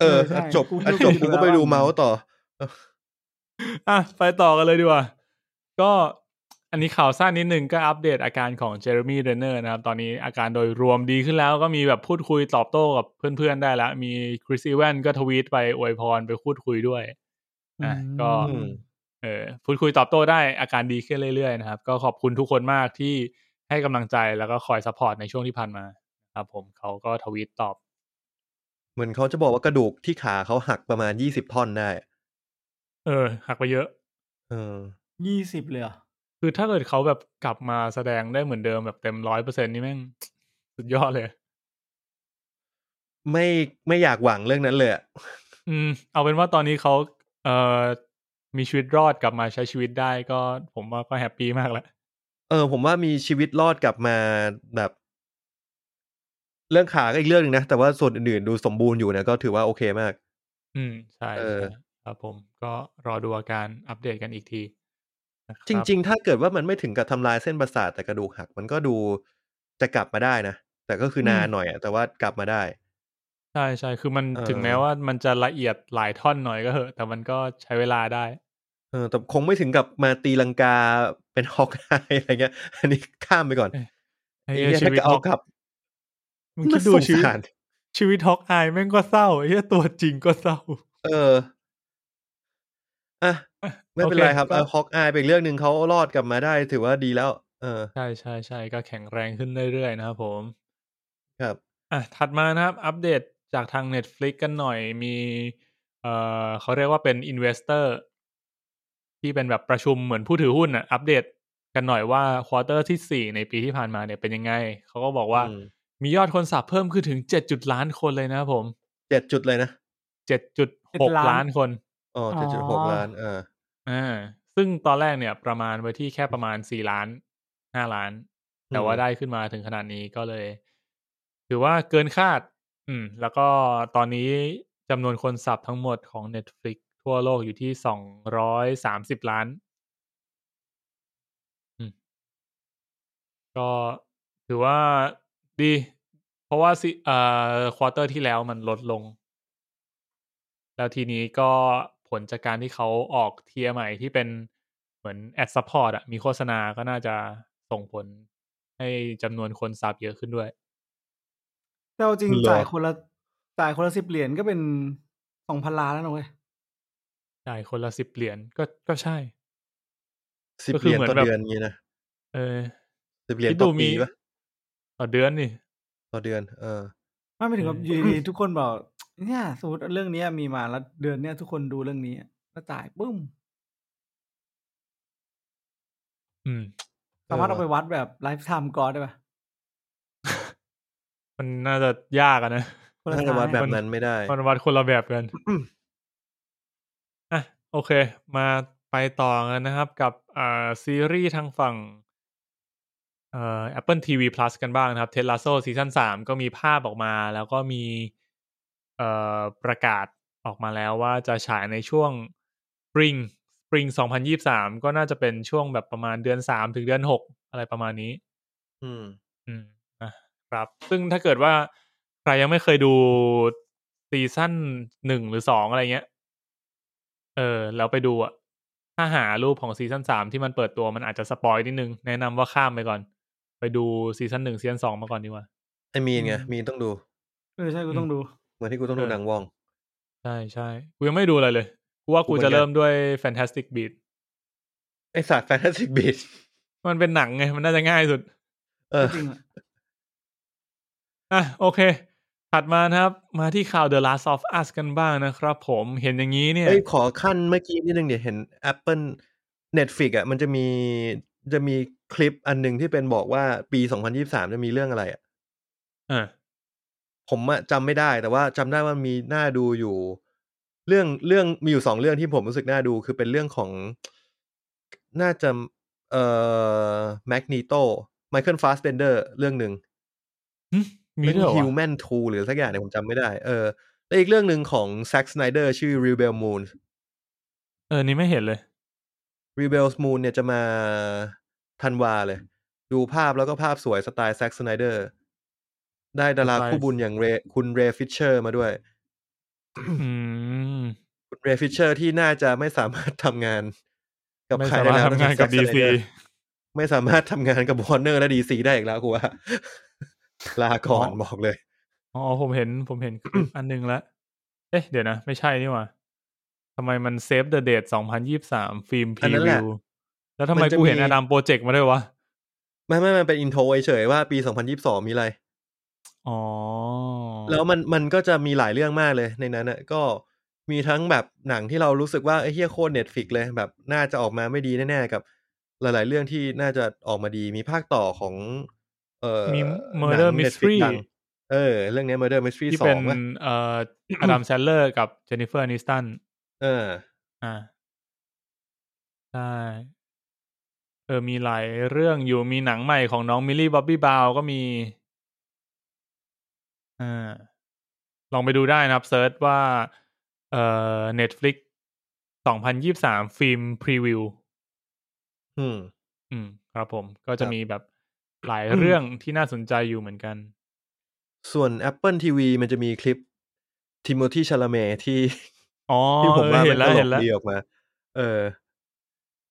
เอออ่ะจบอ่ะจบกูก็ไปดูเมาส์ต่อ
อ่ะไปต่อกันเลยดีกว่า ก็อันนี้ข่าวสั้นนิดนึงก็อัปเดตอาการของเจอร์มี่เรนเนอร์นะครับ ตอนนี้อาการโดยรวมดีขึ้นแล้วก็มีแบบพูดคุยตอบโต้กับเพื่อนๆได้แล้ว มีคริสอีแวนก็ทวีตไปอวยพรไปพูดคุยด้วย อ่ะก็
อืม
เออพูดคุยตอบโต้ได้อาการดีขึ้นเรื่อยๆนะครับ ก็ขอบคุณทุกคนมากที่ให้กำลังใจแล้วก็คอยซัพพอร์ตในช่วงที่ผ่านมาครับผมเขาก็ทวีตตอบ
เหมือนเขาจะบอกว่ากระดูกที่ขาเขาหักประมาณยี่สิบท่อนได้
เออ หักไปเยอะ
เออ
ยี่สิบเลยเหรอ
คือถ้าเกิดเขาแบบกลับมาแสดงได้เหมือนเดิมแบบเต็มร้อยเปอร์เซ็นนี่แม่ง สุดยอดเลย
ไม่ไม่อยากหวังเรื่องนั้นเลยอะ
อืม เอาเป็นว่าตอนนี้เขาเอ่อมีชีวิตรอดกลับมาใช้ชีวิตได้ก็ผมว่าก็แฮปปี้มากแล้ว
เออ ผมว่ามีชีวิตรอดกลับมาแบบ เรื่องขาก็อีกเรื่องหนึ่งนะ แต่ว่าส่วนอื่นๆดูสมบูรณ์อยู่นะก็ถือว่าโอเคมาก
อืม ใช่
เออ
ใช่ครับผมก็รอดูอาการอัปเดตกันอีกทีนะคบ
จริง ๆ ถ้าเกิดว่ามันไม่ถึงกับทำลายเส้นประสาทแต่กระดูกหัก มันก็ดูจะกลับมาได้นะ แต่ก็คือ
ม
นานหน่อยอะแต่ว่ากลับมาได้
ใช่ใช่ คือมัน
เออ
ถึงแม้ว่ามันจะละเอียดหลายท่อนหน่อยก็เหอะ แต่มันก็ใช้เวลาได้
เออแต่คงไม่ถึงกับมาตีลังกาเป็น ฮอกอายอะไรเงี้ย อันนี้ข้ามไปก่อน
ไอ้
ไอ้
เหี้
เหี้ย
ยชี
ถ้า
วิต
จะเอา
ฮอก
กลับ
มึงคิดดู
น่าสง
ชีวิต
สาร
ชีวิตฮอกอายแม่งก็เศร้าไอ้เหี้ยตัวจริงก็เศร้า
เอออ่ะไม่เป็นไร
โอเค
ครับ
ก็
ฮอกอายเป็นเรื่องหนึ่งเขารอดกลับมาได้ ถือว่าดีแล้ว เออ
ใช่ใช่ใช่ก็แข็งแรงขึ้นเรื่อยๆนะครับผม
ครับ
อ่ะถัดมานะครับ อัปเดตจากทาง Netflix กันหน่อยมี เอ่อเขาเรียกว่าเป็น Investor ที่เป็นแบบประชุมเหมือนผู้ถือหุ้นอ่ะ อัปเดตกันหน่อยว่าควอเตอร์ที่ 4 ในปีที่ผ่านมาเนี่ยเป็นยังไง เขาก็บอกว่า
อืม
มียอดคนสับเพิ่มขึ้นถึง 7 จุดล้านคนเลยนะครับผม
เจ็ดจุดเลยนะ
7.6 ล้านคน
อ๋อเจ็ดจุดหกล้าน อ่า
อ่า ซึ่งตอนแรกเนี่ยประมาณไว้ที่แค่ประมาณสี่ล้านห้าล้าน แต่
อืม
ว่าได้ขึ้นมาถึงขนาดนี้ก็เลย ถือว่าเกินคาด อืม แล้วก็ตอนนี้จำนวนคนสับทั้งหมดของ Netflix ทั่วโลกอยู่ที่สองร้อยสามสิบล้าน อืม ก็ถือว่าดี เพราะว่าสิเอ่อควอเตอร์ที่แล้วมันลดลง แล้วทีนี้ก็ผลจากการที่เขาออกเทียร์ใหม่ที่เป็นเหมือนแอดซั p พอร์ตอะมีโฆษณาก็น่าจะส่งผลให้จำนวนคนซับเยอะขึ้นด้วย
แต่เอาจริง
เหรอ
จ่ายคนละจ่ายคนละสิบเหรียญก็เป็นสองพันล้านแล้วนะเว้ย
ได้คนละสิบเหรียญก็ก็ใช่
สิบ
ก็คื
เหรี
อย
ญ
เหมือน
ต่อ
แบบ
เดือนงี้นะ
เออ
สิบเหรียญ
คิด
ต่
ดู
อ
มี
ปีปะ
ต่อเดือนนี่
ต่อเดือนเออ
ไม่ไม่ถึงกับ
เออ
อยู่ดีๆทุกคนบอกเนี่ยสมมติเรื่องเนี้ยมีมาแล้วเดือนเนี้ยทุกคนดูเรื่องนี้แล้วจ่ายปึ้ม
อืม
สามารถ
เออ
เอาไปวัดแบบไลฟ์ไทม์ก่อนได้ปะ
มันน่าจะยากอะนะ
คนละ
ถ้า
ทา
จะ
ง
วัดแบบ
อะ
นั้นไม่ได้
มันวัดคนละแบบกัน
อืม
อ่ะโอเค มาไปต่อกันนะครับกับอ่าซีรีส์ทางฝั่งเอ่อ Apple TV Plus กันบ้างนะครับ เทสลาโซซีซั่นสามก็มีภาพออกมา แล้วก็มีเอ่อประกาศออกมาแล้วว่าจะฉายในช่วง Spring Spring 2023 ก็น่าจะเป็นช่วงแบบประมาณเดือน 3 ถึงเดือน 6 อะไรประมาณนี้
อืม
อืมนะครับ ซึ่งถ้าเกิดว่าใครยังไม่เคยดูซีซั่นหนึ่งหรือสองอะไรเงี้ย เออ แล้วไปดูอะถ้าหารูปของซีซั่นสามที่มันเปิดตัวมันอาจจะสปอยนิดนึง แนะนำว่าข้ามไปก่อน ไปดูซีซั่นหนึ่งซีซั่นสองมาก่อนดีกว่า
ไอมีนไง
อืม
มีนต้องดู
เออใช่กูต้องดู
เหมือนที่กูต้องดู
เออ
หนังวอง
ใช่ใช่กูยังไม่ดูอะไรเลยกูว่า
กู
กู
เหมื
จะ
อนกัน
เริ่มด้วย Fantastic Beat
ไอสัตว์แฟ นตาซีบีช
มันเป็นหนังไง มันน่าจะง่ายสุด
เออ
จริงๆอะ
อ่ะโอเค ถัดมานะครับ มาที่ข่าว The Last of Us กันบ้างนะครับผมเห็นอย่างนี้เนี่ย
เอ้ยขอขั้นเมื่อกี้นิดนึงเดี๋ยวเห็น Apple Netflix อ่ะมันจะมีจะมีคลิปอันหนึ่งที่เป็นบอกว่าปี 2023 จะมีเรื่องอะไรอ่ะ
เออ
ผมอะจำไม่ได้แต่ว่าจำได้ว่ามีน่าดูอยู่ เรื่องเรื่องมีอยู่สองเรื่องที่ผมรู้สึกน่าดูคือเป็นเรื่องของ น่าจะเอ่อแมกนีโตไมเคิลฟาสเบนเดอร์เรื่องหนึ่ง
มี
เรื่
ด้วย
อง
เหรอวะ
Human 2 หรือสักอย่างเนี่ยผมจำไม่ได้ เออและอีกเรื่องหนึ่งของ Zack Snyder ชื่อ Rebel Moon
เออ นี่ไม่เห็นเลย
Rebels Moon เนี่ยจะมาธันวาเลย ดูภาพแล้วก็ภาพสวยสไตล์แซ็กสไนเดอร์ ได้ดารา
สไตล์
คู่บุญอย่างเรคุณเรฟิชเชอร์มาด้วย
อืม
คุณเรฟิชเชอร์ที่น่าจะไม่สามารถทำงาน กับ
ไม่
ใคร
สา
ได้
มารถ
แล้ว
ทำงานกับ
อกจ Zack
DC
Snyder ไม่สามารถทำงานกับ w อ r n เนอร์และดีซีได้อีกแล้วกูว่า ลาก่อน
อ๋อ
บอกเลย
อ๋อ ผมเห็น ผม เห็นคลิป อันหนึงแล้ว เอ๊ะ เดี๋ยวนะ ไม่ใช่นี่หว่าทำไมมันเซฟเดอะเดทสองพันยี่สามฟิล์ม
อั
พี
นนั้นแห
วิ
ละ
ว แล้วทำไม
มันจะ
กูเห็น
มี
อดัมโปรเจกต์มาด้วยวะ
ไม่ไม่มันเป็นอินโทรเฉยๆว่าปี 2022 มีอะไร
อ๋อ
แล้วมันมันก็จะมีหลายเรื่องมากเลยในนั้นน่ะก็มีทั้งแบบหนังที่เรารู้สึกว่าไอ้เฮียโคตรเน็ตฟิกเลยแบบน่าจะออกมาไม่ดีแน่ๆกับ หลาย ๆ เรื่องที่น่าจะออกมาดีมีภาคต่อของ เอ่อ
มี Murder
หนัง Netflix
Mystery
ดังเออ เรื่องเนี้ย Murder Mystery
ที่
สอ
เป็
ง
น
ว่ะ
เอ่ออดัมแซลเลอร์กับเจนนิเฟอร์นิสตัน
เออ
อ่าใช่เออมีหลายเรื่องอยู่มีหนังใหม่ของน้องมิลลี่บ๊อบบี้บาวก็มีอ่าลองไปดูได้นะครับเซิร์ชว่าเอ่อ Netflix สองพันยี่สามฟิล์มพรีวิว
อืม
อืม ครับผมก็จะ
ครับ
มีแบบหลายเรื่องที่น่าสนใจอยู่เหมือนกัน
ส่วน Apple TV มันจะมีคลิปทิโมธีชาลาเมที่
อ๋อ
ที่ผมว่า
เออ
มัน น
เห็แล้
ต
ว
ล
เห็
ก
นแล้ว
ดีออกมา เออ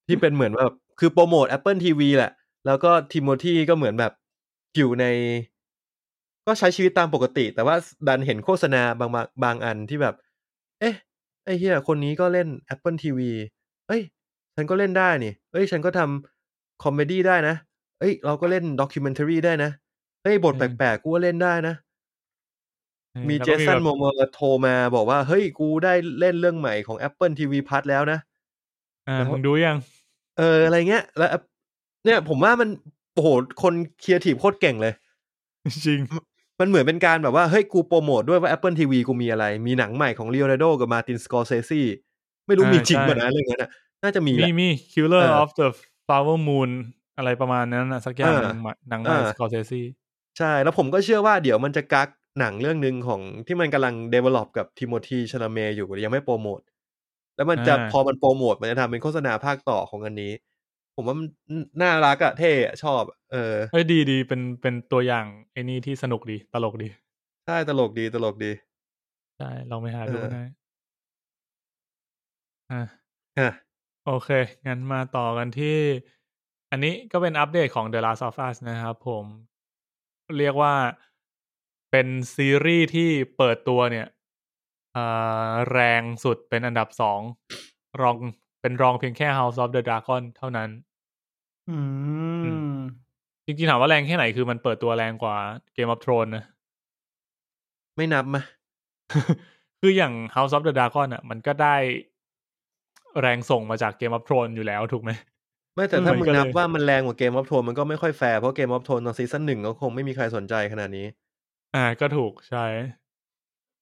ที่เป็นเหมือนแบบคือโปรโมท Apple TV แหละ แล้วก็ทิโมธีก็เหมือนแบบอยู่ใน ก็ใช้ชีวิตตามปกติ แต่ว่าดันเห็นโฆษณาบางบางบางอันที่แบบ เอ๊ะ ไอ้เหี้ยคนนี้ก็เล่น Apple TV เอ้ย ฉันก็เล่นได้นี่ เอ้ย ฉันก็ทำคอมเมดี้ได้นะ เอ้ย เราก็เล่นด็อกิ m e n t a r y ได้นะ เฮ้ย บทแปลกๆ กูก็เล่นได้นะ
ออ
มี
แล้ว
เจ
ก็
สัน
แบบ
โมโมโทรมาบอกว่า เฮ้ย กูได้เล่นเรื่องใหม่ของ Apple TV Plus แล้วนะ
อ่า
แล้ว
มึงดูยัง
เออ อะไรเงี้ย แล้ว App- เนี่ยผมว่ามันโอ้โหคนเคียร์ทีฟโคตรเก่งเลย
จริง
มันเหมือนเป็นการแบบว่า เฮ้ย กูโปรโมทด้วยว่า Apple TV กูมีอะไร มีหนังใหม่ของ Leonardo กับ Martin Scorsese ไม่รู้
อ่ามี
มีจริงป่ะ
ใช่
นะเรื่องนั้นน่ะน่าจะมีแห
มี
ละ
มี Killer
เออ
of the Flower Moon อะไรประมาณนั้นนะสักอย่างห
เออ
นึ่งหมะหนังใหม่
เออ
สกอร์เซซี
ใช่ แล้วผมก็เชื่อว่าเดี๋ยวมันจะกักหนังเรื่องหนึ่งของที่มันกำลัง develop กับทิโมธีชาลาเมอยู่ยังไม่โปรโมท แล้วมันจะพอมันโปรโมท มันจะทำเป็นโฆษณาภาคต่อของอันนี้ ผมว่ามันน่ารักอะเท่อะชอบอะเออ
เอ้ยดีดีเป็นเป็นตัวอย่างไอ้นี่ที่สนุกดี ตลกดี
ใช่ตลกดีตลกดี
ใช่เราไปหาดู
เออ
ได้อ่ะ
ฮะ
โอเค งั้นมาต่อกันที่ อันนี้ก็เป็นอัปเดตของ The Last of Us นะครับผม เรียกว่าเป็นซีรีส์ที่เปิดตัวเนี่ยอ่าแรงสุดเป็นอันดับสองรองเป็นรองเพียงแค่ House of the Dragon เท่านั้น
อืม
จริงๆถามว่าแรงแค่ไหนคือมันเปิดตัวแรงกว่า Game of Thrones นะ
ไม่นับมะ
คืออย่าง House of the Dragon อ่ะ มันก็ได้แรงส่งมาจาก Game of Thrones อยู่แล้วถูกไหม
ไม่แต่ถ้า
เห
มึ
มือง นกันเลย
นับว่ามันแรงกว่าเกมออฟโทนมันก็ไม่ค่อยแฟร์เพราะเกมออฟโทนตอนซีซั่นหนึ่งก็คงไม่มีใครสนใจขนาดนี้
อ่าก็ถูกใช่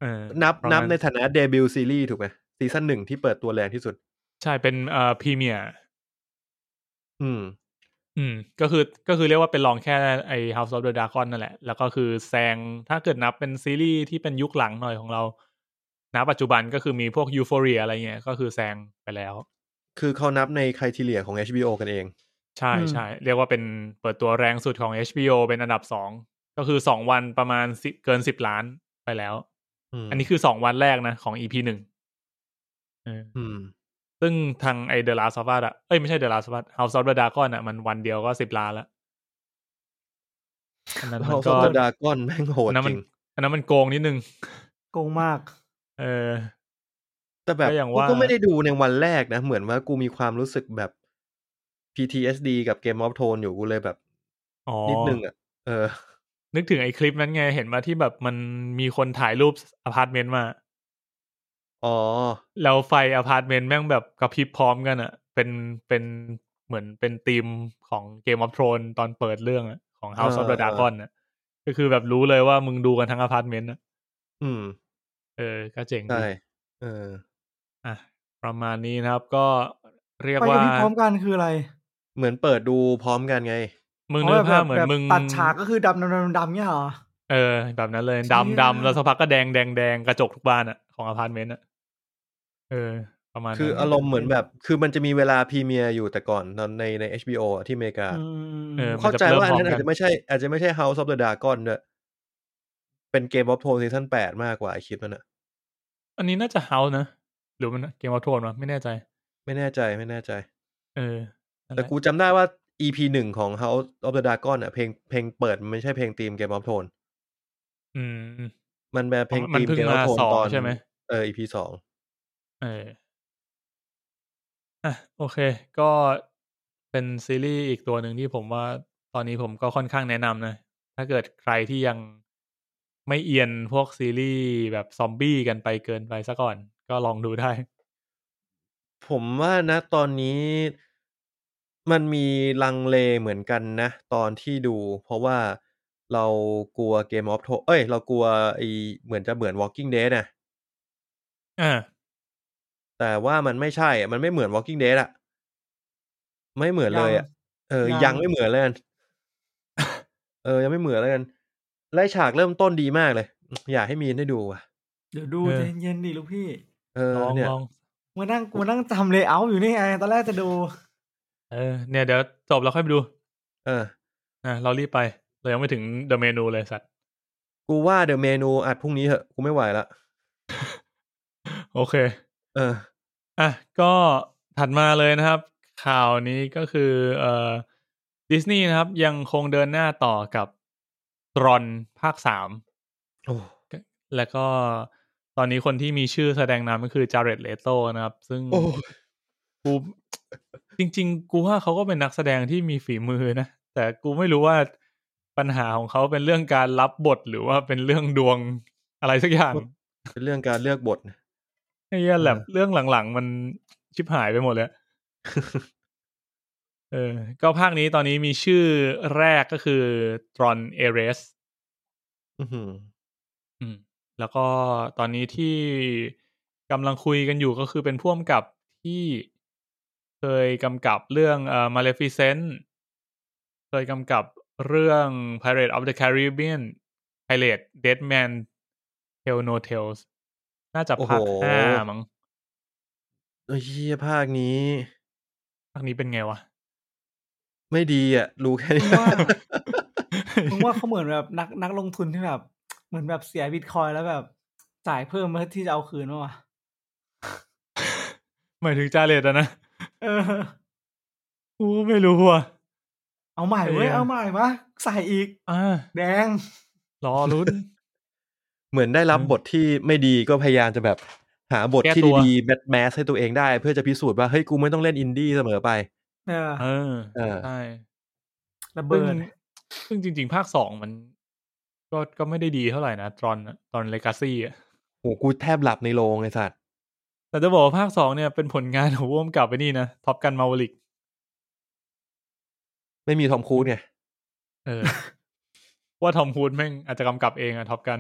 เออ
นับ
ประ
นับ
มาณ
ในฐานะเดบิวต์ซีรีส์ถูกไหมซีซั่นหนึ่งที่เปิดตัวแรงที่สุด
ใช่เป็นเอ่อพรีเมีย
อืม
อืม ก็คือก็คือเรียกว่าเป็นรองแค่ไอ House of the Dragon นั่นแหละ แล้วก็คือแซงถ้าเกิดนับเป็นซีรีส์ที่เป็นยุคหลังหน่อยของเราณปัจจุบันก็คือมีพวก Euphoria อะไรเงี้ยก็คือแซงไปแล้ว
คือเขานับในครทีเลียของ HBO กันเอง
ใช่ใช่เรียกว่าเป็นเปิดตัวแรงสุดของ HBO เป็นอันดับสองก็คือสองวันประมาณสิเกินสิบล้านไปแล้ว
ม
อันนี้คือสองวันแรกนะ ของ EP หนึ่งเออ
อืม
ซึ่งทางไอเดลาซอฟต์อะเอ้ยไม่ใช่เดลาซอฟต์ House of the Dragon อะมันวันเดียวก็สิบล้านละอันนั้นมัน
House
ก็
of the Dragon แม่งโหด
อันนั้
จ
นมั
ริ
น
ง
อันนั้นมันโกงนิดนึง
โกงมาก
เออ
แต่แบบ
ก็อย่าง
กู
ว่า
ก็ไม่ได้ดูในวันแรกนะ เหมือนว่ากูมีความรู้สึกแบบ PTSD กับเกมออฟโทนอยู่กูเลยแบบ
อ๋อ
นิดนึงอ่ะเออ
นึกถึงไอ้คลิปนั้นไง เห็นมาที่แบบมันมีคนถ่ายรูปอพาร์ตเมนต์มา
อ๋อ
แล้วไฟอพาร์ตเมนต์แม่งแบบกระพริบพร้อมกันอะ่ะ เป็นเป็นเหมือนเป็นธีมของเกมออฟทรอนตอนเปิดเรื่องอะของ House
เอ
of the
อเออ
Dragon น่ะ ก็คือแบบรู้เลยว่ามึงดูกันทั้งอพาร์ตเมนต์อะ
อืม
เออ ก็เจ๋งดี
ใช่เออ
อ่ะประมาณนี้นะครับ ก็เรียก
ไปกับ
ว่า
พี่พร้อมกันคืออะไร
เหมือนเปิดดูพร้อมกันไง
มึงนึกภาพเหมือน
แบบ
มึง
ตัดฉากก็คือดำดำดำดำเนี่ยเหรอ
เออ แบบนั้นเลย
เชี่ย
ดำดำแล้วสักพักก็แดงแดงแดงกระจกทุกบ้านอะของอพาร์ตเมนต์อะเออ ประมาณ
คือ
นั้น
อารมณ์เหมือนแบบ คือมันจะมีเวลาพรีเมียร์อยู่แต่ก่อนตอนในใน HBO อ่ะที่อเมริกา
อืม
เออ
เข้าใจว่าอันนั้น
มันจะเริ่มพร้อมกัน
อาจจะไม่ใช่อาจจะไม่ใช่ House of the Dragon ด้วยเป็นเกม of Thrones ซีซั่นแปดมากกว่าไอคลิปนั้นอ่ะ
อันนี้น่าจะเฮานะ หรือมันเกมวอลโทนวะไม่แน่ใจ
ไม่แน่ใจไม่แน่ใจ
เออนั่นห
แต่
ละ
กูจำได้ว่า EP หนึ่งของ House of the Dragon อ่ะเพลงเพลงเปิดมันไม่ใช่เพลงธีมเกม of Thrones
อืม
มันแบบเพลง
มัน
ธีม
เพิ่ง
เกม of
มา
Thrones
สอง
ตอน
ใช่ไหม
เออ EP สอง
เอออ่ะโอเค ก็เป็นซีรีส์อีกตัวหนึ่งที่ผมว่าตอนนี้ผมก็ค่อนข้างแนะนำนะ ถ้าเกิดใครที่ยังไม่เอียนพวกซีรีส์แบบซอมบี้กันไปเกินไปซะก่อน ก็ลองดูได้
ผมว่านะตอนนี้มันมีลังเลเหมือนกันนะ ตอนที่ดู เพราะว่าเรากลัวเกม of Thrones เอ้ย เรากลัวไอเหมือนจะเหมือน Walking Dead นะ
อ่า
แต่ว่ามันไม่ใช่อะมันไม่เหมือน Walking Dead อะไม่เหมือนเลยอะเออ
ยั
ยัง งไม่เหมือน เลยกัน เออ ยังไม่เหมือนเลยกันไล่ฉากเริ่มต้นดีมากเลย อยากให้มีนได้ดูว่ะ
เดี๋ยวดู
เออ
ใจเย็นๆดิลูกพี่
เออ
ลอง
เนี่ย
ลอง
มานั่งมานั่งจำเลยเอาอยู่นี่ไงตอนแรกจะดู
เออ เนี่ยเดี๋ยวจบแล้วค่อยไปดู
เออ
อ่ะเรารีบไป เรายังไม่ถึงเดอะเมนูเลยสัตว์
กูว่าเดอะเมนูอัดพรุ่งนี้เหอะ กูไม่ไหวละ
โอเค
เออ
อ่ะก็ถัดมาเลยนะครับ ข่าวนี้ก็คือเอ่อดิสนีย์นะครับ ยังคงเดินหน้าต่อกับตรอนภาคสาม
โอ้
แล้วก็ตอนนี้คนที่มีชื่อแสดงนามก็คือจา r ์เรตเลโตนะครับ ซึ่ง
โอ้
กูจริง ๆ กูว่าเขาก็เป็นนักแสดงที่มีฝีมือนะ แต่กูไม่รู้ว่าปัญหาของเขาเป็นเรื่องการรับบทหรือว่าเป็นเรื่องดวงอะไรสักอย่าง
เป็นเรื่องการเลือกบทนะ
ไอ้เหี้ยแหลบ
เออ
เรื่องหลังๆ มันชิบหายไปหมดเลย เออ ก็ภาคนี้ตอนนี้มีชื่อแรกก็คือ ตรอนเอเรส
อื้อหือ
อืม แล้วก็ตอนนี้ที่กำลังคุยกันอยู่ก็คือเป็นพ่วงกับที่เคยกำกับเรื่องเอ่อ Maleficent เคยกำกับเรื่อง Pirate of the Caribbean Pirate Dead Man Tell No Tales น่าจะภาค
โอ้โห
ห้ามั้ง
เอ้ยเหี้ยภาคนี้
ภาคนี้เป็นไง วะ
ไม่ดีอ่ะ รู้แค่นี้
มึงว่ามึงว่าเขาเหมือนแบบนักนักลงทุนที่แบบ เหมือนแบบเสียบิตคอยน์แล้วแบบจ่ายเพิ่มเพื่อที่จะเอาคืนมาวะ
หมายถึงจาเลตอะนะ
เออ
กูก็ไม่รู้ว่ะ
เอาใหม่เว้ย
เออ
เอาใหม่มะใส่อีก
อ่า
แดง
รอ ลุ้น
เหมือนได้รับบทที่ไม่ดีก็พยายามจะแบบ หาบทที่
แก้ตัว
ดีๆแมทแมสให้ตัวเองได้ เพื่อจะพิสูจน์ว่าเฮ้ยกูไม่ต้องเล่นอินดี้เสมอไป
เออ
เออ
เออ
ใช่ซึ่
ระเบิ
ง
ด
ซึ่งจริง ๆ ภาคสองมัน ก็ก็ไม่ได้ดีเท่าไหร่นะตอนตอนเลกาซี่อะ
โหกูแทบหลับในโรงไอ้สัตว์
แต่จะบอกว่าภาคสองเนี่ยเป็นผลงานของร่วมกับไปนี่นะท็อปกันมาวลิก
ไม่มีทอมครูซไง
เอ อ ว่าทอมฮูดแม่งอาจจะกำกับเองอะท็อปกัน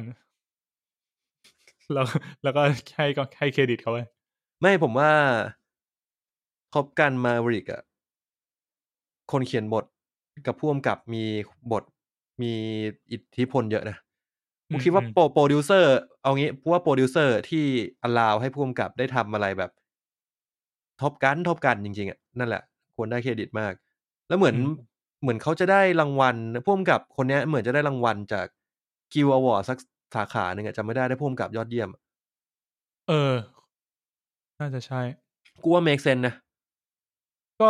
แล้วแล้วก็ให้ก็ให้เครดิตเขาไป
ไม่ผมว่าท็อปกันมาริกอะคนเขียนบทกับพ่วงกับมีบทมีอิทธิพลเยอะนะกูคิดว่า
อืม
โปรโปรดิวเซอร์เอางี้พว่าโปรดิวเซอร์ที่อลาวให้พ่วงกับได้ทำอะไรแบบท็อปกันท็อปกันจริงๆอะนั่นแหละ ควรได้เครดิตมาก แล้วเหมือนเหมือนเขาจะได้รางวัลพ่วงกับคนเนี้ยเหมือนจะได้รางวัลจากกิวอวอร์สักสาขาหนึ่งอะจำไม่ได้ได้พ่วงกับยอดเยี่ยมอะ
เออ น่าจะใช่
กูว่าเมกเซนนะ
ก็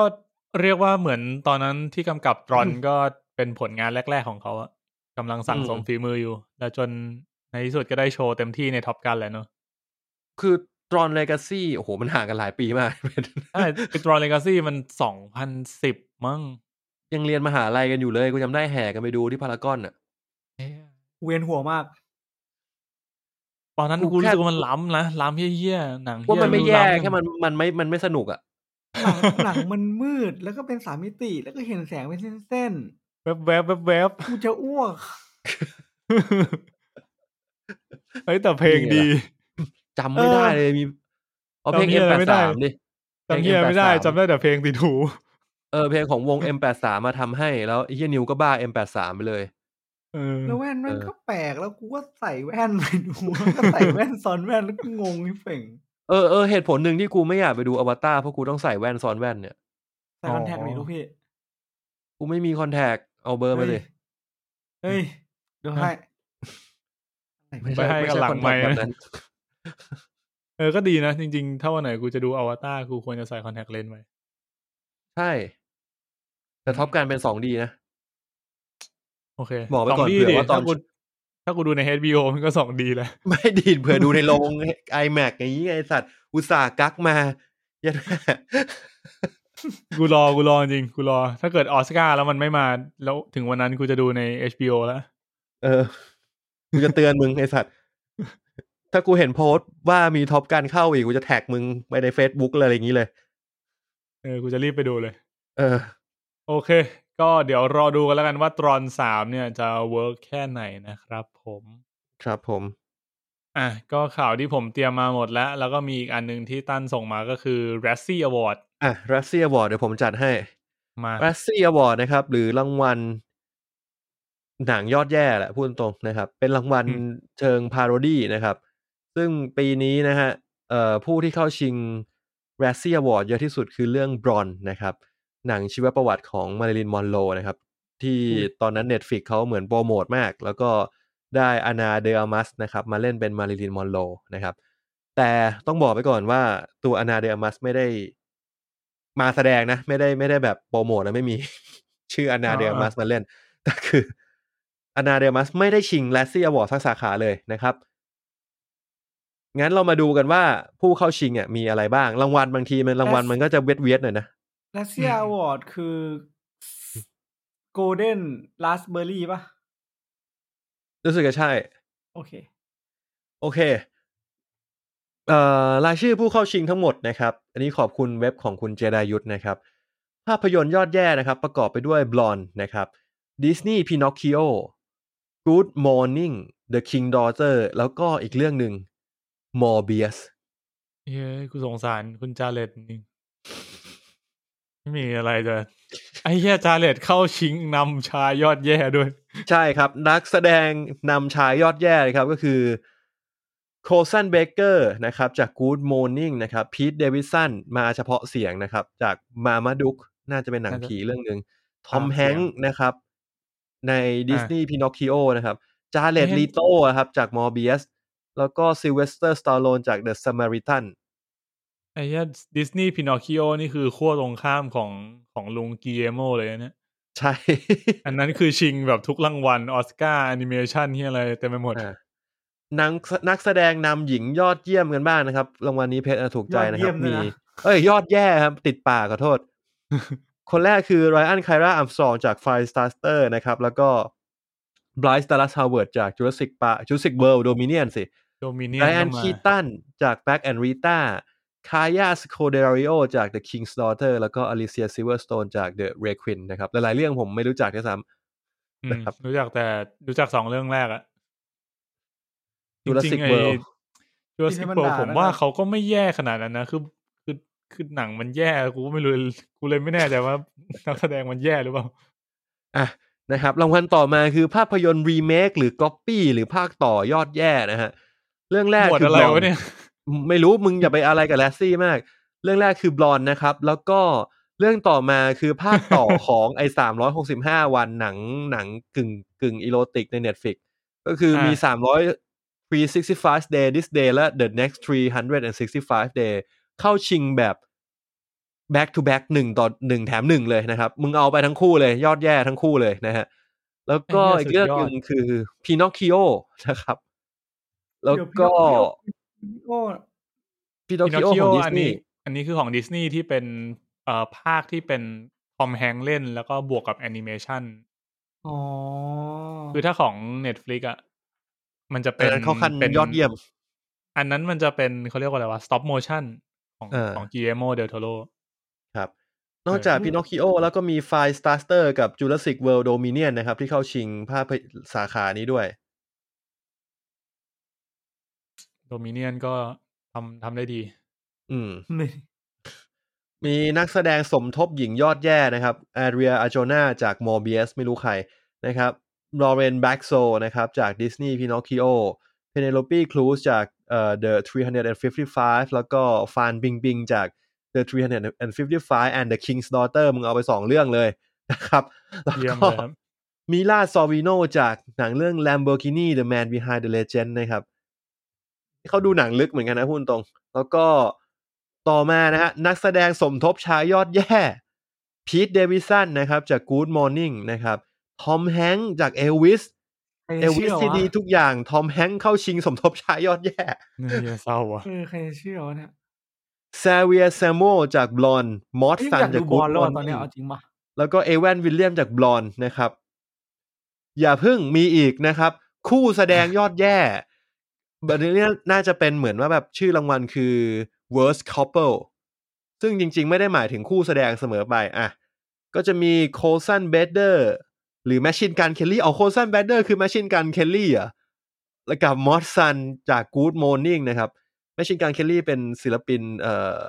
เรียกว่าเหมือนตอนนั้นที่กำกับตรอนก็เป็นผลงานแรก ๆ ของเขาอะกำลังสั่ง
อืม
สมฝีมืออยู่ แล้วจน ในที่สุดก็ได้โชว์เต็มที่ในท็อปกันแหล้ว เนอะ
คือตรอนเลกาซี่โอ้โหมันห่างกันหลายปีมาก
ใช่เป็นรอนเลกาซี่มันสองพันสิบมั้ง
ยังเรียนมหาลัยกันอยู่เลยกูจำได้แห่กันไปดูที่พารากอนอ่ะ
เอ๊ะ
เวียนหัวมาก
ตอนนั้น
กู
กูรู้
แค่
สึกว่ามันล้ำนะล้ำเหี้ยๆหนังเหี้ย
ว่ามันไม่แย่
ล้ำ
แค่มันมันไม่มันไม่สนุกอ่ะ
หนังหนังมันมืดแล้วก็เป็นสามมิติแล้วก็เห็นแสงเป็นเส้น
แวบแวบแวบแวบ
ๆกูจะอ้วก
เฮ้ยแต่เพลงดี
จำไม่ได้เลยมีเอาเพลง
จำเหี้ยอะไรไม่ได้
M83 ดิ
จำเฮียไม่ได้
เพลง M83
จำได้แต่เพลงติดหู
เออเพลงของว ง M83 มาทำให้ แล้วไอ้เฮียนิวก็บ้า M83 ไปเลย
เออ
แล้วแว่นแว่น
เออ
ก็แปลกแล้วกูก็ใส่แว่นไปดู แล้วก็ใส่แว่นซ้อนแว่นแล้วก็งงไอ้เฝ่ง
เออเออเหตุผลหนึ่งที่กูไม่อยากไปดูอวตารเพราะกูต้องใส่แว่นซ้อนแว่นเนี่ย
ใส่คอนแทคหน่อยลูกพี่
กูไม่มีคอนแทคเอาเบอร์มาเลย
เฮ้ยเดี๋ยวให้
ไม่
ไป
ใช่
ให้
ไม่
กัน
ใช่
หลั
ค
ง
อนแท
ไม่
คแบบนั้น
เออก็ดีนะ จริงๆ ถ้าวันไหนกูจะดูอวตารกูควรจะใส่คอนแทคเลนส์ไว้
ใช่ แต่ท็อปการเป็นสองดีนะ
โอเค
บอกไว้ก่อน
สงดี
เผื่อ
ดิ
ว่าตอน
ถ้ากูถ้ากูดูใน HBO มันก็สองดีแหละ
ไม่ดีดเผื่อดูในโรง iMac อย่างนี้ไงไอ้สัตว์ อุตส่าห์กักมา ยัน
กูรอ กูรอจริง กูรอ ถ้าเกิดออสการ์แล้วมันไม่มา แล้วถึงวันนั้นกูจะดูใน HBO แล้ว
เออกูจะเตือนมึง ไอสัตว์ ถ้ากูเห็นโพสต์ว่ามีท็อปการเข้าอีก กูจะแท็กมึงไปใน Facebook เลยอะไรอย่างนี้เลย
เออ กูจะรีบไปดูเลย
เออ
โอเค ก็เดี๋ยวรอดูกันแล้วกันว่าตรอนสามเนี่ยจะเวิร์กแค่ไหนนะครับผม
ครับผม
อ่ะ ก็ข่าวที่ผมเตรียมมาหมดแล้ว แล้วก็มีอีกอันหนึ่งที่ตั้นส่งมาก็คือ r a z z i e Award
อ่ะรัสเซียบอร์ดเดี๋ยวผมจัดให้
มา
รัสเซียบอร์ดนะครับ หรือรางวัล หนังยอดแย่แหละพูดตรงๆนะครับ เป็นรางวัล
อืม
เชิงพาโรดี้นะครับ ซึ่งปีนี้นะฮะเอ่อผู้ที่เข้าชิงรัสเซียบอร์ดเยอะที่สุดคือเรื่องบรอนนะครับ หนังชีวประวัติของมาริลินมอนโรนะครับ ที่ตอนนั้น Netflix เขาเหมือนโปรโมทมาก แล้วก็ได้อานาเดอามัสนะครับ มาเล่นเป็นมาริลินมอนโรนะครับ แต่ต้องบอกไปก่อนว่าตัวอานาเดอามัสไม่ได้มาแสดงนะ ไม่ได้ไม่ได้แบบโปรโมทนะไม่มี ชื่ออานาเดอามัสมาเล่น แต่คืออานาเดอามัสไม่ได้ชิงแลสซี่อวอร์ดสักสาขาเลยนะครับ งั้นเรามาดูกันว่าผู้เข้าชิงอ่ะมีอะไรบ้าง รางวัลบางทีมันรางวัลมันก็จะเวทเวทหน่อยนะ
รัสเซียอวอร์ดคือโกลเด้นลาสเบอร์รี่ป่ะ
รู้สึกจะใช่
โอเค
โอเค เอ่อ รายชื่อผู้เข้าชิงทั้งหมดนะครับ อันนี้ขอบคุณเว็บของคุณเจดายุทธนะครับ ภาพยนตร์ยอดแย่นะครับ ประกอบไปด้วยบลอนนะครับดิสนีย์พินอ c คิโอ Good Morning The King Daughter แล้วก็อีกเรื่องหนึ่ง Morbius
เย้ยกูสงสารคุณจาเลตจริงไม่มีอะไรเลยไอ้เหี้ยจาเลตเข้าชิงนำชายยอดแย่ด้วย
ใช่ครับ นักแสดงนำชายยอดแย่เลยครับก็คือโคลสันเบเกอร์นะครับ จาก Good Morning นะครับพีทเดวิสันมาเฉพาะเสียงนะครับ จากมามาดุกน่าจะเป็นหนัง
น่าจะ
ผีเรื่องหนึ่งทอม
ตาม
แฮ
เสียง
งค์นะครับ ในดิสนีย์พินอ c คิโอนะครับจาเลต
เอ๊ะ
ลีโตครับ จากมอร์เบียสแล้วก็ซิเวสเตอร์สตาโลนจากเดอะซามาริทัน
ไอ้เหี้ยดิสนีย์พินอคคิโอนี่คือขั้วตรงข้ามของของลุงกิเอโมเลยนะเนี่ย
ใช่
อันนั้นคือชิงแบบทุกรางวัลออสการ์แอนิเมชันที่อะไรเต็มไปหมด
อ่ะนักนักแสดงนำหญิงยอดเยี่ยมกันบ้างนะครับ รางวัลนี้เพชรอ่ะถูกใจนะครับ
ยอด
มี
เยี่ยมเลยนะ
เอ้ยยอดแย่ครับ ติดปากขอโท ษ คนแรกคือไรอันไคล a าอัม r องจาก Firestarter นะครับ แล้วก็ Bryce Dallas Howard จาก Jurassic Park Jurassic World Dominion สิ
โดมิเนียน
ไรอัน
ก็มา
คีตันจาก Back and Rita คายาสโคเดริโอจาก The King's Daughter แล้วก็ Alicia Silverstone จาก The r e q u i n นะครับ หลายๆเรื่องผมไม่รู้จักด้วยซ้
อืม
นะครับ
รู้จักแต่รู้จักสองเรื่องแรกอะ
ำ
จริ
Jurassic
งๆไอ้
World
Jurassic
ที่มัน
World
ด่า
ผม
นะ
ว่าเขาก็ไม่แย่ขนาดนั้นนะ คือคือคือหนังมันแย่กูก็ไม่รู้กูเลยไม่แน่ใจว่า นักแสดงมันแย่หรือเปล่า
อ่ะนะครับรางวัลต่อมาคือภาพยนตร์รีเมคหรือก๊อปปี้หรือภาคต่อยอดแย่นะฮะ เรื่องแรก
หมวด
คื
อะไร
Blonde
วะเนี่ย
ไม่รู้มึงอย่าไปอะไรกับแลสซี่มาก เรื่องแรกคือบลอนนะครับ แล้วก็เรื่องต่อมาคือภาคต่อ ของ ไอ้สามร้อยหกสิบห้าวันหนังหนังกึ่งกึ่งอีโรติกใน Netflix ก็คือมี
อ่า
สามร้อย365 day this day และ the next 365 day เข้าชิงแบบ back to back หนึ่งต่อหนึ่งแถมหนึ่งเลยนะครับ มึงเอาไปทั้งคู่เลย ยอดแย่ทั้งคู่เลยนะฮะ แล้วก็
ไอ้
อีก
เหี้
เรื่
ย
อง
สุดยอด
หนึ่งคือ Pinocchio นะครับ แล้วก็
โอ้
พี่โน
พินอ
คิโอ
คิ
ข
โอ
องดิส
อัน
นี
นี้
ย์
อันนี้คือของดิสนีย์ที่เป็นเอ่อภาคที่เป็นทอมแฮงเล่นแล้วก็บวกกับแอนิเมชัน
อ๋อ
คือถ้าของ Netflix อ่ะมันจะ
อั
เป็น
นนั้นเข้าขั้นยอดเยี่ยม
อันนั้นมันจะเป็นเขาเรียกว่าอะไรวะ stop motion ของ
เออ
ของ Guillermo del Toro
ครับ นอกจากพินอคิโอแล้วก็มีไฟสตาร์สเตอร์กับจูราสสิกเวิลด์โดมิเนียนนะครับ ที่เข้าชิงภาพสาขานี้ด้วย
Dominion ก็ทำทำได้ ดี
อืม
ไม่
มีนักแสดงสมทบหญิงยอดแย่นะครับแอเรียอาโจนาจากมอร์เบียสไม่รู้ใครนะครับลอเรนแบ็กโซนะครับจากดิสนีย์พีนอคคิโอเพเนโลปีคลูสจากเอ่อ The 355 แล้วก็ฟานบิงบิงจาก The 355 and the King's Daughter มึงเอาไปสองเรื่องเลยนะครับ แล้ว
เยี่ยม
ก็
เลยครับ
มิลาซอวิโนจากหนังเรื่อง Lamborghini The Man Behind the Legend นะครับ เขาดูหนังลึกเหมือนกันนะพูดตรง แล้วก็ต่อมานะฮะ นักแสดงสมทบชายยอดแย่พีทเดวิสันนะครับ จาก Good Morning นะครับทอมแฮงค์จากเอลวิส
ใคร
เอ
จะ
ลวิ
เชื่
ส
อ
ที่
วะ
ดีทุกอย่างทอมแฮงค์เข้าชิงสมทบชายยอดแย่
เนี่ยเหี้ยเศร้าว่ะ
เออใครจะเชื่อวะเนี่ย
ซาเวียแซมโมจากบลอนมอส
เอ้ย
ซั
อน ยาก
จาก
ดูบ
กู
อ
ด
ลแล้ว
บอ
อะ
น
ตอนเนี้ยเอาจริงปะ
แล้วก็เอแวนวิลเลียมจากบลอนนะครับ อย่าเพิ่งมีอีกนะครับ คู่แสดงยอดแย่แบบนี้เนี่ยน่าจะเป็นเหมือนว่าแบบชื่อรางวัลคือ worst couple ซึ่งจริงๆ ไม่ได้หมายถึงคู่แสดงเสมอไปอ่ะก็จะมีโคสันเบเดอร์หรือแมชชินการเคลลี่เอาโคสันเบเดอร์คือแมชชินการเคลลี่อ่ะแล้วกับมอสซันจาก Good Morning นะครับ แมชชินการเคลลี่เป็นศิลปินเอ่อ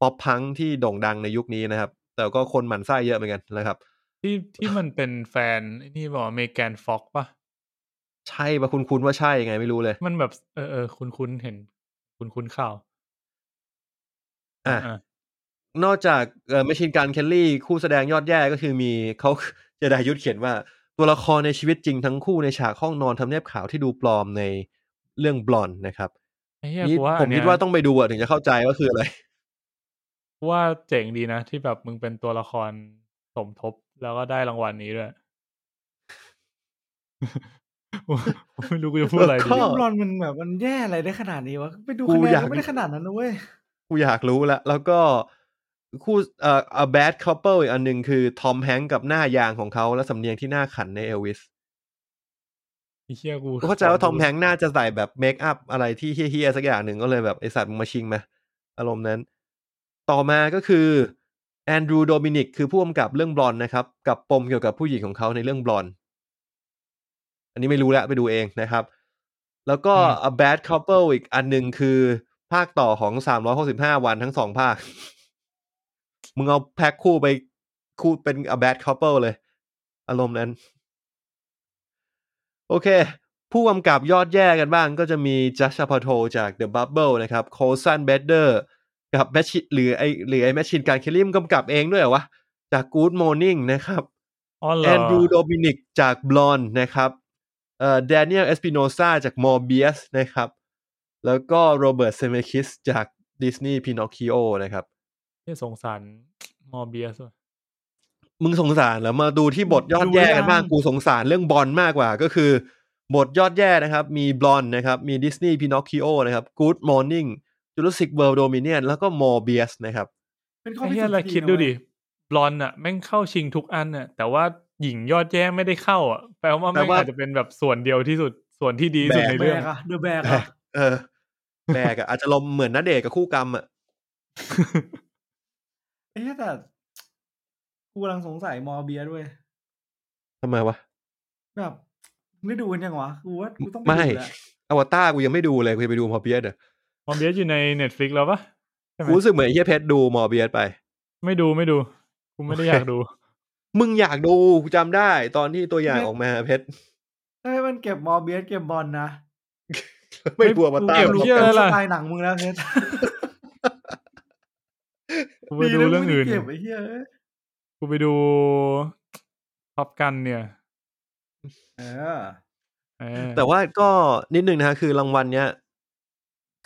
ป๊อปพังที่โด่งดังในยุคนี้นะครับ แต่ก็คนหมั่นไส้เยอะเหมือนกันนะครับ
ที่ที่มันเป็นแฟนไอ้นี่บอกเมแกนฟ็อกป่ะ
ใช่ปะคุณคุณว่าใช่ไงไม่รู้เลย
มันแบบเออเออคุณคุณเห็น คุณคุณข่าว
อ่ะ
อ่ะ
นอกจากเอ่อแมชชินการเคลลี่ คู่แสดงยอดแย่ก็คือมีเขา เจะดายุทธเขียนว่า ตัวละครในชีวิตจริงทั้งคู่ในฉากห้องนอนทำเนียบขาวที่ดูปลอมในเรื่องบลอนนะครับ
ไอ้เหี้ย
นี่
กูว่า
ผ
อัน
ม
เนี้
คิ
ย
ดว่าต้องไปดูอะถึงจะเข้าใจว่าคืออะไร
กูว่าเจ๋งดีนะ ที่แบบมึงเป็นตัวละครสมทบแล้วก็ได้รางวัลนี้ ด้วย ผมไม่รู้กูจะพูดอะไรดี
แล้วก็
บอลมันแบบมันแย่อะไรได้ขนาดนี้วะไปดู
กู
คะแน
อน ยาก
ก็ไม่ได้ขนาดนั้นนะเว้ย
กูอยากรู้ละแล้วก็คู่เอ่อ a bad couple อีกอันหนึ่งคือทอมแฮงกับหน้ายางของเขาและสำเนียงที่หน้าขันในเอลวิส
ไอ้เหี้ยกู
กูเข้าใจว่าทอมแฮงน่าจะใส่แบบเมคอัพอะไรที่เฮี้ยๆสักอย่างหนึ่งก็เลยแบบไอสัตว์มึงมาชิงมา อารมณ์นั้น ต่อมาก็คือแอนดรูโดมินิกคือผู้กำกับเรื่องบลอนนะครับ กับปมเกี่ยวกับผู้หญิงของเขาในเรื่องบลอนอันนี้ไม่รู้แล้วไปดูเองนะครับ แล้วก็ a bad couple อีกอันหนึ่งคือภาคต่อของ 365 วันทั้งสองภาค มึงเอาแพ็คคู่ไปคู่เป็น a bad couple เลย อารมณ์นั้น โอเค ผู้กำกับยอดแย่กันบ้างก็จะมีจัชพาโทจาก The Bubble นะครับโคซันเบเดอร์กับแมชชีหรือไอหรือไอแมชชินการเคลลี่มนกำกับเองด้วยเหรอวะ จาก Good Morning นะครับ
อ๋อเหร
แอ
อน
ดรูโดมินิกจากบลอนนะครับเอ่อแดเนียลเอสปิโนซาจากมอร์เบียสนะครับ แล้วก็โรเบิร์ตเซเมคิสจากดิสนีย์พีนอคคิโอนะครับ
เหี้ยสงสารมอร์เบียสว่ะ
มึงสงสารเหรอมาดูที่บทยอดแย่กันบ้างกูสงสารเรื่องบอลมากกว่าก็คือบทยอดแย่นะครับ มีบลอนนะครับ มีดิสนีย์พีนอคคิโอนะครับกู๊ดมอร์นิ่งจูราสสิกเวิลด์โดมิเนียนแล้วก็มอร์เบียสนะครับ
เป็นข้อ
ไอ้
พิ
เหี้
สู
ย
จ
เรา
น์
คิดดูดิบลอนอ่ะแม่งเข้าชิงทุกอันน่ะ แต่ว่าหญิงยอดแย่ไม่ได้เข้าอ่ะแปลว่า
แปล
แม่ง
ว่า
อาจจะเป็นแบบส่วนเดียวที่สุดส่วนที่ดีที่สุด
แบก
ใน
แบ
เรื่อง
กอะเดอะแบก
แบ
อะ
กเออแบกอะอาจจะลมเหมือนนัดเดทกับคู่กรรมอะ
เอ้ยแต่กูกำลังสงสัยมอเบียด้วย
ทำไมวะ
แบบไม่ดูกันยังวะกูว่ากูต้องป
ไม่
ดูแล้ว
อวตารกูยังไม่ดูเลยกูจะไปดูมอร์เบียสเด้อ
มอมเบียสอยู่ในเน็ตฟลิกแล้วปะใช่ไหม
กูรู้สึกเหมือนไอ้เฮียเพชรดูมอร์เบียสไป
ไม่ดูไม่ดูกูไม่ได้อยากดู
มึงอยากดูกูจำได้ตอนที่ตัวอย่างออกมาเพชร
เอ้ยมันเก็บมอเบียสเก็บบอลนะ
ไม่ดูอวตาร
เก็บ
หรอก
เหี้ย
กู
อะไรล่ะ
สไตล์หนังมึงแล้วเพชร
กูไปดูเรื่องอื่น
ดีนะมึไม่ได้เก็บไอ้เหี้ย
กูไปดูท็อปกันเนี่ย
เออ
เออ
แต่ว่าก็นิดนึงนะฮะคือรางวัลเนี้ย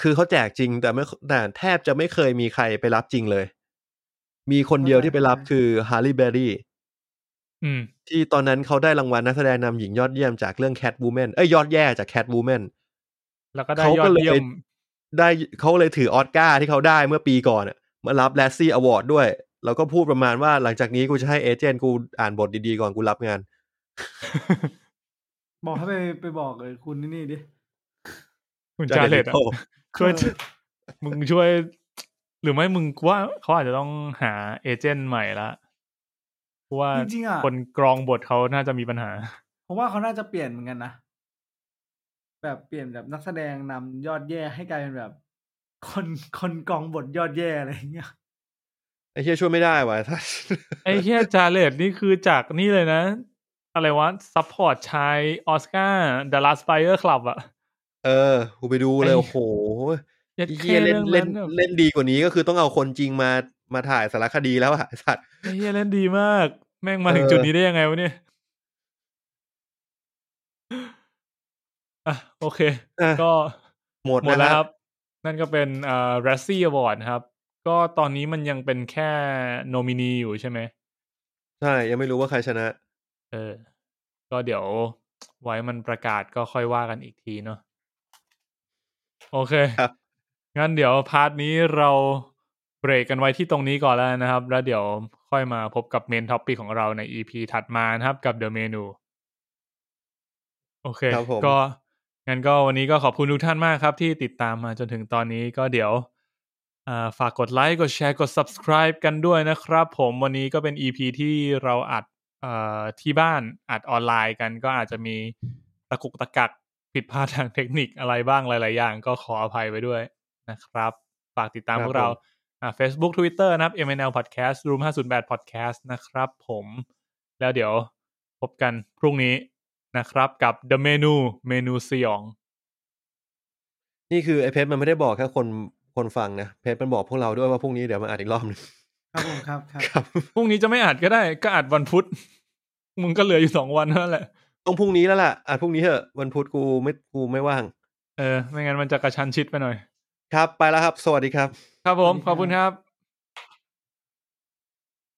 คือเขาแจกจริงแต่ไม่แต่แทบจะไม่เคยมีใครไปรับจริงเลย มีคนเดียวที่ไปรับคือฮาร์ลีเบอรี่
อืม
ที่ตอนนั้นเขาได้รางวัลนักแสดงนำหญิงยอดเยี่ยมจากเรื่องแคท w o แมนเอ้ยยอดแย่จากแคท w o แมน
แล้วก็ได้
เขา
ยอ
ก็
ด
เลย
เยี่ยม
ได้เขาเลยถือออสการ์ที่เขาได้เมื่อปีก่อนอะมารับแลซี่อวอร์ดด้วย แล้วก็พูดประมาณว่าหลังจากนี้กูจะให้เอเจนต์กูอ่านบทดีๆก่อนกูรับงาน
บอกให้ไปไปบอกเลยคุณนี่นี่ดิ
คุณจาเลตอะ
Leto
ช่วยมึงช่วย หรือไม่มึงว่าเขาอาจจะต้องหาเอเจนต์ใหม่ละเพราะว่า
จริงๆอ่ะ
คนกรองบทเขาน่าจะมีปัญหา
ผมว่าเขาน่าจะเปลี่ยนเหมือนกันนะ แบบเปลี่ยนแบบนักแสดงนำยอดแย่ให้กลายเป็นแบบ คนคนกองบทยอดแย่อะไรอย่างเงี้ย
ไอ้เชี่ยช่วยไม่ได้ว่ะ ถ้า
ไอ้เฮียจาเลตนี่คือจากนี่เลยนะ อะไรวะซัพพอร์ตชายออสการ์ดาราสไปเออร์คลับอะ
เออกูไปดูเล
ไอ้
ยโอ้โห
ยัด
ไอ้
แค่
เหี้ยเล่น
รื่อง
เล่น
แบบ
เล่นดีกว่านี้ก็คือต้องเอาคนจริงมามาถ่ายสารคดีแล้วอะ ไอ้สัตว์
ไอ้เฮียเล่นดีมาก แม่งมาถึง
เออ
จุดนี้ได้ยังไงวะเนี่ยอ่ะโอเค
อ่ะ
ก็
หมด
หมดแล้ว
นะ
นะครับ นั่นก็เป็นเอ่อ r a z z i Award นะครับ ก็ตอนนี้มันยังเป็นแค่โนมินีอยู่ใช่ไหม
ใช่ยังไม่รู้ว่าใครชนะ
เออ ก็เดี๋ยวไว้มันประกาศก็ค่อยว่ากันอีกทีเนาะโอเค
ครับ
งั้นเดี๋ยวพาร์ทนี้เราเบรกกันไว้ที่ตรงนี้ก่อนแล้วนะครับ แล้วเดี๋ยวค่อยมาพบกับเมนท็อปปีของเราใน EP ถัดมานะครับกับ The Menu โอเค
ครับผม
ก็งั้นก็วันนี้ก็ขอบคุณทุกท่านมากครับ ที่ติดตามมาจนถึงตอนนี้ก็เดี๋ยวอ่าฝากกดไลค์กดแชร์กด subscribe กันด้วยนะครับ ผมวันนี้ก็เป็น EP ที่เราอัดเอ่อที่บ้านอัดออนไลน์กัน ก็อาจจะมีตะกุกตะกักผิดพลาดทางเทคนิคอะไรบ้างหลาย ๆ อย่าง ก็ขออภัยไว้ด้วยนะครับ ฝากติดตาม
ครับ
พวกเรา
ผม
อ่า Facebook Twitter นะครับ MNL Podcast Room 508 Podcast นะครับผมแล้วเดี๋ยวพบกันพรุ่งนี้ นะครับกับ The Menu เมนูสยอง
นี่คือไอ้เพชรมันไม่ได้บอกแค่คนคนฟังนะเพชรมันบอกพวกเราด้วยว่าพรุ่งนี้เดี๋ยวมาอ่านอีกรอบหนึง
ครับผมครับครับ
ครับ
พรุ่งนี้จะไม่อัดก็ได้ ก็อัดวันพุธ มึงก็เหลืออยู่สองวันเท่านั่นแหละ
ต้องพรุ่งนี้แล้วล่ะอ่านพรุ่งนี้เถอะวันพุธกูไม่กูไม่ว่าง
เออ ไม่งั้นมันจะกระชันชิดไปหน่อย
ครับไปแล้วครับ สวัสดีครับ
ครับผม
ส
ข
วั
อ
สดีครับ
บคุณครับ